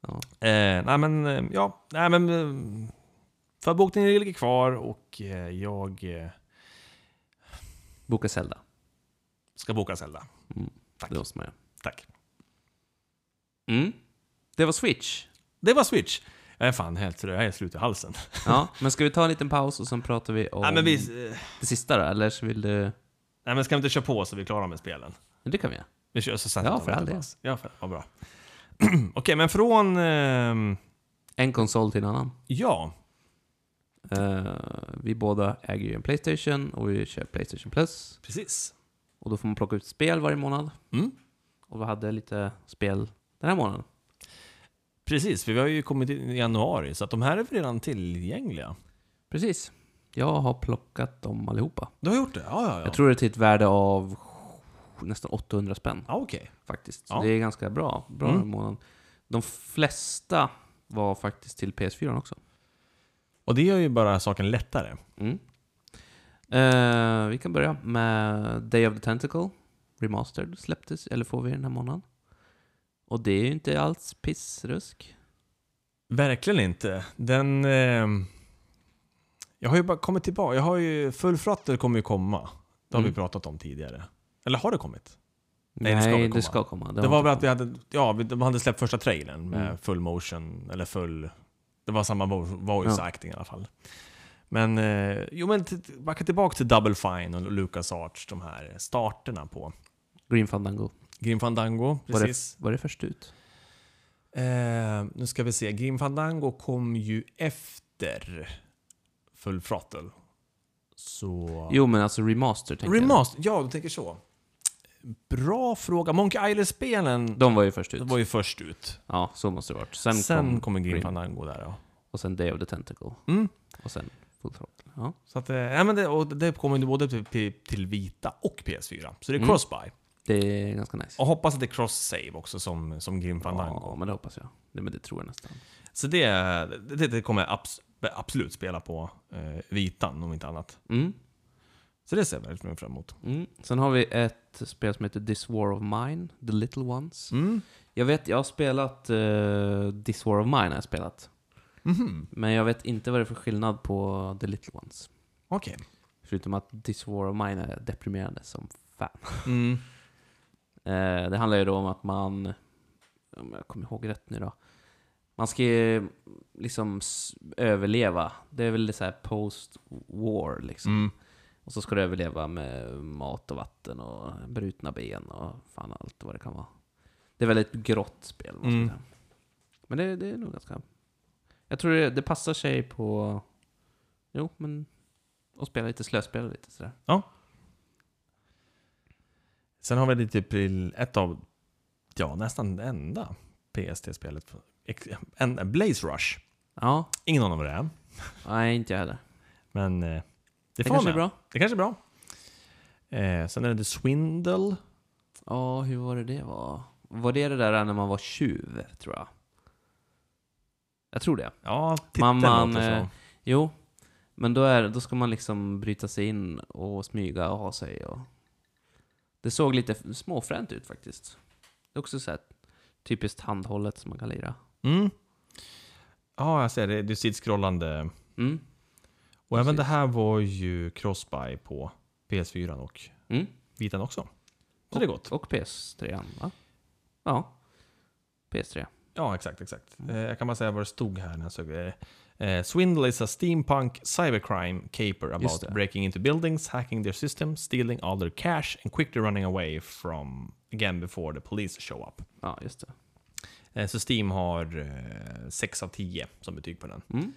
ja.
Eh, nej men, eh, ja, nej men. eh, Förbokningen ligger kvar och eh, jag... Eh,
Boka Zelda.
Ska boka Zelda.
Det måste man göra.
Tack.
Mm. Det var Switch.
Det var Switch. Jag är fan helt jag är slut i halsen.
Ja, men ska vi ta en liten paus och sen pratar vi om
Nej, men vi, eh,
det sista då? Eller så vill du...
nej, men ska vi inte köra på så vi är klara med spelen?
Men Det kan vi göra.
Vi kör så sätter
Ja,
vi
för all
inte
del.
paus. Ja, för Vad bra. Okej, men från... ehm,
En konsol till en annan.
ja,
Eh, vi båda äger ju en Playstation och vi kör Playstation Plus.
precis.
Och då får man plocka ut spel varje månad.
Mm.
Och vi hade lite spel den här månaden.
Precis, för vi har ju kommit in i januari, så att de här är redan tillgängliga.
Precis. Jag har plockat dem allihopa.
Du har gjort det? Ja, ja, ja.
Jag tror det är till ett värde av sj- nästan 800 spänn
Ja, okej.
faktiskt. Så
Ja.
det är ganska bra. Bra
Mm.
den här månaden. De flesta var faktiskt till PS4 också.
Och det gör ju bara saken lättare.
Mm. Eh, vi kan börja med Day of the Tentacle Remastered släpptes, eller får vi den här månaden. Och det är ju inte alls pissrusk.
Verkligen inte. Den... ehm, jag har ju bara kommit tillbaka. Jag har ju... Full Throttle kommer ju komma. Det har
Mm.
vi pratat om tidigare. Eller har det kommit?
Nej,
det ska väl komma.
det ska komma.
Det,
har
var
inte
väl att vi
kommit.
hade... Ja, vi, de hade släppt första trailern med
Mm.
full motion, eller full... Det var samma vo- voice
Ja.
acting i alla fall. Men, eh, jo men t- backa tillbaka till Double Fine och Lucas Arts, de här starterna på
Green Fandango.
Grim Fandango,
Var det,
precis.
var det först ut?
Eh, nu ska vi se, Grim Fandango kom ju efter Full Throttle. Så...
Jo, men alltså Remaster tänker
Remaster, ja du tänker så. Bra fråga. Monkey Island-spelen
jag. De var ju först ut.
var ju först ut.
Ja, så måste det varit. Sen,
Sen,
kom,
kommer Grim
Grim.
Fandango där ja.
och sen Day of the Tentacle.
Mm.
Och sen Full Throttle. Ja.
Så att, eh, ja, men det, och det kommer ju både till, till, till Vita och PS4. Så det är
Mm.
cross-buy.
Det är ganska nice.
Och hoppas att det är cross-save också som, som Grim Fandango.
ja, men det hoppas jag. Nej, men det tror jag nästan.
Så det, det, det kommer jag abs, absolut spela på eh, Vitan om inte annat.
Mm.
Så det ser jag väldigt mycket fram emot.
Mm. Sen har vi ett spel som heter This War of Mine, The Little Ones.
Mm.
Jag vet, jag har spelat eh, This War of Mine, har jag spelat.
Mhm.
Men jag vet inte vad det är för skillnad på The Little Ones.
Okej.
Förutom att This War of Mine är deprimerande som fan.
Mm.
Eh, det handlar ju då om att man, om jag kommer ihåg rätt nu då, man ska ju liksom s- överleva. Det är väl det så här post-war liksom.
Mm.
Och så ska du överleva med mat och vatten och brutna ben och fan allt vad det kan vara. Det är väldigt grått spel. måste jag
Mm.
säga. Men det, det är nog ganska... Jag tror det, det passar sig på... Jo, men... Och spela lite slöspel och lite sådär.
Sen har vi det typ till ett av, ja nästan det enda PST-spelet. Ex- En, en Blaze Rush.
Ja,
Ingen aning om vad det är.
nej inte jag heller.
Men eh, det,
Det,
får
kanske
man.
är bra.
Det kanske är bra. Eh, sen är det The Swindle.
Ja, hur var det det var? Var det det där när man var tjuv, tror jag? Jag tror det.
Ja, titeln
Mamman,
låter så.
eh, Jo, men då, är, då ska man liksom bryta sig in och smyga och ha sig. Och... Det såg lite f- småfränt ut faktiskt. Det är också så här typiskt handhållet som man kan lira.
Mm. Ja, jag ser det. Det är sidskrollande.
Mm.
Och även
Precis.
det här var ju cross-buy på PS4 och
Mm.
Vitan också. Så det är gott.
Och PS3, va? Ja, PS3.
Ja, exakt, exakt. Eh, jag kan bara säga vad det stod här när jag såg det. Eh, Swindle is a steampunk cybercrime caper
Just
about
det.
breaking into buildings, hacking their systems, stealing all their cash and quickly running away from again before the police show up.
Ja, just det.
Eh, så Steam har eh, 6 av 10 som betyg på den.
Mm.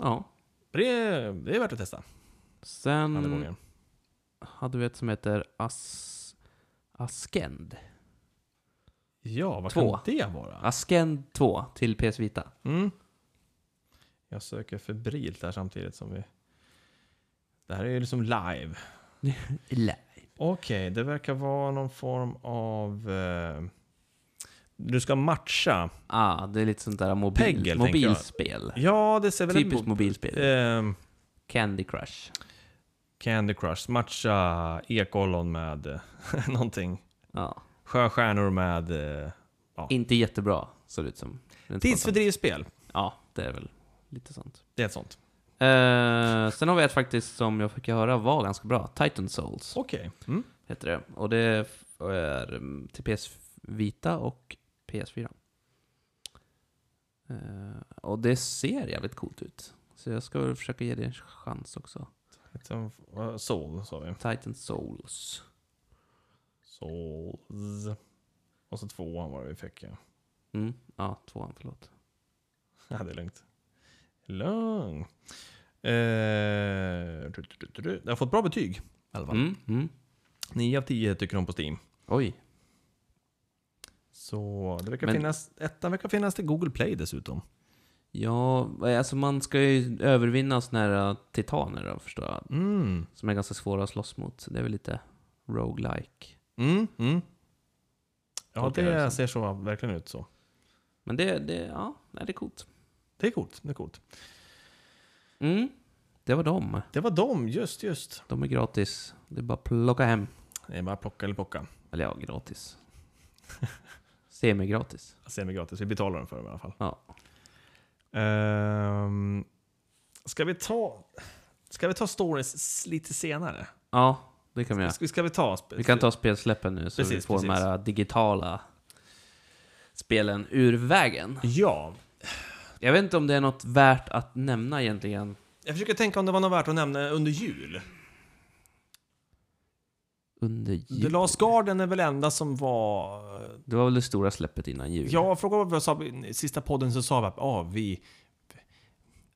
Ja,
Det är, det är värt att testa
sen...
andra gången.
hade vi ett som heter As... Askend.
Ja, vad
Två.
kan det vara?
Askend 2 till PS Vita.
Mm. Jag söker febrilt här samtidigt som vi... Det här är ju liksom live. Okej, det verkar vara någon form av... Eh, du ska matcha.
Ah, det är lite sånt där mobil,
Peggle, tänker
mobilspel.
Ja, det ser väl
Typiskt
ut
mobilspel.
Eh,
Candy Crush.
Candy Crush. Matcha ekollon med eh, någonting.
Ja.
Sjöstjärnor med... Eh,
Inte jättebra, såg det ut som. Rent spontant.
tidsfördrivsspel.
Ja, det är väl lite sånt.
Det är ett sånt.
Eh, Eh, sen har vi ett faktiskt som jag fick höra var ganska bra. Titan Souls
Okej. Mm.
heter det. Och det är f- är mm, till PS Vita och PS4. Eh, och det ser jävligt coolt ut. Så jag ska väl försöka ge det en chans också.
Titan, eh, Soul sa vi.
Titan Souls.
Souls. Och så tvåan var det vi fick ja.
Mm, ja, tvåan, förlåt.
Ja, det är lugnt. Lugn. Eh, du, du, du, du. Det har fått bra betyg. i alla fall.
Mm, mm.
9 av 10 tycker de på Steam.
Oj.
Så det verkar
Men-
finnas, ettan verkar finnas till Google Play dessutom.
Ja, alltså man ska ju övervinna såna här eh, titaner då, förstår jag.
Mm.
Som är ganska svåra att slåss mot. Så Det är väl lite roguelike.
Mm, mm. Ja,
Tolkar jag det
det
som.
ser så verkligen ut så.
Men det, det, ja, nej, det är coolt.
Det är coolt. Det, är coolt.
Mm. Det var dem.
det var dem, just just.
De är gratis. Det är bara att plocka hem.
Det är bara plocka eller plocka.
Eller ja, gratis. Semigratis.
Jag ser mig gratis, vi betalar dem för dem i alla fall.
Ja.
Ehm, ska vi ta... Ska vi ta stories s- lite senare?
Ja, det kan vi göra.
Ska, ska vi ta... sp-
Vi kan ta spelsläppen nu så vi
Precis,
får de
precis.
här äh, digitala spelen ur vägen.
Ja.
Jag vet inte om det är något värt att nämna egentligen
Jag försöker tänka om det var något värt att nämna under jul.
under jul.
The Last Garden är väl enda som var...
Det var väl det stora släppet innan jul?
Jag frågade vad vi sa i sista podden så sa vi att ah, vi,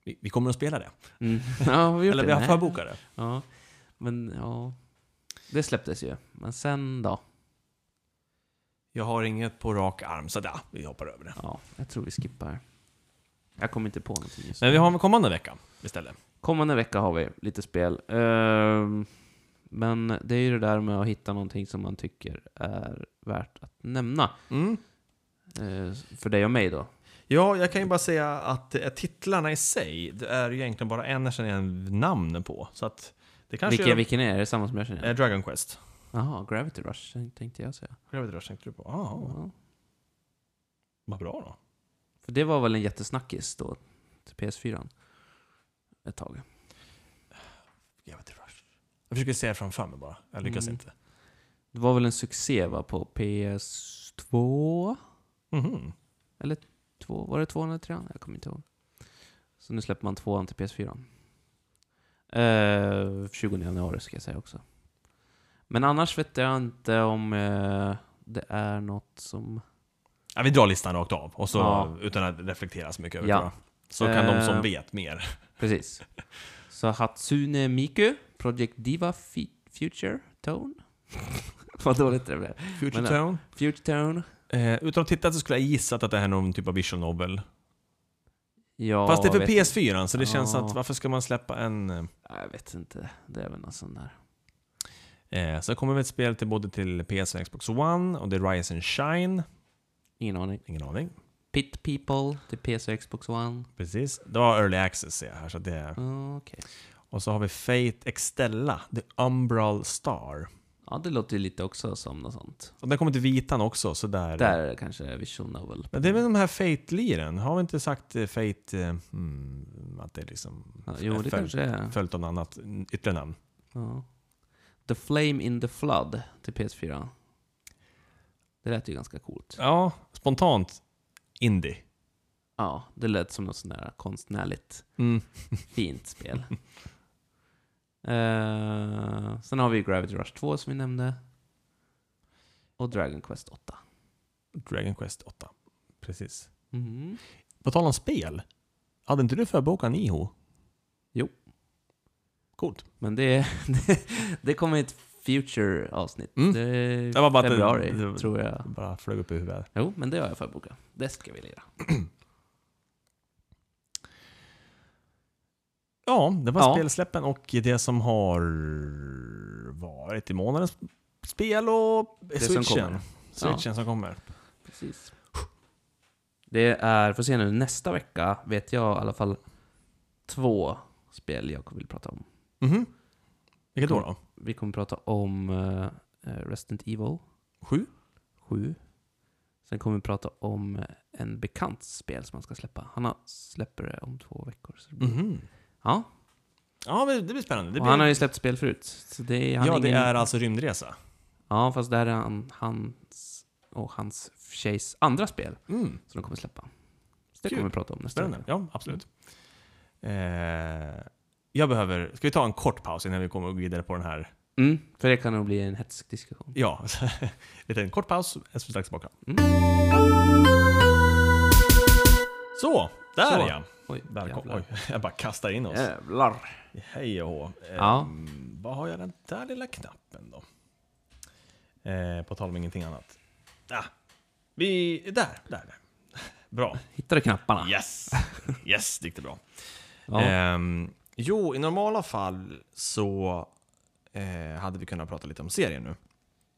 vi... Vi kommer att spela det.
Mm. ja har vi gjort
Eller
det?
vi har
Nej.
förbokat det.
Ja, men ja. Det släpptes ju. Men sen då?
Jag har inget på rak arm, så där, vi hoppar över det.
Ja, jag tror vi skippar. Jag kommer inte på någonting just
Men
nu.
vi har en kommande vecka istället.
Kommande vecka har vi lite spel. Ehm, men det är ju det där med att hitta någonting som man tycker är värt att nämna.
Mm.
Ehm, för dig och mig då.
Ja, jag kan ju bara säga att eh, titlarna i sig, det är ju egentligen bara en jag känner igen namnen på. Så att det kanske
Vilken,
är,
vilken är det? Är det samma som jag känner?
eh,
igen?
Dragon Quest.
Jaha, Gravity Rush tänkte jag säga.
Gravity Rush tänkte du på? Ah,
Ja.
vad bra då.
För det var väl en jättesnackis då, till PS4. Ett tag.
Gravity Rush. Jag försöker se det framför mig bara, jag lyckas
Mm.
inte.
Det var väl en succé va, på PS2?
Mhm.
Två, var det tvåan eller trean? Jag kommer inte ihåg. Så nu släpper man tvåan till PS4. Eh, 20 januari ska jag säga också. Men annars vet jag inte om eh, det är något som...
Ja, vi drar listan rakt av, och så,
Ja.
utan att reflektera så mycket över
Ja.
det. tror jag. Så kan de
Eh.
som vet mer.
Precis. Så Hatsune Miku, Project Diva Fe- Future Tone. Vad dåligt det blev.
Future
Men,
Tone.
Future Tone.
Eh, utan att titta så skulle jag gissat att det här är någon typ av visual novel.
Ja,
Fast det är för
vet-
PS4, så det
Ja.
känns att varför ska man släppa en... eh,
Jag vet inte. Det är väl någon sån där.
Eh, så kommer väl ett spel till både till PS och Xbox One och det är Rise and Shine.
Ingen aning.
Ingen aning.
Pit People till PS och Xbox One.
Precis. Det var Early Access ser jag här. Så det är.
Okej.
Och så har vi Fate Extella, The Umbral Star.
Ja, det låter ju lite också som något sånt.
Och den kommer till Vitan också, så där.
Där är det kanske Visual Novel.
Men det är väl de här Fate-liren? Har vi inte sagt eh, Fate... eh, Mm, att det är liksom
Ja, jo,
Följ-
det kanske är.
följt av något annat ytterligare namn?
Ja. The Flame in the Flood till PS4. Det lät ju ganska coolt.
Ja, spontant Indie.
Ja, det lät som något sånt där konstnärligt
Mm.
fint spel. Eh, sen har vi ju Gravity Rush 2 som vi nämnde. Och Dragon Quest 8.
Dragon Quest 8. Precis.
Mhm.
Mm. På tal om spel. Hade inte du förbokat Niho?
Jo.
Coolt.
Men det, det, det kommer ett Future-avsnitt.
Mm.
Det är
Det var bara att det-
februari,
det-
tror jag.
Bara flög upp i huvudet.
Jo, men det har jag förbokat. Det ska vi lira.
Ja, det var
Ja.
spelsläppen och det som har varit i månadens spel och
Det
switchen.
som kommer.
Switchen som kommer.
Precis. Det är, får se nu, nästa vecka vet jag i alla fall två spel jag vill prata om.
Mhm. Vilket då då?
Vi kommer prata om eh, eh, Resident Evil
Sju?
7. Sen kommer vi prata om eh, en bekant spel som han ska släppa. Han har- släpper det om två veckor. Så det blir-
Mhm.
Mm-hmm. Ja,
Ja, men det blir spännande. Det
Och
blir...
han har ju släppt spel förut. Så det är, han
ja,
är
det
ingen...
är alltså Rymdresa.
Ja, fast där är han, hans och hans tjejs andra spel
Mm,
som de kommer släppa. Så det
Kul.
kommer vi prata om nästa
spännande.
vecka.
Ja, absolut. Eh, jag behöver... Ska vi ta en kort paus innan vi kommer vidare på den här?
Mm, för det kan nog bli en hetsk diskussion.
Ja, lite en kort paus, så är vi strax tillbaka.
Mm.
Så, där
Så.
ja.
Oj,
Välkommen.
jävlar. Eh.
Oj, jag bara kastar in oss.
Jävlar.
Hej och hå. Eh,
Ja.
Vad har jag den där lilla knappen då? Eh, på tal om ingenting annat. Ah, vi... Där, där, där. Bra.
Hittar du knapparna?
Yes! Yes, det gick det bra.
Ah. Ja.
Ehm, jo, i normala fall så eh, hade vi kunnat prata lite om serien nu.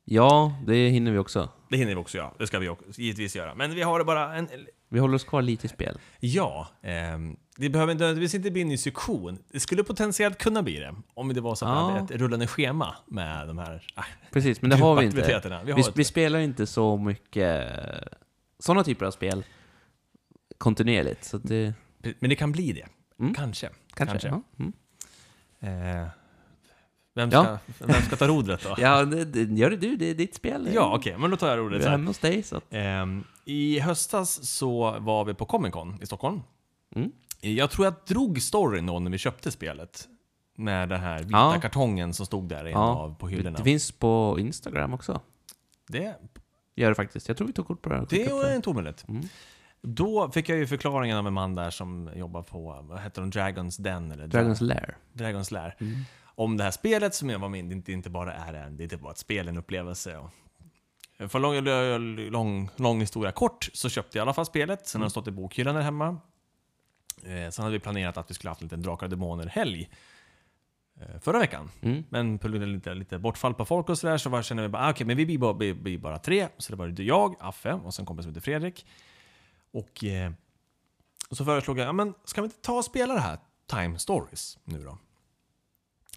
ja, det hinner vi också.
Det hinner vi också göra. Det ska vi också, givetvis göra. Men vi har bara en...
Vi håller oss kvar lite i spel.
Ja, ehm, det behöver nödvändigtvis inte bli en ny sektion. Det skulle potentiellt kunna bli det. Om det var så att
Ja.
vi hade ett rullande schema med de här ah,
Precis, men det har vi inte.
aktiviteterna. Vi
Vi,
har
vi,
ett-
spelar inte så mycket sådana typer av spel kontinuerligt. Så att det,
Men det kan bli det.
Mm.
Kanske.
kanske.
Kanske.
Ja, mm.
Eh, vem, ska,
Ja.
vem ska ta rodret då?
ja det, det, gör det du. Det är ditt spel.
Ja, okej, men då tar jag rodret.
Vi
så
är
här.
hemma hos dig. Så att,
Ehm, I höstas så var vi på Comic Con i Stockholm.
Mm.
Jag tror jag drog storyn då när vi köpte spelet. Med den här vita
Ja.
kartongen som stod där i en
Ja.
av på hyllorna.
Det finns på Instagram också.
Det,
Gör det faktiskt. Jag tror vi tog kort på det. här och
det
skickade upp
är inte omöjligt.
Mm.
Då fick jag ju förklaringen av en man där som jobbar på, vad heter de, Dragons Den? Eller
Dragon's Lair. Mm.
Dragons Lair. Om det här spelet som jag var med i, det inte, inte bara är en, det är inte bara ett spel, en upplevelse. Och för lång, lång, lång historia kort så köpte jag i alla fall spelet, sen har det stått i bokhyllan där hemma. Eh, sen hade vi planerat att vi skulle haft en liten Drakar och Demoner-helg eh, förra veckan.
Mm.
Men på grund av lite, lite bortfall på folk och sådär så bara kände vi bara, ah, okej, men vi blir bara, blir, blir bara tre. Så det var det jag, Affe och sen kompis som heter Fredrik. Och eh, och så föreslog jag, ja men ska vi inte ta och spela det här Time Stories nu då?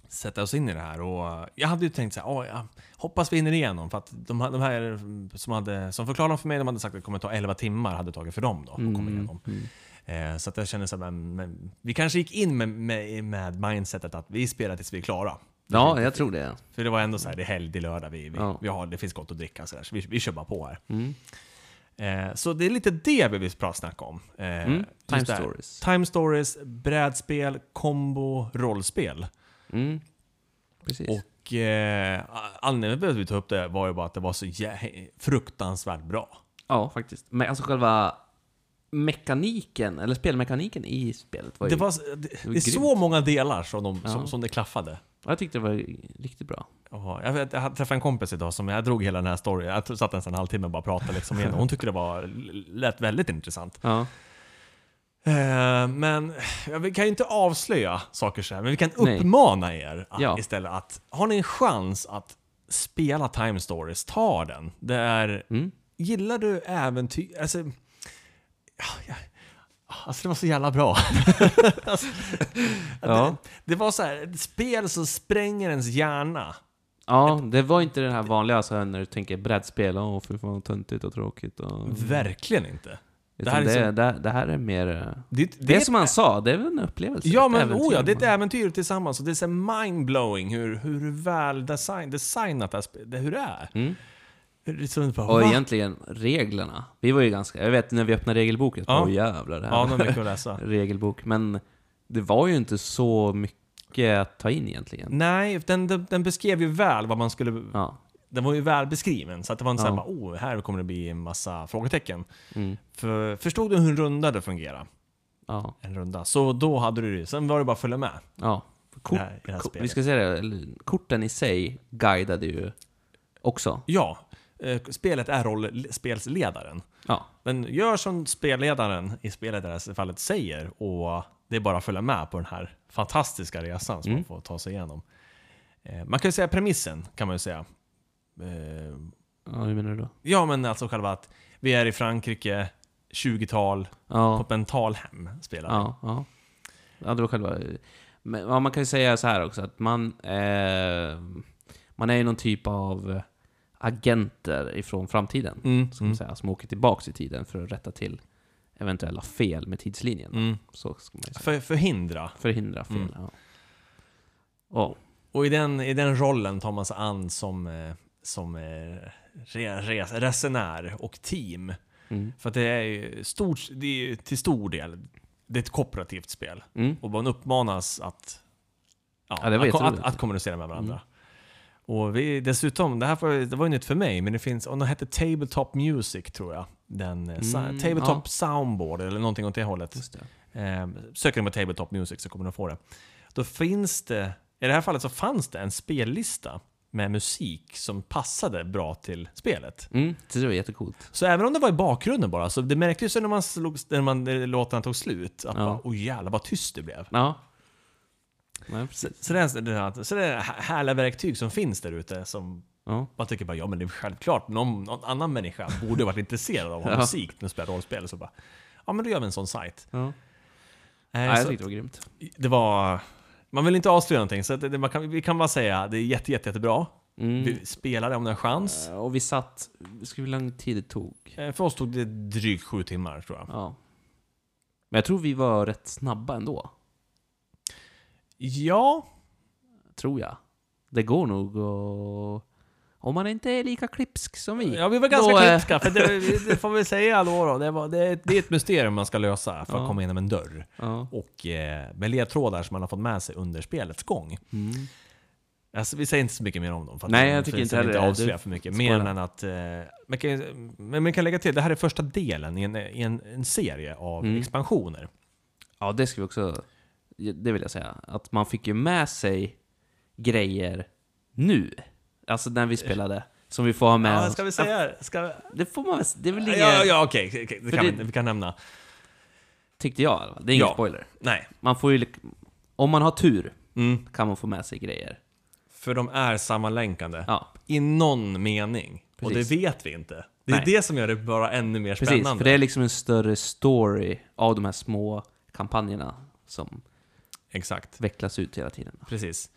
Sätta oss in i det här och eh, jag hade ju tänkt så här, "Åh, ja, hoppas vi hinner igenom för att de, här- de här mm, som, hade, som förklarade för mig, de hade sagt att det kommer ta 11 timmar, hade det tagit för dem då att
Mm.
komma igenom. Eh, Så att jag kände så här, men, men, vi kanske gick in med, med, med mindsetet att vi spelar tills vi är klara.
Ja, jag tror det.
För det var ändå så här, det är helg, det är lördag, vi, vi,
Ja.
vi har, det finns gott att dricka så, där, så vi, vi kör bara på här.
Mm.
Eh, så det är lite det vi vill prata snacka om. Eh,
Mm.
just
Time
det här.
Stories.
Time Stories, brädspel, kombo, rollspel.
Mm. Precis.
Och eh, anledningen till att vi tog upp det var ju bara att det var så jä- fruktansvärt bra.
Ja, faktiskt. Men alltså själva mekaniken, eller spelmekaniken i spelet var ju...
Det, var, s- det, det är
grymt.
så många delar som, de, som,
Ja.
som det klaffade.
Ja, Jag tyckte det var riktigt bra.
Ja, Jag, vet, jag träffade en kompis idag som jag drog hela den här storyn. Jag satt nästan en halvtimme och bara pratade liksom igenom. Hon tyckte det var, lät väldigt intressant.
Ja.
Eh, men ja, vi kan ju inte avslöja saker så här, men vi kan
Nej.
uppmana er att,
Ja.
istället att har ni en chans att spela Time Stories, ta den. Det är,
Mm.
gillar du äventyr, alltså, ja, ja, alltså det var så jävla bra. alltså, det,
Ja.
det var så här, ett spel som spränger ens hjärna.
ja, det var inte det här vanliga alltså, när du tänker brädspel, åh fy fan vad töntigt och tråkigt. Och...
Verkligen inte.
Det, här
är
det,
så-
det, det här är mer... eh,
Det, det,
Det, är som han sa, det är väl en upplevelse?
Ja,
ett
men
äventyr
oh ja, det är ett
man-
äventyr tillsammans och det är så här mindblowing hur, hur väl design, designat det här spe- det, hur det är.
Mm.
Det är som att bara,
Och
va?
egentligen, reglerna. Vi var ju ganska... Jag vet när vi öppnade regelboken,
Ja.
ja. oh, jävlar det här
Ja,
var
någon mycket att läsa.
regelbok. Men det var ju inte så mycket att ta in egentligen.
Nej, den, den, den beskrev ju väl vad man skulle...
Ja.
Den var ju väl beskriven, så att det var inte
Ja.
såhär oh, här kommer det bli en massa frågetecken.
Mm.
För, förstod du hur en runda det fungerar?
Ja.
En runda. Så då hade du det. Sen var det bara att följa med.
ja.
i
Kort,
det här, i det här
ko- vi
spelet.
ska säga det, eller, korten i sig guidade ju också.
Ja, eh, spelet är rollspelsledaren.
Ja.
Men gör som spelledaren i spelet i det här fallet säger och det är bara att följa med på den här fantastiska resan som
Mm.
man får ta sig igenom. Eh, Man kan ju säga premissen, kan man ju säga. Eh,
ja, hur menar du då?
Ja, men alltså själva att vi är i Frankrike, 20-tal, på
Ja,
mentalhem spelar vi.
ja, ja. ja det var själva... Men, ja, man kan ju säga så här också, att man... Eh, man är ju någon typ av agenter ifrån framtiden.
Mm,
Ska
mm,
man säga, som åker tillbaks i tiden för att rätta till eventuella fel med tidslinjen.
mm.
Så ska man ju säga.
För, förhindra.
Förhindra fel.
Mm.
Ja. Ja.
Och i den, i den rollen tar man sig an som, eh, som eh, re, res, resenär och team.
Mm.
För att det är ju stort, det är ju till stor del det är ett kooperativt spel.
Mm.
Och man uppmanas att, ja,
Ja, det var
att, att,
jätteroligt. Mm.
att kommunicera med varandra. Och vi, dessutom, det här var, det var ju nytt för mig, men det finns, och den hette Tabletop Music tror jag. Den, eh, sa-
Mm,
tabletop
ja.
Soundboard eller någonting åt det hållet.
Just det.
Eh, söker ni på Tabletop Music så kommer ni att få det. Då finns det, i det här fallet så fanns det en spellista med musik som passade bra till spelet.
Mm. Så det var jättecoolt.
Så även om det var i bakgrunden bara, så det märktes ju när, man slog, när man, när låtarna tog slut att
Ja.
bara, oh jävlar vad tyst det blev.
Ja. Nej, precis.
Så, så, det, är, det här- så det är här- härliga verktyg som finns där ute som
Ja.
man tycker bara, ja men det är självklart, någon, någon annan människa borde varit intresserad av att ha
Ja.
musik när de spelar rollspel. Så bara, ja men då gör vi en sån sajt.
ja.
Eh,
Nej, jag
så-
tyckte det var grymt.
Det var... Man vill inte avslöja någonting, så att det, man kan, vi kan bara säga det är jätte, jätte, jättebra.
Mm.
Vi spelar det om ni har chans.
Eh, Och vi satt... Ska vi hur lång tid det tog?
Eh, För oss tog det drygt sju timmar tror jag.
Ja. Men jag tror vi var rätt snabba ändå.
Ja,
Tror jag. Det går nog att... Om man inte är lika klipsk som vi.
ja vi var ganska
Då, eh,
klipska, för det, det får vi säga då. då. Det, var, det, är ett- det är ett mysterium man ska lösa för att
Ja.
komma igenom en dörr.
Ja.
Och eh, med ledtrådar som man har fått med sig under spelets gång.
Mm.
Alltså, vi säger inte så mycket mer om dem. För att
Nej,
vi-
jag
för
tycker
att
inte
vi
heller
inte
det.
avslöja
Du-
för mycket. Mer
spoila.
än att... Eh, man kan, men man kan lägga till, det här är första delen i en, i en, en serie av
Mm.
expansioner.
Ja, det ska vi också... Det vill jag säga. Att man fick ju med sig grejer nu. Alltså när vi spelade. Som vi får ha med
Ja,
oss. Alltså,
ska vi säga... Ska,
Det får man väl... Det är väl inget...
ja, ja, okej. okej, okej, det
För
kan
det-
vi, vi kan nämna.
Tyckte jag i alla fall. Det är ingen
Ja.
spoiler.
Nej.
Man får ju... lik- Om man har tur
Mm.
kan man få med sig grejer.
För de är sammanlänkande.
Ja,
I någon mening. Och det
Precis.
vet vi inte. Det är
Nej.
det som gör det bara ännu mer
precis.
spännande.
För det är liksom en större story av de här små kampanjerna som
Exakt.
vecklas ut hela tiden.
Precis.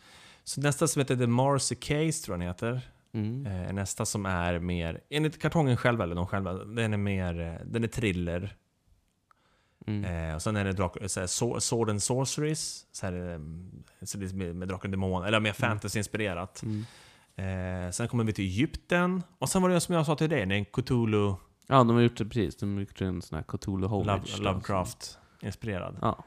Så nästa som heter The Marcy Case, tror jag den heter.
Mm.
Eh, nästa som är mer, enligt kartongen själva, eller de själva, den är mer, eh, den är thriller.
Mm.
Eh, och sen är det drak, så här, so- Sword and Sorceries, så, här, eh, så det är med, med Drakar och Demoner, eller mer fantasy-inspirerat.
Mm.
Eh, sen kommer vi till Egypten, och sen var det som jag sa till dig, det är en Cthulhu
Ja, de har gjort det precis. De har gjort en sån här Cthulhu Homage.
Love,
då,
Lovecraft-inspirerad.
som- Ja.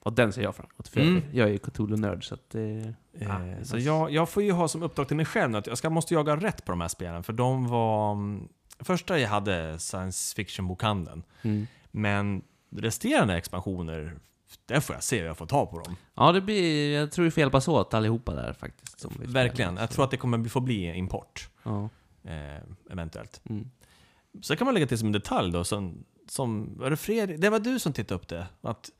Och den ser jag fram emot. För
Typ. Mm.
jag är ju Cthulhu-nörd så att det... Ah,
Eh, så
nice.
jag, jag får ju ha som uppdrag till mig själv att jag ska, måste jaga rätt på de här spelen, för de var... mm, Första jag hade science fiction-bokhandeln,
Mm.
men resterande expansioner, där får jag se hur jag får tag på dem.
Ja, det blir... Jag tror vi får hjälpas åt allihopa där faktiskt. som vi spelar.
Verkligen. Jag
Så-
tror att det kommer bli- få bli import,
Ja.
eh, eventuellt.
Mm.
Sen kan man lägga till som en detalj då, som, som var det Fredrik? Det var du som tittade upp det? Att,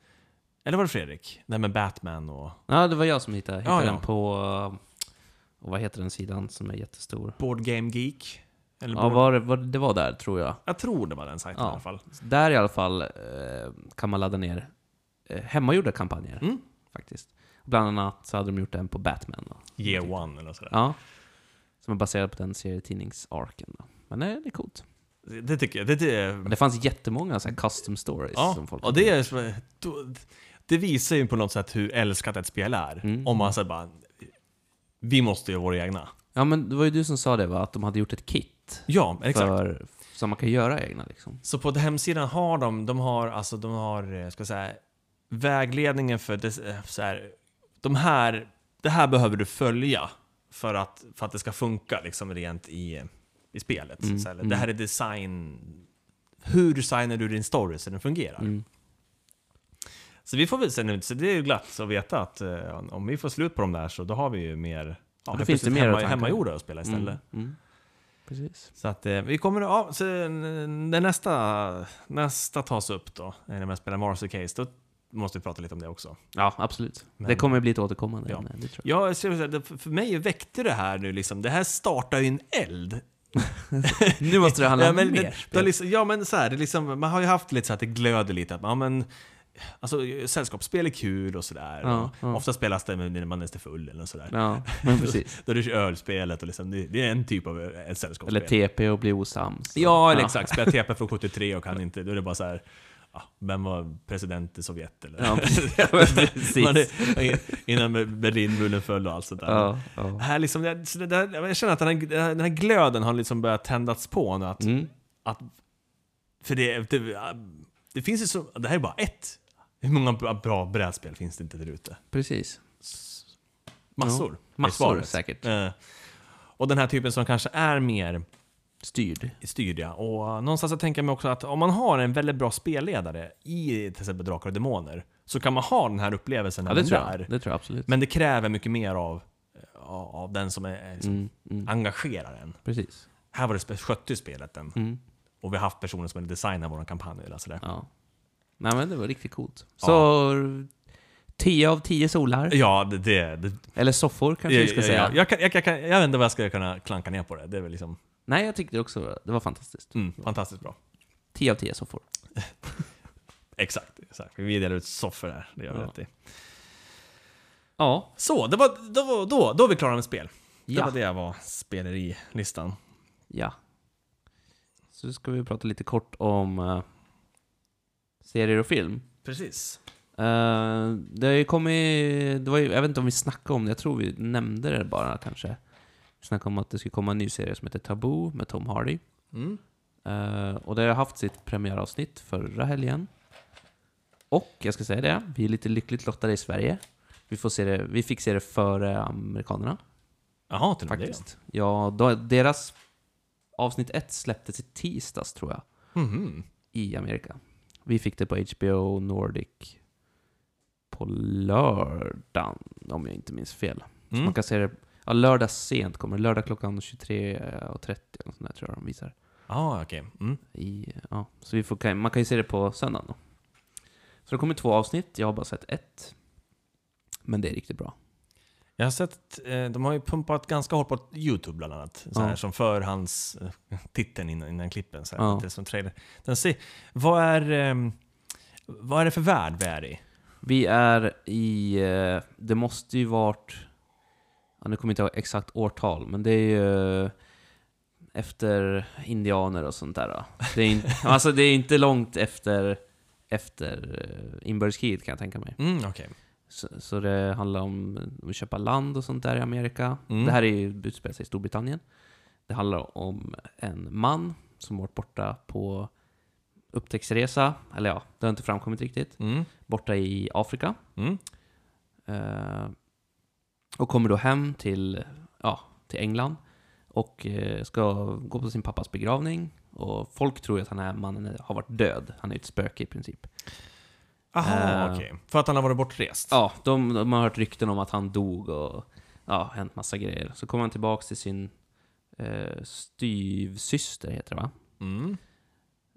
eller var det Fredrik? Det här med Batman och...
ja, det var jag som hittade, hittade
Ja, ja.
den på... Och vad heter den sidan som är jättestor?
Board Game Geek? Eller
Ja,
board...
var, det- var, det var där tror jag.
Jag tror det var den sajten
Ja.
i alla fall.
Så Där i alla fall eh, kan man ladda ner eh, hemmagjorda kampanjer.
Mm.
Faktiskt. Bland annat så hade de gjort en på Batman. Då.
Year One eller sådär.
Ja. Som är baserad på den serietidningsarken. Då. Men eh, det är coolt.
Det tycker jag. Det,
Men
det,
det fanns jättemånga så här custom stories
ja.
som folk
och det, är, så- då- det visar ju på något sätt hur älskat ett spel är.
Mm.
Om man säger bara... Vi måste göra våra egna.
Ja men det var ju du som sa det va? Att de hade gjort ett kit.
Ja, exakt.
För, som man kan göra egna liksom.
Så på hemsidan har de, de har, alltså, de har eh, ska jag säga, vägledningen för det, eh, så här, de här, det här behöver du följa för att, för att det ska funka liksom, rent i, i spelet.
Mm,
Så här,
mm.
Det här är design, hur designar du din story så den fungerar?
Mm.
Så vi får väl se nu, så det är ju glatt att veta att eh, om vi får slut på de där så då har vi ju mer, ja,
då
helt
finns det
plötsligt
mer
hemma,
att tanka.
hemmagjorda att spela istället.
Mm. Mm. Precis.
Så att eh, vi kommer ja, så, n- när nästa, nästa tas upp då, eh, när man spelar Marcy Case, då måste vi prata lite om det också.
Ja, absolut.
Men-
det kommer bli ett återkommande
Ja.
ämne, det tror jag.
Ja, jag skulle säga, det- för för mig väckte det här nu liksom, det här startar ju en eld.
Nu måste det handla
Ja
om
men,
mer
det, det har liksom, ja, men så här, det är liksom, man har ju haft lite så att det glöder lite, att man, ja, men, alltså sällskapsspel är kul och sådär.
Ja,
och
ja.
Ofta spelas det med- när man är lite full eller sådär.
Ja, men precis.
Då är det ölspelet och liksom, det, det är en typ av ett sällskapsspel.
Eller TP och bli osams.
Ja, eller exakt. Spelar TP från 73 och kan inte. Då är det bara så här. ja, vem var president i Sovjet eller?
Ja, precis.
Man är- Innan Berlinmuren föll och allt sånt där.
Ja, ja.
Här liksom, det, så det där, jag känner att den här, den här glöden har liksom börjat tändas på nu. Att,
Mm.
att, för det, det, det finns ju så, det här är bara ett. Hur många bra- bra brädspel finns det inte där ute?
Precis.
Massor. är
Massor
svaret.
säkert.
Eh, och den här typen som kanske är mer
Styrd.
styrd ja. Och eh, någonstans så tänker jag mig också att om man har en väldigt bra spelledare i till exempel Drakar och Demoner så kan man ha den här upplevelsen
Ja, det
även
tror
där.
jag. Det tror jag absolut.
Men det kräver mycket mer av, eh, av av den som är, är liksom
Mm, mm.
engagerar en.
Precis.
Här var det spe- skötte ju spelet den.
Mm.
Och vi har haft personer som har designat vår kampanj eller sådär.
Ja. Nej men det var riktigt coolt. Så 10 av 10 solar.
Ja, det... det, det
Eller soffor kanske vi ska
ja, ja,
säga.
ja. Jag, kan, jag, kan, jag vet inte vad jag ska kunna klanka ner på det. Det är väl liksom
Nej, jag tyckte också det var fantastiskt.
mm, fantastiskt bra.
10 av 10 soffor.
Exakt, exakt. Vi delar ut soffor här, det gör vi
Ja.
rätt i.
Ja.
Så, det var, det var, då, då är vi klara med spel. Det
Ja.
var det var spelerilistan.
Ja. Så ska vi prata lite kort om eh, serier och film.
Precis.
Eh, det har ju kommit, det var ju, jag vet inte om vi snackade om det, jag tror vi nämnde det bara kanske. Vi snackade om att det skulle komma en ny serie som heter Taboo med Tom Hardy.
Mm.
Eh, och det har haft sitt premiäravsnitt förra helgen. Och jag ska säga det, vi är lite lyckligt lottade i Sverige. Vi, får se det, vi fick se det före amerikanerna
Jaha, till och med det.
faktiskt. Ja, då, deras avsnitt ett släpptes i tisdags tror jag,
Mhm.
i Amerika. Vi fick det på HBO Nordic på lördagen, om jag inte minns fel. Så
Mm.
Man kan se det, ja, lördag sent kommer det. Lördag klockan 23.30 eller sånt där tror jag de visar.
Ah, okej. Mm.
I, ja, så vi får, kan- man kan ju se det på söndagen då. Så det kommer två avsnitt, jag har bara sett ett. Men det är riktigt bra.
Jag har sett, eh, de har ju pumpat ganska hårt på YouTube bland annat. Så här,
Ja.
Som förhands eh, titeln innan, innan klippen. Så här,
Ja.
lite som trailer. Den ser, vad, är, ehm, vad är det för värld vi är i?
Vi är i, eh, det måste ju varit, ja, nu kommer jag inte ihåg exakt årtal, men det är ju eh, efter indianer och sånt där. Då. Det är, in, alltså det är inte långt efter, efter eh, inbördeskriget kan jag tänka mig.
Mm, okej.
Så, så det handlar om att köpa land och sånt där i Amerika.
Mm.
Det här är ju utspelar sig i Storbritannien. Det handlar om en man som varit borta på upptäcktsresa, eller ja, det har inte framkommit riktigt,
Mm.
borta i Afrika.
Mm.
Eh, och kommer då hem till, ja, till England och eh, ska gå på sin pappas begravning. Och folk tror ju att den här mannen är- har varit död. Han är ju ett spöke i princip.
Aha,
Eh.
okej. För att han har varit bortrest?
Ja, de, de har hört rykten om att han dog och ja, hänt massa grejer. Så kommer han tillbaks till sin eh, styvsyster, heter det va?
Mm.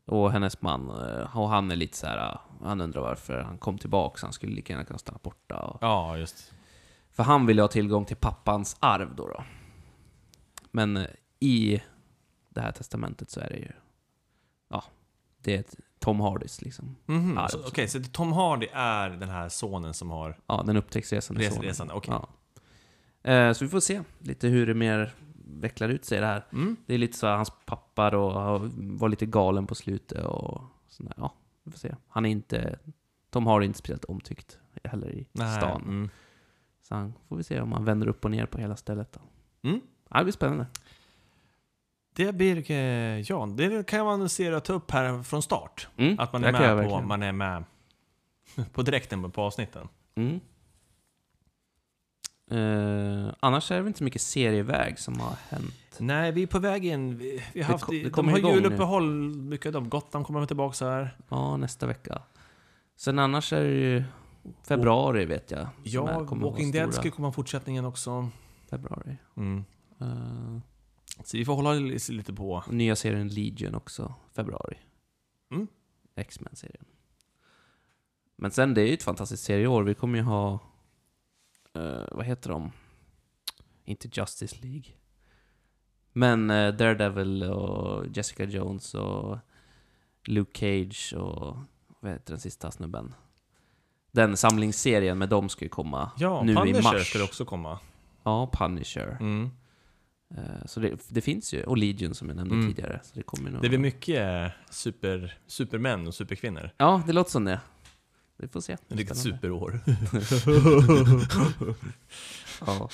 Och hennes man, eh, och han är lite så här, ah, han undrar varför han kom tillbaks, han skulle lika gärna kunna stanna borta. Och,
Ja, just.
För han ville ha tillgång till pappans arv då. då. Men eh, i det här testamentet så är det ju... Ja, det är ett Tom Hardys liksom.
Mhm.
Ja,
Så-
det-
Okej, så Tom Hardy är den här sonen som har
Ja, den upptäcktsresande
resresande? Okej.
Ja. Eh, Så vi får se lite hur det mer vecklar ut sig det här.
Mm.
Det är lite så här, hans pappa då har- var lite galen på slutet och sådär. Ja, vi får se. Han är inte... Tom Hardy är inte speciellt omtyckt heller i
Nej,
stan.
Mm.
Så han får vi se om han vänder upp och ner på hela stället då.
Mm.
Ja, det blir spännande.
Det blir, eh, ja, det kan man annonsera och ta upp här från start.
Mm,
Att man
det
är,
kan jag
med på,
verkligen.
man är med på direkten på avsnitten.
Mm. Eh, annars är det väl inte så mycket serieväg som har hänt.
Nej, vi är på väg in. Vi, vi har
Det
haft,
ko- det
de
kommer
har
igång
juluppehåll, mycket av dem. Gotland kommer tillbaka så här.
Ja, nästa vecka. Sen annars är det ju februari vet jag. som
Ja,
är- kommer att
Walking
vara
Dead
stora.
ska komma fortsättningen också.
Februari.
Mm.
Eh,
Så vi får hålla li- lite på.
och nya serien Legion också, februari.
Mm.
X-Men-serien. Men sen, det är ju ett fantastiskt serieår. Vi kommer ju ha... eh, vad heter de? Inte Justice League. Men eh, Daredevil och Jessica Jones och Luke Cage och... Vad heter den sista snubben? Den samlingsserien med dem ska ju komma
Ja,
nu i
Punisher
mars.
ska det också komma.
Ja, Punisher.
Mm.
Eh, Så det, det finns ju, och Legion som jag nämnde
Mm.
tidigare. Så det kommer nog...
Det blir mycket eh, super, supermän och superkvinnor.
Ja, det låter som det. Vi får se.
Vilket
Spännande.
superår.
Ja.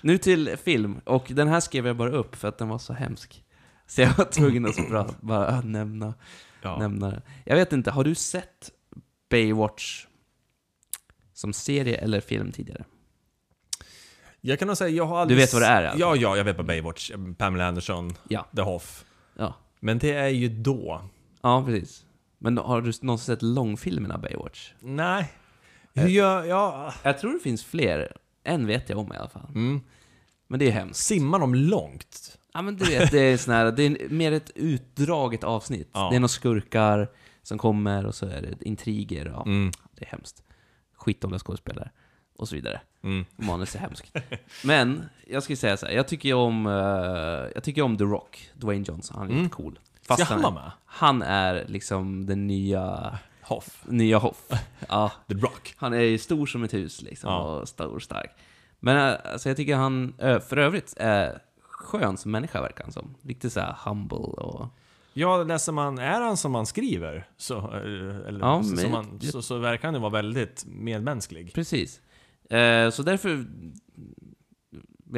Nu till film, och den här skrev jag bara upp för att den var så hemsk. Så jag var tvungen att bara, bara nämna,
Ja.
nämna den. Jag vet inte, har du sett Baywatch som serie eller film tidigare?
Jag kan nog säga, jag har
Du
aldrig...
vet vad det är,
s-
alltså?
Ja, ja, jag vet vad Baywatch, Pamela Anderson,
Ja.
The Hoff.
Ja,
Men det är ju då.
ja precis. Men har du någonsin sett långfilmerna Baywatch?
Nej.
Eh.
Hur gör jag?
Jag tror det finns fler. En vet jag om i alla fall.
Mm.
Men det är hemskt.
Simmar de långt?
Ja men du vet, det är sån här, det är mer ett utdraget avsnitt.
Ja.
Det är några skurkar som kommer och så är det intriger. Ja,
Mm.
Det är hemskt. Skitdåliga skådespelare. Och så vidare.
Mm.
Manus är hemskt. Men, jag skulle säga så här. jag tycker ju om, eh, jag tycker ju om The Rock, Dwayne Johnson. Han är
Mm.
lite cool.
Ska han vara
han,
med?
han är liksom den nya,
Hoff.
nya Hoff. Ja,
The Rock.
han är ju stor som ett hus liksom,
Ja.
och stor och stark. Men eh, alltså, jag tycker han, eh, för övrigt, är skön som människa verkar han som. Riktigt såhär humble och...
Ja, läser man, är han som man skriver så, eh, eller,
Ja,
så,
men-
som man, så, så verkar han ju vara väldigt medmänsklig.
Precis. Eh, så därför vill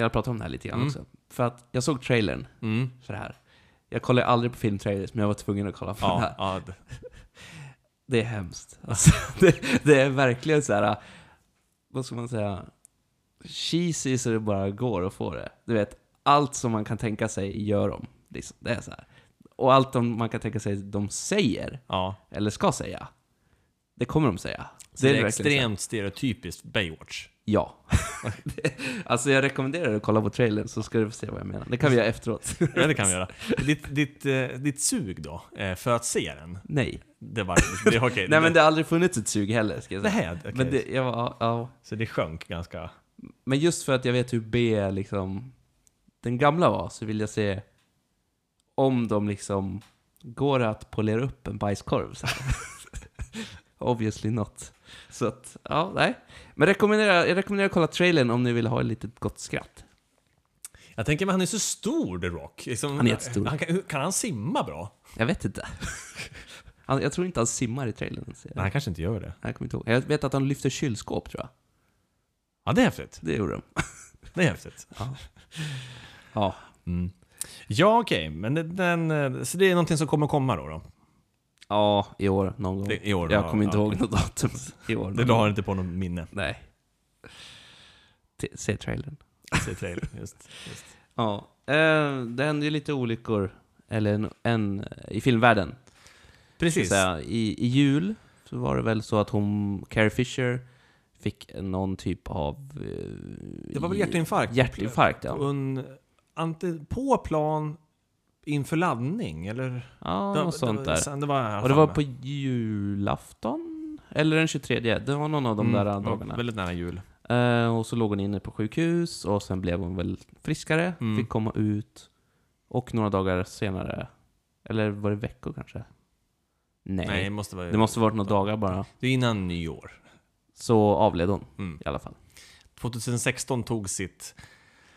jag prata om det här lite grann
Mm.
också. För att jag såg trailern
Mm.
för det här. Jag kollar ju aldrig på filmtrailers, men jag var tvungen att kolla på den
Ja,
här.
ja, d-
Det är hemskt. Alltså, det, det är verkligen så här. vad ska man säga, cheesy så det bara går att få det. Du vet, allt som man kan tänka sig gör de. Liksom. Det är så här. Och allt de, man kan tänka sig de säger,
ja.
eller ska säga, det kommer de säga.
Så det är,
verkligen så här.
extremt stereotypiskt Baywatch.
Ja. Det- alltså jag rekommenderar dig att kolla på trailern så ska du få se vad jag menar. Det kan vi göra efteråt.
Ja, det kan vi göra. Ditt, ditt, eh, ditt sug då, eh, för att se den?
Nej.
Det var... Det, okay,
Nej men det har aldrig funnits ett sug heller, ska jag
det
säga.
här, okej.
Men det, jag var, ja, ja.
Så det sjönk ganska...
Men just för att jag vet hur B liksom den gamla var så vill jag se om de liksom går det att polera upp en bajskorv. så här. Obviously not. Så att, ja, nej. Men rekommenderar, jag rekommenderar att kolla trailern om ni vill ha ett litet gott skratt.
Jag tänker, men han är så stor, The Rock. Liksom,
Han är jättestor.
Han kan, hur- kan han simma bra?
Jag vet inte. Han, jag tror inte han simmar i trailern. Så jag,
Nej, han kanske inte gör det.
jag kommer inte ihåg. Jag vet att han lyfter kylskåp tror jag.
Ja, det är häftigt.
Det gjorde de.
Det är häftigt.
Ja.
Mm. Ja, okej. Men det- den... eh, Så det är någonting som kommer komma då? då.
ja, i år någon gång.
Det, I år?
jag
ja,
kommer inte
ja.
ihåg något datum. I år.
Det
någon
la
gång.
han inte på något minne.
Nej. T- Se trailern.
i trailern, Just.
Ja. Eh, det hände ju lite olyckor, eller en, en i filmvärlden. ska jag
Precis.
Säga. I, I jul så var det väl så att hon, Carrie Fisher, fick någon typ av... eh,
Det var väl hjärtinfarkt?
Hjärtinfarkt,
På
ja.
en, ante, på plan inför laddning, eller?
Ja,
Det-
något
det-
sånt där.
sen- Det var, i alla
Och det
fall
var på julafton? Eller den 23, det var någon av de
Mm,
där
det var
dagarna.
Väldigt nära jul.
Eh, och så låg hon inne på sjukhus och sen blev hon väl friskare,
Mm.
fick komma ut. Och några dagar senare, eller var det veckor kanske? Nej,
Nej, det måste vara...
det måste varit några dagar bara.
Det är innan nyår.
Så avled hon
Mm.
i alla fall.
2016 tog sitt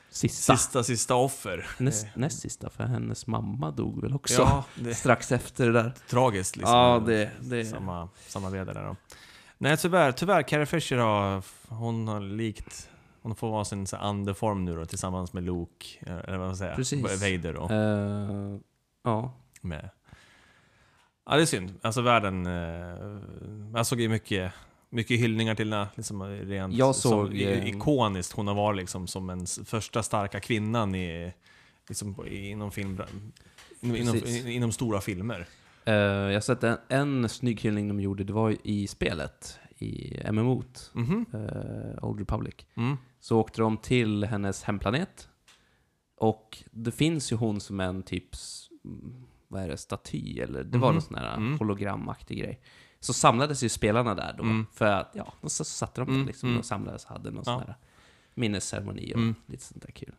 Sista.
sista, sista offer.
Näst, näst sista, för hennes mamma dog väl också?
Ja, det är
Strax efter det där.
tragiskt liksom.
ja, det... det
Samma, samma veda där då. Nej, tyvärr. Tyvärr, Carrie Fisher har... Hon har likt... Hon får vara sin så här andeform nu då, tillsammans med Luke, eh, eller vad man säger,
Precis.
Vader då.
Eh, ja.
Med. Ja, det är synd. Alltså världen... Eh, jag såg ju mycket, mycket hyllningar till henne. Liksom, rent,
Jag såg,
som, i-
eh,
ikoniskt hon har varit liksom, som en s- första starka kvinnan i, liksom, på- i- inom, film, inom, inom,
Precis.
inom stora filmer.
Eh, jag har sett en, en snygg hyllning de gjorde, det var ju i spelet, i MMO,
Mhm.
uh, Old Republic.
Mm.
Så åkte de till hennes hemplanet. Och det finns ju hon som en typ, s- mm, vad är det, staty eller det var
Mhm.
någon sån här
Mm.
hologramaktig grej. Så samlades ju spelarna där då,
Mm.
för att ja, då s- satte de där
Mm,
liksom
mm.
och samlades och hade någon
Ja.
sån här minnesceremoni och
Mm.
lite sånt där kul.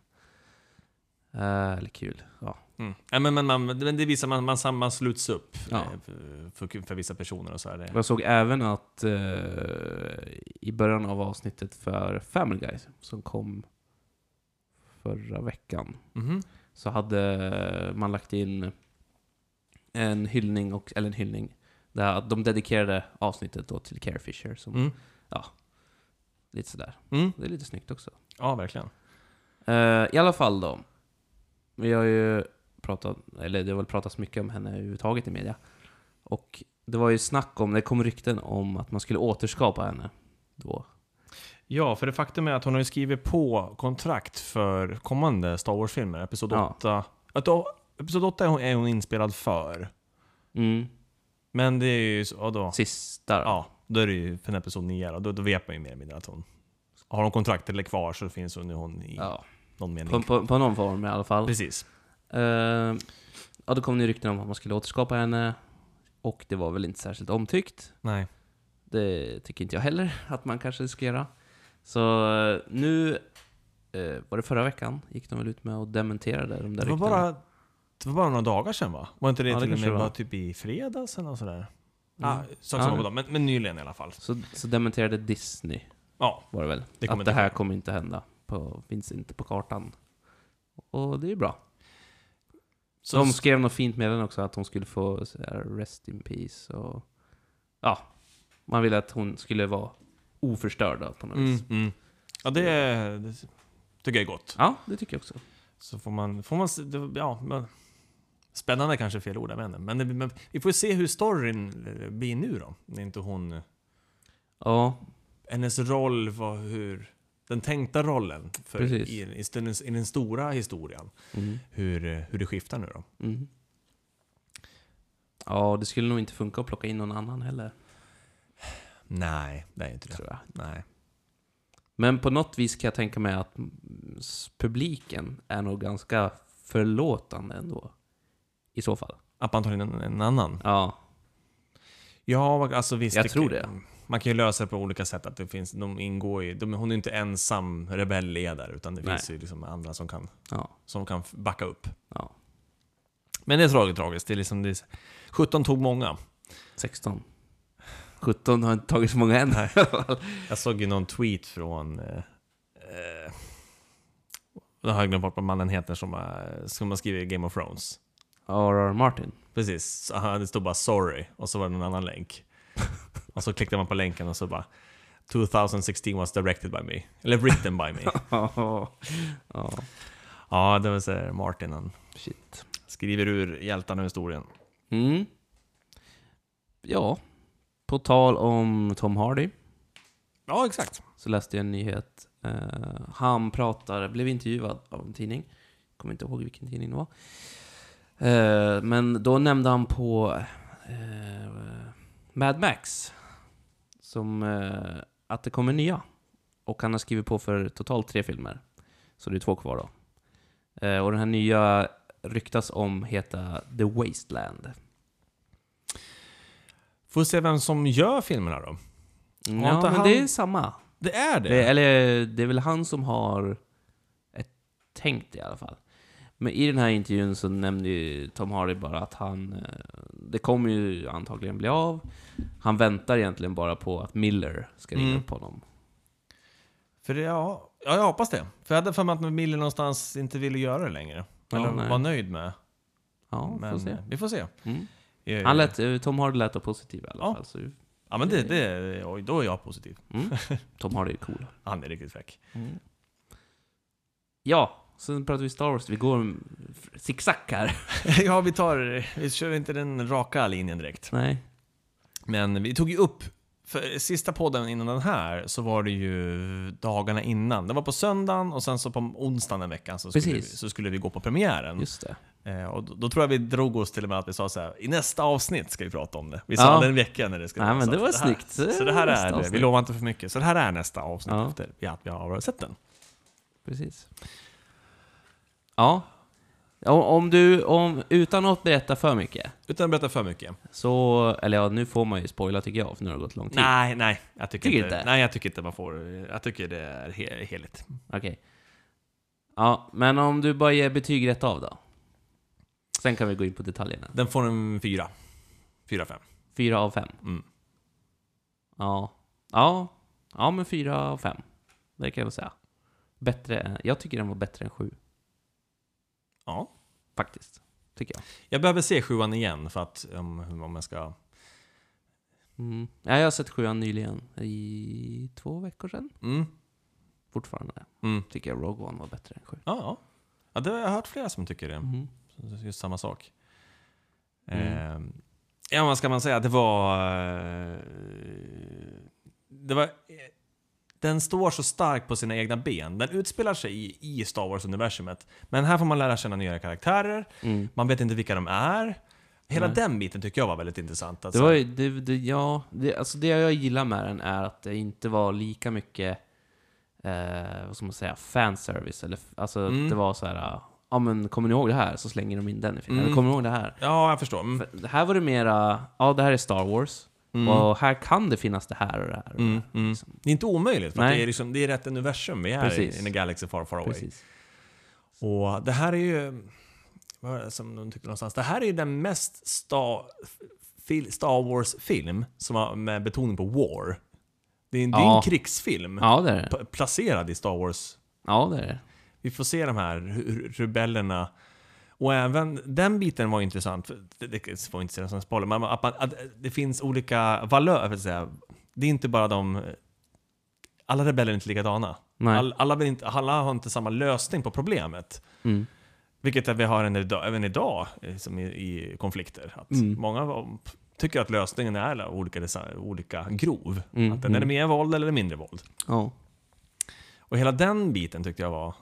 Eh, eller kul, ja.
Mm. Ja, men, men, man, men det visar man, man, sam- man sluts upp
Ja.
eh, för, för, för vissa personer och så är det.
Jag såg även att eh, i början av avsnittet för Family Guys, som kom förra veckan
Mhm.
så hade man lagt in en hyllning, och, eller en hyllning, där de dedikerade avsnittet då till Carrie Fisher. Som,
Mm.
Lite sådär.
Mm.
Det är lite snyggt också.
Ja, verkligen.
Eh, I alla fall då. Vi har ju pratat, eller det har väl pratats mycket om henne överhuvudtaget i media. Och det var ju snack om, det kom rykten om att man skulle återskapa henne då.
Ja, för det faktum är att hon har ju skrivit på kontrakt för kommande Star Wars-filmer. Episod
Ja.
8. Att då, episod 8 är hon, är hon inspelad för.
Mm.
Men det är ju... så- Ja, då,
Sista
ja, då är det ju för en episod 9 då, då, då vet man ju mer eller mindre att hon... Har hon kontrakt eller kvar så finns hon, hon i
Ja,
någon mening.
på, på, på någon form i alla fall.
Precis.
Eh, ja, då kom det ju rykten om att man skulle återskapa henne. Och det var väl inte särskilt omtyckt.
Nej.
Det tycker inte jag heller att man kanske ska göra. Så eh, nu, eh, var det förra veckan, gick de väl ut med och dementerade de där
Det var,
ryktena.
bara, det var bara några dagar sedan va? Var inte det
Ja, det
till och
kanske
med
det var.
bara typ i fredags eller något sådär?
Mm.
Ah, sak som
Ja.
var på dagen, men, men nyligen i alla fall.
Så, så dementerade Disney,
Ja,
var det väl?
Det kommer
att det
inte
här
ske.
kommer inte hända. På, finns inte på kartan. Och det är bra.
så,
de skrev något fint med den också, att hon skulle få så här, rest in peace och... Ja. Man ville att hon skulle vara oförstörd då, på något
mm,
vis.
mm. Ja, det, det tycker jag är gott.
Ja, det tycker jag också.
Så får man... Får man se- det, ja, men, spännande kanske är fel ord, jag vet inte. Men, det, men vi får se hur storyn eh, blir nu då. När inte hon...
Ja,
Hennes roll var hur... Den tänkta rollen för
Precis.
i, i, den- i den stora historien.
Mm.
Hur, eh, hur det skiftar nu då.
Mm. Ja, det skulle nog inte funka att plocka in någon annan heller,
Nej, det är inte det.
tror jag.
Nej.
Men på något vis kan jag tänka mig att mm, s- publiken är nog ganska förlåtande ändå. I så fall.
Att man tar in en, en annan?
Ja,
Ja, alltså visst.
Jag tror det.
Man kan ju lösa det på olika sätt. Att det finns, de ingår i, de, hon är inte ensam rebellledare, utan det
Nej.
finns ju liksom andra som kan,
ja,
som kan backa upp.
ja.
Men det är tragiskt, tragiskt. Det är liksom, det är, 17 tog många.
16. 17 har inte tagit så många än.
Nej. Jag såg ju någon tweet från... Eh, eh, jag har glömt bort vad mannen heter som, eh, som har skrivit Game of Thrones.
R.R. Martin.
Precis, Så han- det stod bara “sorry” och så var det någon annan länk. och så klickade man på länken och så bara 2016 was directed by me. Eller written by me.
ja,
ja, det var så här Martin han
shit.
skriver ur hjältarna ur historien.
Mm. Ja, på tal om Tom Hardy.
Ja, exakt.
så läste jag en nyhet. Eh, han pratar, blev intervjuad av en tidning. Kommer inte ihåg vilken tidning det var. Eh, men då nämnde han på eh, Mad Max. Som eh, att det kommer nya. Och han har skrivit på för totalt tre filmer. Så det är två kvar då. Eh, och den här nya ryktas om heta The Wasteland.
Får se vem som gör filmerna då.
Ja,
Har inte
men
han-
det är samma.
Det är det!
Det, eller det är väl han som har ett tänkt i alla fall. Men i den här intervjun så nämnde ju Tom Hardy bara att han... eh, Det kommer ju antagligen bli av. Han väntar egentligen bara på att Miller ska ringa
Mm.
upp honom.
För det, ja, ja, jag hoppas det. För jag hade för mig att Miller någonstans inte ville göra det längre.
Ja,
Eller
nej.
var nöjd med.
Ja,
men
får se.
vi får se.
Mm.
Eh,
Han lät, eh, Tom Hardy lät då positiv i alla
Ja.
fall. Så,
Ja, men det, det, oj, då är jag positiv.
mm. Tom Hardy är cool.
Han är riktigt fräck.
Ja, sen pratar vi Star Wars. Vi går mm, zigzag här.
ja, vi tar... Vi kör inte den raka linjen direkt.
Nej.
Men vi tog ju upp, för sista podden innan den här så var det ju dagarna innan. Det var på söndagen och sen så på onsdagen den veckan så skulle, vi,
Precis.
så skulle vi gå på premiären.
Just det.
Eh, och då, då tror jag vi drog oss till och med att vi sa så här, i nästa avsnitt ska vi prata om det. Vi
Ja.
sa den veckan när det skulle
Nej, men
Så
det var
här,
snyggt.
Så det här
Nästa
är det. Vi
avsnitt.
lovar inte för mycket. Så det här är nästa avsnitt
Ja.
efter ja, att vi har sett den.
Precis. Ja. Om, om du, om, utan att berätta för mycket,
Utan att berätta för mycket.
så, eller ja, nu får man ju spoila tycker jag, för nu har det gått lång tid.
Nej, nej. Jag tycker,
Tycker
inte,
inte?
Nej, jag tycker inte man får... Jag tycker det är he- heligt.
Okej. Ja, men om du bara ger betyg rätt av då? Sen kan vi gå in på detaljerna.
Den får en fyra. Fyra, fem.
Fyra av fem.
Mm.
Ja. Ja. Ja, men fyra av fem. Det kan jag väl säga. Bättre, än- jag tycker den var bättre än 7,
Ja.
faktiskt. Tycker jag.
Jag behöver se sjuan igen för att um, om jag ska...
Mm. Ja, jag har sett 7 nyligen, i två veckor sedan.
Mm.
Fortfarande
Mm.
tycker jag Rogue One var bättre än 7.
Ja, ja. ja, det har jag hört flera som tycker det.
Mm.
Just samma sak.
Mm.
Eh, ja, vad ska man säga? Det var... eh, Det var... eh, Den står så stark på sina egna ben. Den utspelar sig i, i Star Wars-universumet. Men här får man lära känna nya karaktärer.
Mm.
Man vet inte vilka de är. Hela
Nej.
den biten tycker jag var väldigt intressant.
Det
Alltså.
var ju, det, det, ja, det, alltså det jag gillar med den är att det inte var lika mycket, eh, vad ska man säga, fanservice. Eller, f- alltså
Mm.
det var så här, ah, ja men kommer ni ihåg det här? Så slänger de in den i filmen.
Mm.
Eller kommer ni ihåg det här?
Ja, jag förstår. Mm.
För, här var det mera, ja det här är Star Wars. Och här kan det finnas det här och det här. Och
Mm,
det här
mm.
liksom.
Det är inte omöjligt, för att
Nej.
det, är liksom, det är rätt universum vi är
Precis.
i, in a galaxy far far away.
Precis.
Och det här är ju, vad var det som de tyckte någonstans, det här är ju den mest Star, fil, Star Wars-film som har med betoning på war. Det är en, det är en
Ja.
krigsfilm,
Ja det är det.
pl- placerad i Star Wars.
Ja det är det.
Vi får se de här ru- rebellerna. Och även den biten var intressant, för det, det var inte säga som spoiler, men att, man, att det finns olika valörer, för att säga. Det är inte bara de... Alla rebeller är inte likadana.
Nej.
All, alla, vill inte, alla har inte samma lösning på problemet.
Mm.
Vilket är vi har än idag, även idag eh, som i, i konflikter. Att
Mm.
Många av- tycker att lösningen är alla olika, desa- olika grov.
Mm,
Att den är
mm.
mer våld eller mindre våld.
Ja.
Och hela den biten tyckte jag var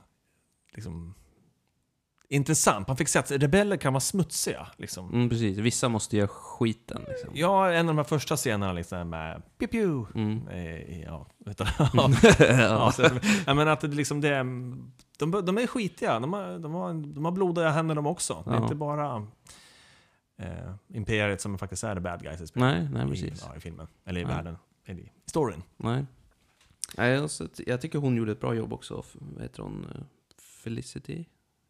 liksom, intressant. Man fick se att rebeller kan vara smutsiga. Liksom.
Mm, precis. Vissa måste göra skiten liksom.
Ja, en av de här första scenerna liksom, med pew pew.
Mm.
Eh, Ja, utan, ja,
ja.
så, ja, men att det liksom det, de, de är skitiga. De har, de, har, de har blodiga händer de också. Det är
Ja.
inte bara eh, Imperiet som faktiskt är the bad guys i, spelet,
Nej, nej
i,
precis.
ja, i filmen. Eller i
Ja.
världen. Eller i storyn.
Nej. Nej alltså, t- jag tycker hon gjorde ett bra jobb också. F- Vad heter hon? Eh, Felicity?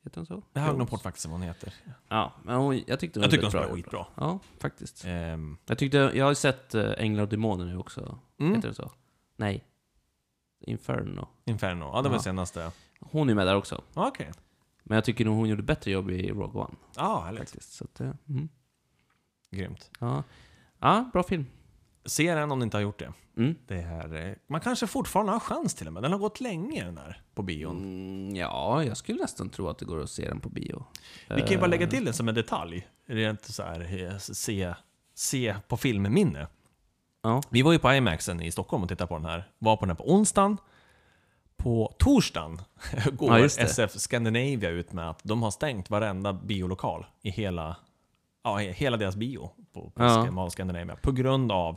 Heter hon så?
Jag har glömt
Jones.
bort faktiskt vad hon heter.
Ja, men hon, jag tyckte hon
Jag
gjorde
tycker hon
ett bra
spelar
jobb.
skitbra.
Ja, faktiskt.
Ehm,
Jag, tyckte, jag har ju sett eh, Änglar och Demoner nu också.
Mm.
Heter det så? Nej. Inferno.
Inferno. Ja, det var
Ja.
senaste.
Hon är med där också.
Ah, Okej.
Men jag tycker nog hon gjorde bättre jobb i Rogue One.
Ja, härligt.
Faktiskt. Så att, eh, mm.
Grymt.
ja. ja, bra film.
Se den om ni inte har gjort det.
Mm.
det här, eh, man kanske fortfarande har chans till och med. Den har gått länge den här på bion.
Mm, ja, jag skulle nästan tro att det går att se den på bio.
Vi kan ju
Eh,
bara lägga till det som en detalj. Rent så här, eh, se, se på filmminne.
Ja.
Vi var ju på IMAXen i Stockholm och tittade på den här. Var på den här på onsdagen. På torsdagen går
Ja, just det.
SF Scandinavia ut med att de har stängt varenda biolokal i hela, ja, he- hela deras bio på, på
Ja.
Sc- Mall Scandinavia på grund av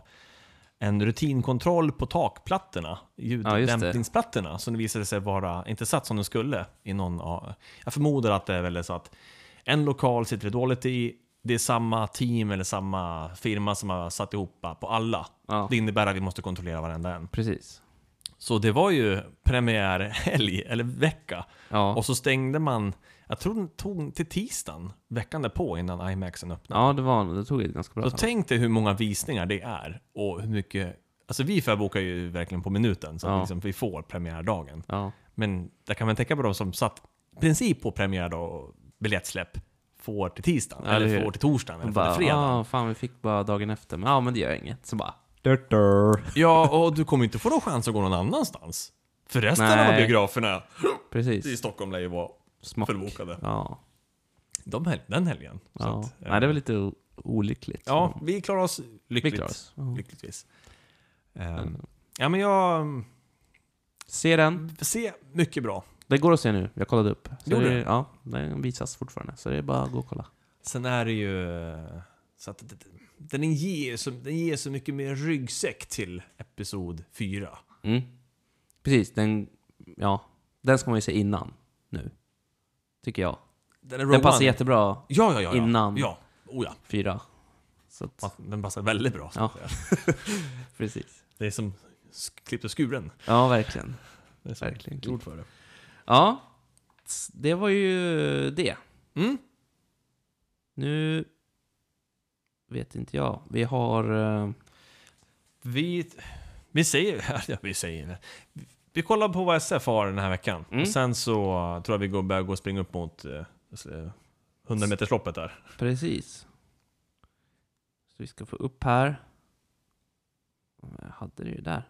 en rutinkontroll på takplattorna,
Ja, just det.
ljuddämpningsplattorna, som det visade sig vara inte satt som de skulle. I någon, av- jag förmodar att det är väl så att en lokal sitter det dåligt i, det är samma team eller samma firma som har satt ihop på alla.
Ja,
Det innebär att vi måste kontrollera varenda en.
precis.
Så det var ju premiärhelg, eller vecka.
Ja.
Och så stängde man, jag tror den tog till tisdagen veckan därpå innan IMAXen öppnade.
Ja, det var det tog ett ganska bra
Då
tag.
tänk dig hur många visningar det är och hur mycket... Alltså vi förbokar ju verkligen på minuten så att
Ja.
liksom vi får premiärdagen.
Ja,
Men jag kan väl tänka på de som satt i princip på premiärdag och biljettsläpp får till tisdagen,
Ja, det
eller
är-
får till torsdagen, eller
och
får
bara,
till fredagen.
ah, fan vi fick bara dagen efter, men ja men det gör inget. Så bara,
Ja, och du kommer inte få någon chans att gå någon annanstans. För resten av
Nej.
biograferna i
precis.
Stockholm lär ju vara
Smock.
fullbokade.
Ja.
De hel- den helgen. Så
ja.
att, eh,
Nej, det var lite o- olyckligt.
Ja, vi klarar oss lyckligt.
vi klarar oss. Ja.
Lyckligtvis. Ehm, ja, men jag...
Se den.
Se, mycket bra.
Det går att se nu, jag kollade upp. Så
Gjorde
det,
du?
Ja, den visas fortfarande. Så det är bara att gå och kolla.
Sen är det ju... Så att, det- det- den, ger så, den ger så mycket mer ryggsäck till Episod 4.
Mm. Precis, den, ja, den ska man ju se innan nu. Tycker jag.
Den, är
Den
Rogue
passar
One.
jättebra
Ja, ja, ja. ja.
innan.
Ja, oh, ja.
fyra. Så att,
Pass- Den passar väldigt bra.
Ja.
Ja.
precis.
Det är som sk- klippt och skuren.
Ja, verkligen.
Det är så
verkligen.
gjort för det.
Ja, det var ju det.
Mm.
Nu vet inte jag. Vi har... eh,
Vi, vi säger... Ja, vi säger... Vi kollar på vad SF har den här veckan.
Mm.
Och sen så tror jag vi går, börjar gå och springa upp mot eh, s- eh, 100-metersloppet där.
Precis. Så vi ska få upp här. Jag hade det ju där.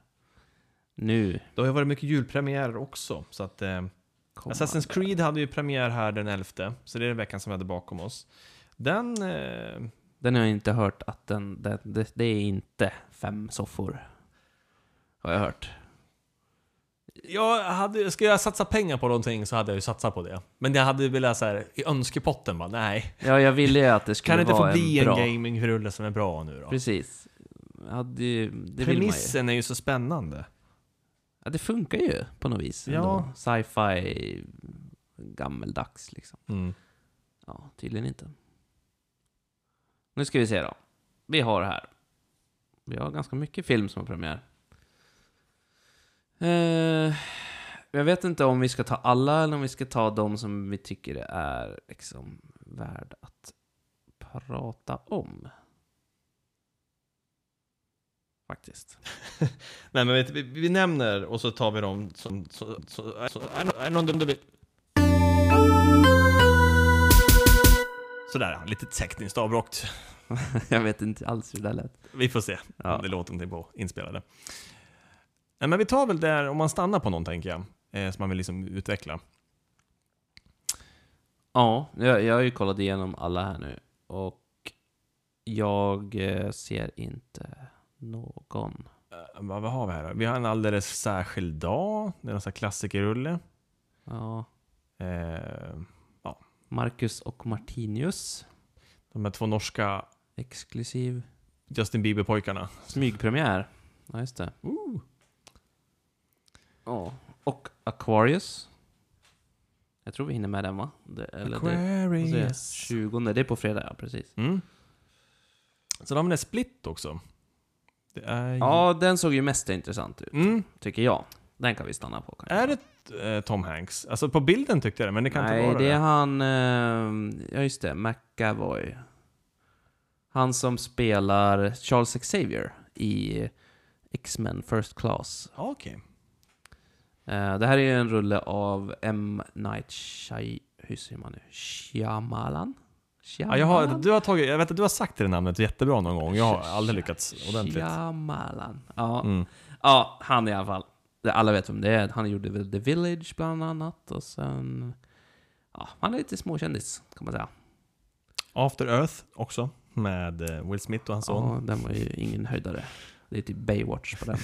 Nu
Det har ju varit mycket julpremiärer också. Så att, eh,
kommer
Assassin's
det.
Creed hade ju premiär här den 11, så det är den veckan som vi hade bakom oss. Den... Eh,
Den har jag inte hört att den, den det, det är inte fem soffor. Har jag hört.
jag hade, ska jag satsa pengar på någonting så hade jag ju satsat på det. Men jag hade ju velat så här, i önskepotten bara, nej.
Ja, jag ville ju att det
Kan
skulle
det inte få
vara
bli en,
bra.
gamingrulle som är bra nu då?
Precis. Ja, det, det vill man ju.
Premissen är ju så spännande.
Ja, det funkar ju på något vis.
Ja.
Ja. Sci-fi, gammeldags liksom.
Mm.
Ja, tydligen inte. Nu ska vi se då. Vi har här. Vi har ganska mycket film som har premiär. Eh, jag vet inte om vi ska ta alla eller om vi ska ta de som vi tycker är liksom värd att prata om. Faktiskt.
Nej men vet, du, vi, vi nämner och så tar vi dem som... Så, så, så, är no- är någon dum dum- Sådär, lite tekniskt avbrott.
jag vet inte alls hur det där lät.
Vi får se
Ja.
om det låter någonting på inspelade. Nej, men vi tar väl där, om man stannar på någon tänker jag, eh, som man vill liksom utveckla.
Ja, jag, jag har ju kollat igenom alla här nu och jag eh, ser inte någon.
Eh, vad, vad har vi här då? Vi har en alldeles särskild dag, det är någon sån här klassikerrulle.
Ja,
Eh,
Marcus och Martinius,
de här två norska
exklusiv
Justin Bieber-pojkarna.
smygpremiär. Ja, just det. Ja, och Aquarius. Jag tror vi hinner med den va? Det, eller det, Alltså, vad säger jag?
Aquarius.
20, det är på fredag, ja precis.
Mm. Sen har vi den här Split också. Det är ju...
Ja, den såg ju mest intressant ut,
Mm.
tycker jag. Den kan vi stanna på kanske.
Är det eh, Tom Hanks? Alltså på bilden tyckte jag det, men det kan
Nej,
inte vara
det
det.
är han... eh, Ja, just det. McAvoy. Han som spelar Charles Xavier i X-Men First Class.
Ja, Ah, Okej.
Eh, Det här är ju en rulle av M. Night Shy... Hur säger man nu? Shyamalan?
Ja, jag har, du har tagit, jag vet att du har sagt det namnet jättebra någon gång. Jag har aldrig lyckats ordentligt.
Shyamalan. Ja.
Mm.
ja, han i alla fall. Det- Alla vet vem det är. Han gjorde väl The Village bland annat och sen... Ja, han är lite småkändis kan man säga.
After Earth också, med eh, Will Smith och hans son.
Ja, den var ju ingen höjdare. Det är typ Baywatch på den.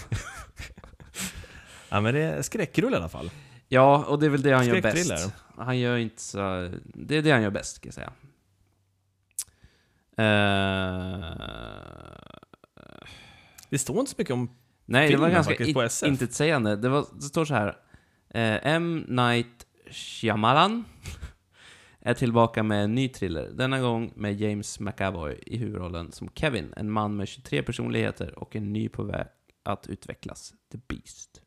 Ja, men det är skräckrull i alla fall.
ja, och det är väl det han gör
Skräckthriller.
bäst. Han gör inte så... Det är det han gör bäst, ska jag säga. Eh,
Det står inte så mycket om...
nej, det var
Filmen
ganska
faktiskt på
in,
SF.
intetsägande. Det, var, det står så här. eh, M. Night Shyamalan är tillbaka med en ny thriller. Denna gång med James McAvoy i huvudrollen som Kevin, en man med 23 personligheter och en ny på väg att utvecklas, The Beast.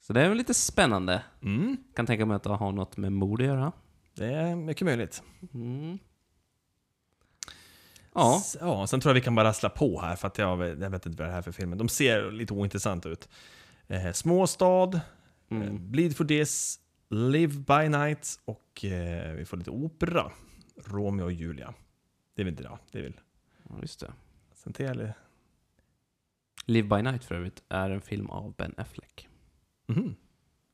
Så det är väl lite spännande.
Mm,
Kan tänka mig att det har något med mord att göra.
det är mycket möjligt.
Mm. Ja,
S- ja. Sen tror jag vi kan bara rassla på här, för att jag, vet- jag vet inte vad det här är för filmer. De ser lite ointressanta ut. Eh, Småstad, eh,
mm.
Bleed for this, Live by night och eh, vi får lite opera. Romeo och Julia. Det är väl inte det? Det är väl...
Ja, just det.
Sen till, eller?
Live by Night för övrigt är en film av Ben Affleck.
Mhm.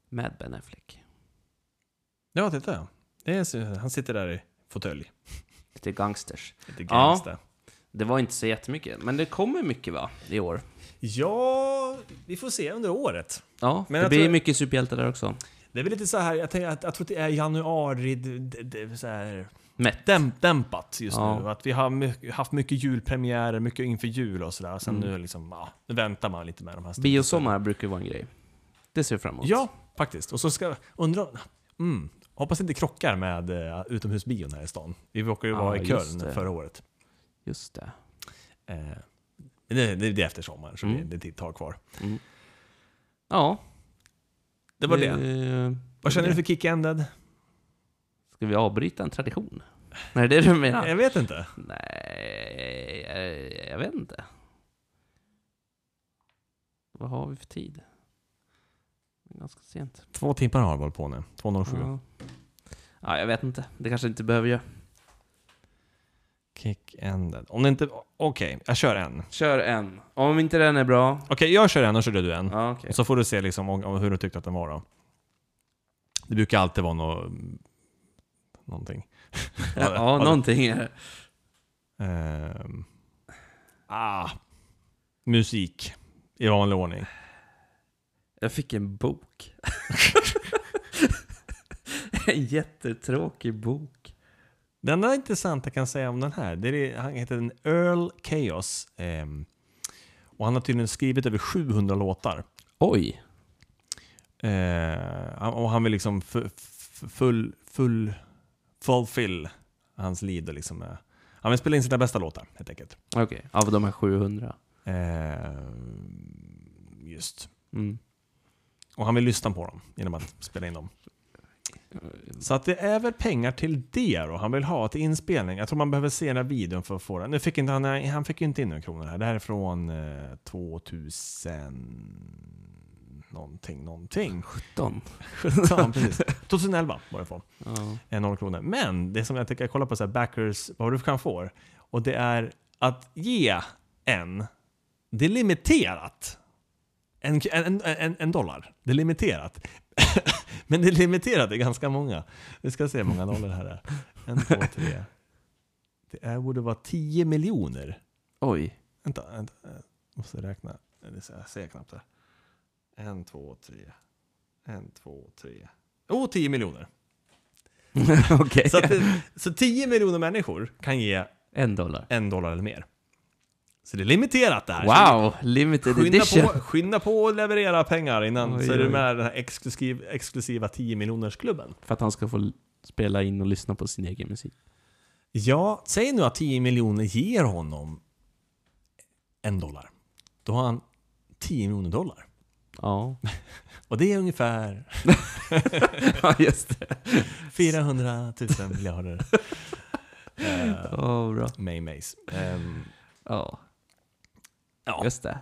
Med Ben Affleck.
Ja, titta ja. Det är, så- han sitter där i fåtölj.
Lite gangsters.
Lite
Ja.
gangsta.
Det var inte så jättemycket, men det kommer mycket va? I år.
Ja, vi får se under året.
Ja,
Men
det
jag
blir
tror-
mycket superhjältar där också.
Det är väl lite så här, jag, tänker, att jag tror att det är januari, d- d- d- så här,
Mätt.
dämp, dämpat just
Ja.
nu. Att vi har my- haft mycket julpremiärer, mycket inför jul och sådär. Sen
Mm.
nu liksom, ja, nu väntar man lite med de här stora-
Biosommar brukar ju vara en grej. Det ser vi fram emot.
Ja, faktiskt. Och så ska, undra, mm, hoppas det inte krockar med uh, utomhusbion här i stan. Vi råkade ju
Ja,
vara i
just
Köln
det.
förra året.
Just det.
Eh, men det, det, det är efter sommaren, så
Mm.
det, det tar kvar.
Ja.
Mm. Det var det. Vad känner du
det.
för kick-ended?
Ska vi avbryta en tradition? Nej, det är det du menar?
Jag vet inte.
Nej, eh, jag, jag vet inte. Vad har vi för tid? ganska sent.
Två timmar har jag varit på nu. 2.07.
Ja. ja, jag vet inte. Det kanske inte behöver jag.
Kick-ended. Om det inte... Okej, jag kör en. Okej,
Kör en. Om inte den är bra.
jag kör en och så kör du en.
Ja, okej.
Så får du se liksom om, om hur du tyckte att den var då. Det brukar alltid vara nå någonting.
Ja, någonting är det.
Ehm. ah, musik i vanlig ordning.
Jag fick en bok. en jättetråkig bok.
Det enda intressanta jag kan säga om den här, det är, det- han heter en Earl Chaos. ehm, och han har tydligen skrivit över 700 låtar.
Oj.
Eh, han- och han vill liksom fu- fu- full, full, fulfill hans liv. då Liksom, eh. han vill spela in sina bästa låtar helt enkelt.
Okej, av de här 700.
Eh, just.
Mm.
Och han vill lyssna på dem genom att spela in dem. Så att det är väl pengar till det då. Han vill ha till inspelning. Jag tror man behöver se den här videon för att få den. Nu fick inte han, han fick ju inte in några kronor här. Det här är från eh, 2000... Någonting, någonting.
17.
17, precis. 2011 var det från.
Ja.
Eh, noll kronor. Men det som jag tycker jag kollar på så här backers, vad du kan få. Och det är att ge en, det är limiterat. En, en, en, en dollar. Det är limiterat. Men det är limiterat, det är ganska många. Vi ska se hur många dollar det här är. En, två, tre. Det är, borde vara 10 miljoner.
Oj.
Vänta, vänta. eh, Måste räkna. Eller så Jag ser knappt det. En, två, tre. En, två, tre. Oh, 10 miljoner.
Okej.
Så, att, så 10 miljoner människor kan ge
En dollar.
en dollar eller mer. Så det är limiterat det här. Så
Wow, limited
Skynda
edition.
på, skynda på och leverera pengar innan
Oj,
så är du
oj.
med i den här exklusiv, exklusiva 10 miljonersklubben.
För att han ska få l- spela in och lyssna på sin egen musik.
Ja, säg nu att 10 miljoner ger honom en dollar. Då har han 10 miljoner dollar.
Ja,
Och det är ungefär
Ja, just det.
400 000 miljarder. Uh,
Oh, bra.
May Mays. Ehm,
Ja,
ja,
just det.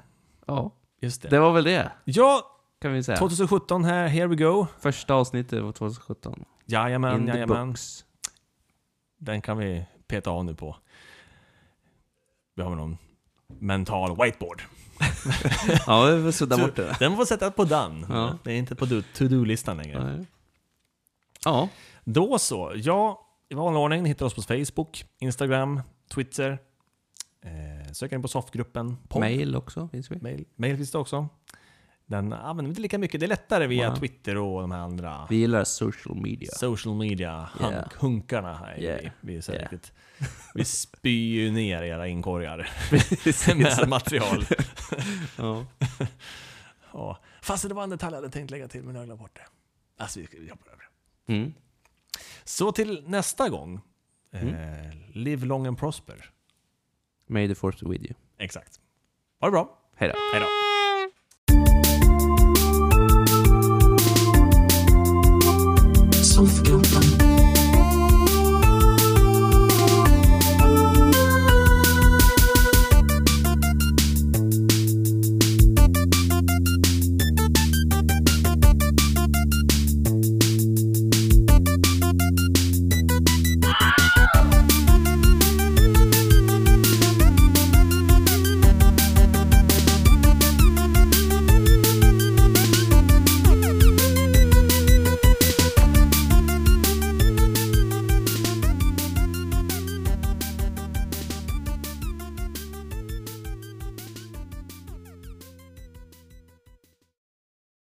Ja,
just
det
det.
var väl det,
Ja,
kan vi säga.
2017 här, here we go.
Första avsnittet var 2017.
Jajamän,
In the
jajamän.
books.
Den kan vi peta av nu på. Vi har väl någon mental whiteboard.
Ja, vi får sudda bort det där.
Den får sättas på den.
Ja.
Det är inte på do- to-do-listan längre.
Nej. Ja,
Då så. Ja, i vanlig ordning hittar oss på Facebook, Instagram, Twitter. Eh, söker ni på softgruppen. podd.
mail också finns vi.
Mail. Mail finns det också. Den använder vi inte lika mycket. Det är lättare via
Ja.
Twitter och de här andra
Vi gillar social media.
social media hunk,
Yeah.
hunkarna här. är
Yeah.
Vi, vi, är så här
Yeah.
riktigt, vi spyr ju ner era inkorgar med material.
Ja.
Ja. Fast det var en detalj jag hade tänkt lägga till, men jag glömde bort det. Alltså, vi, vi hoppar över det.
Mm.
Så till nästa gång. Eh, live long and prosper.
May the force be with you.
Exakt. Ha det bra.
Hej då.
Hej då.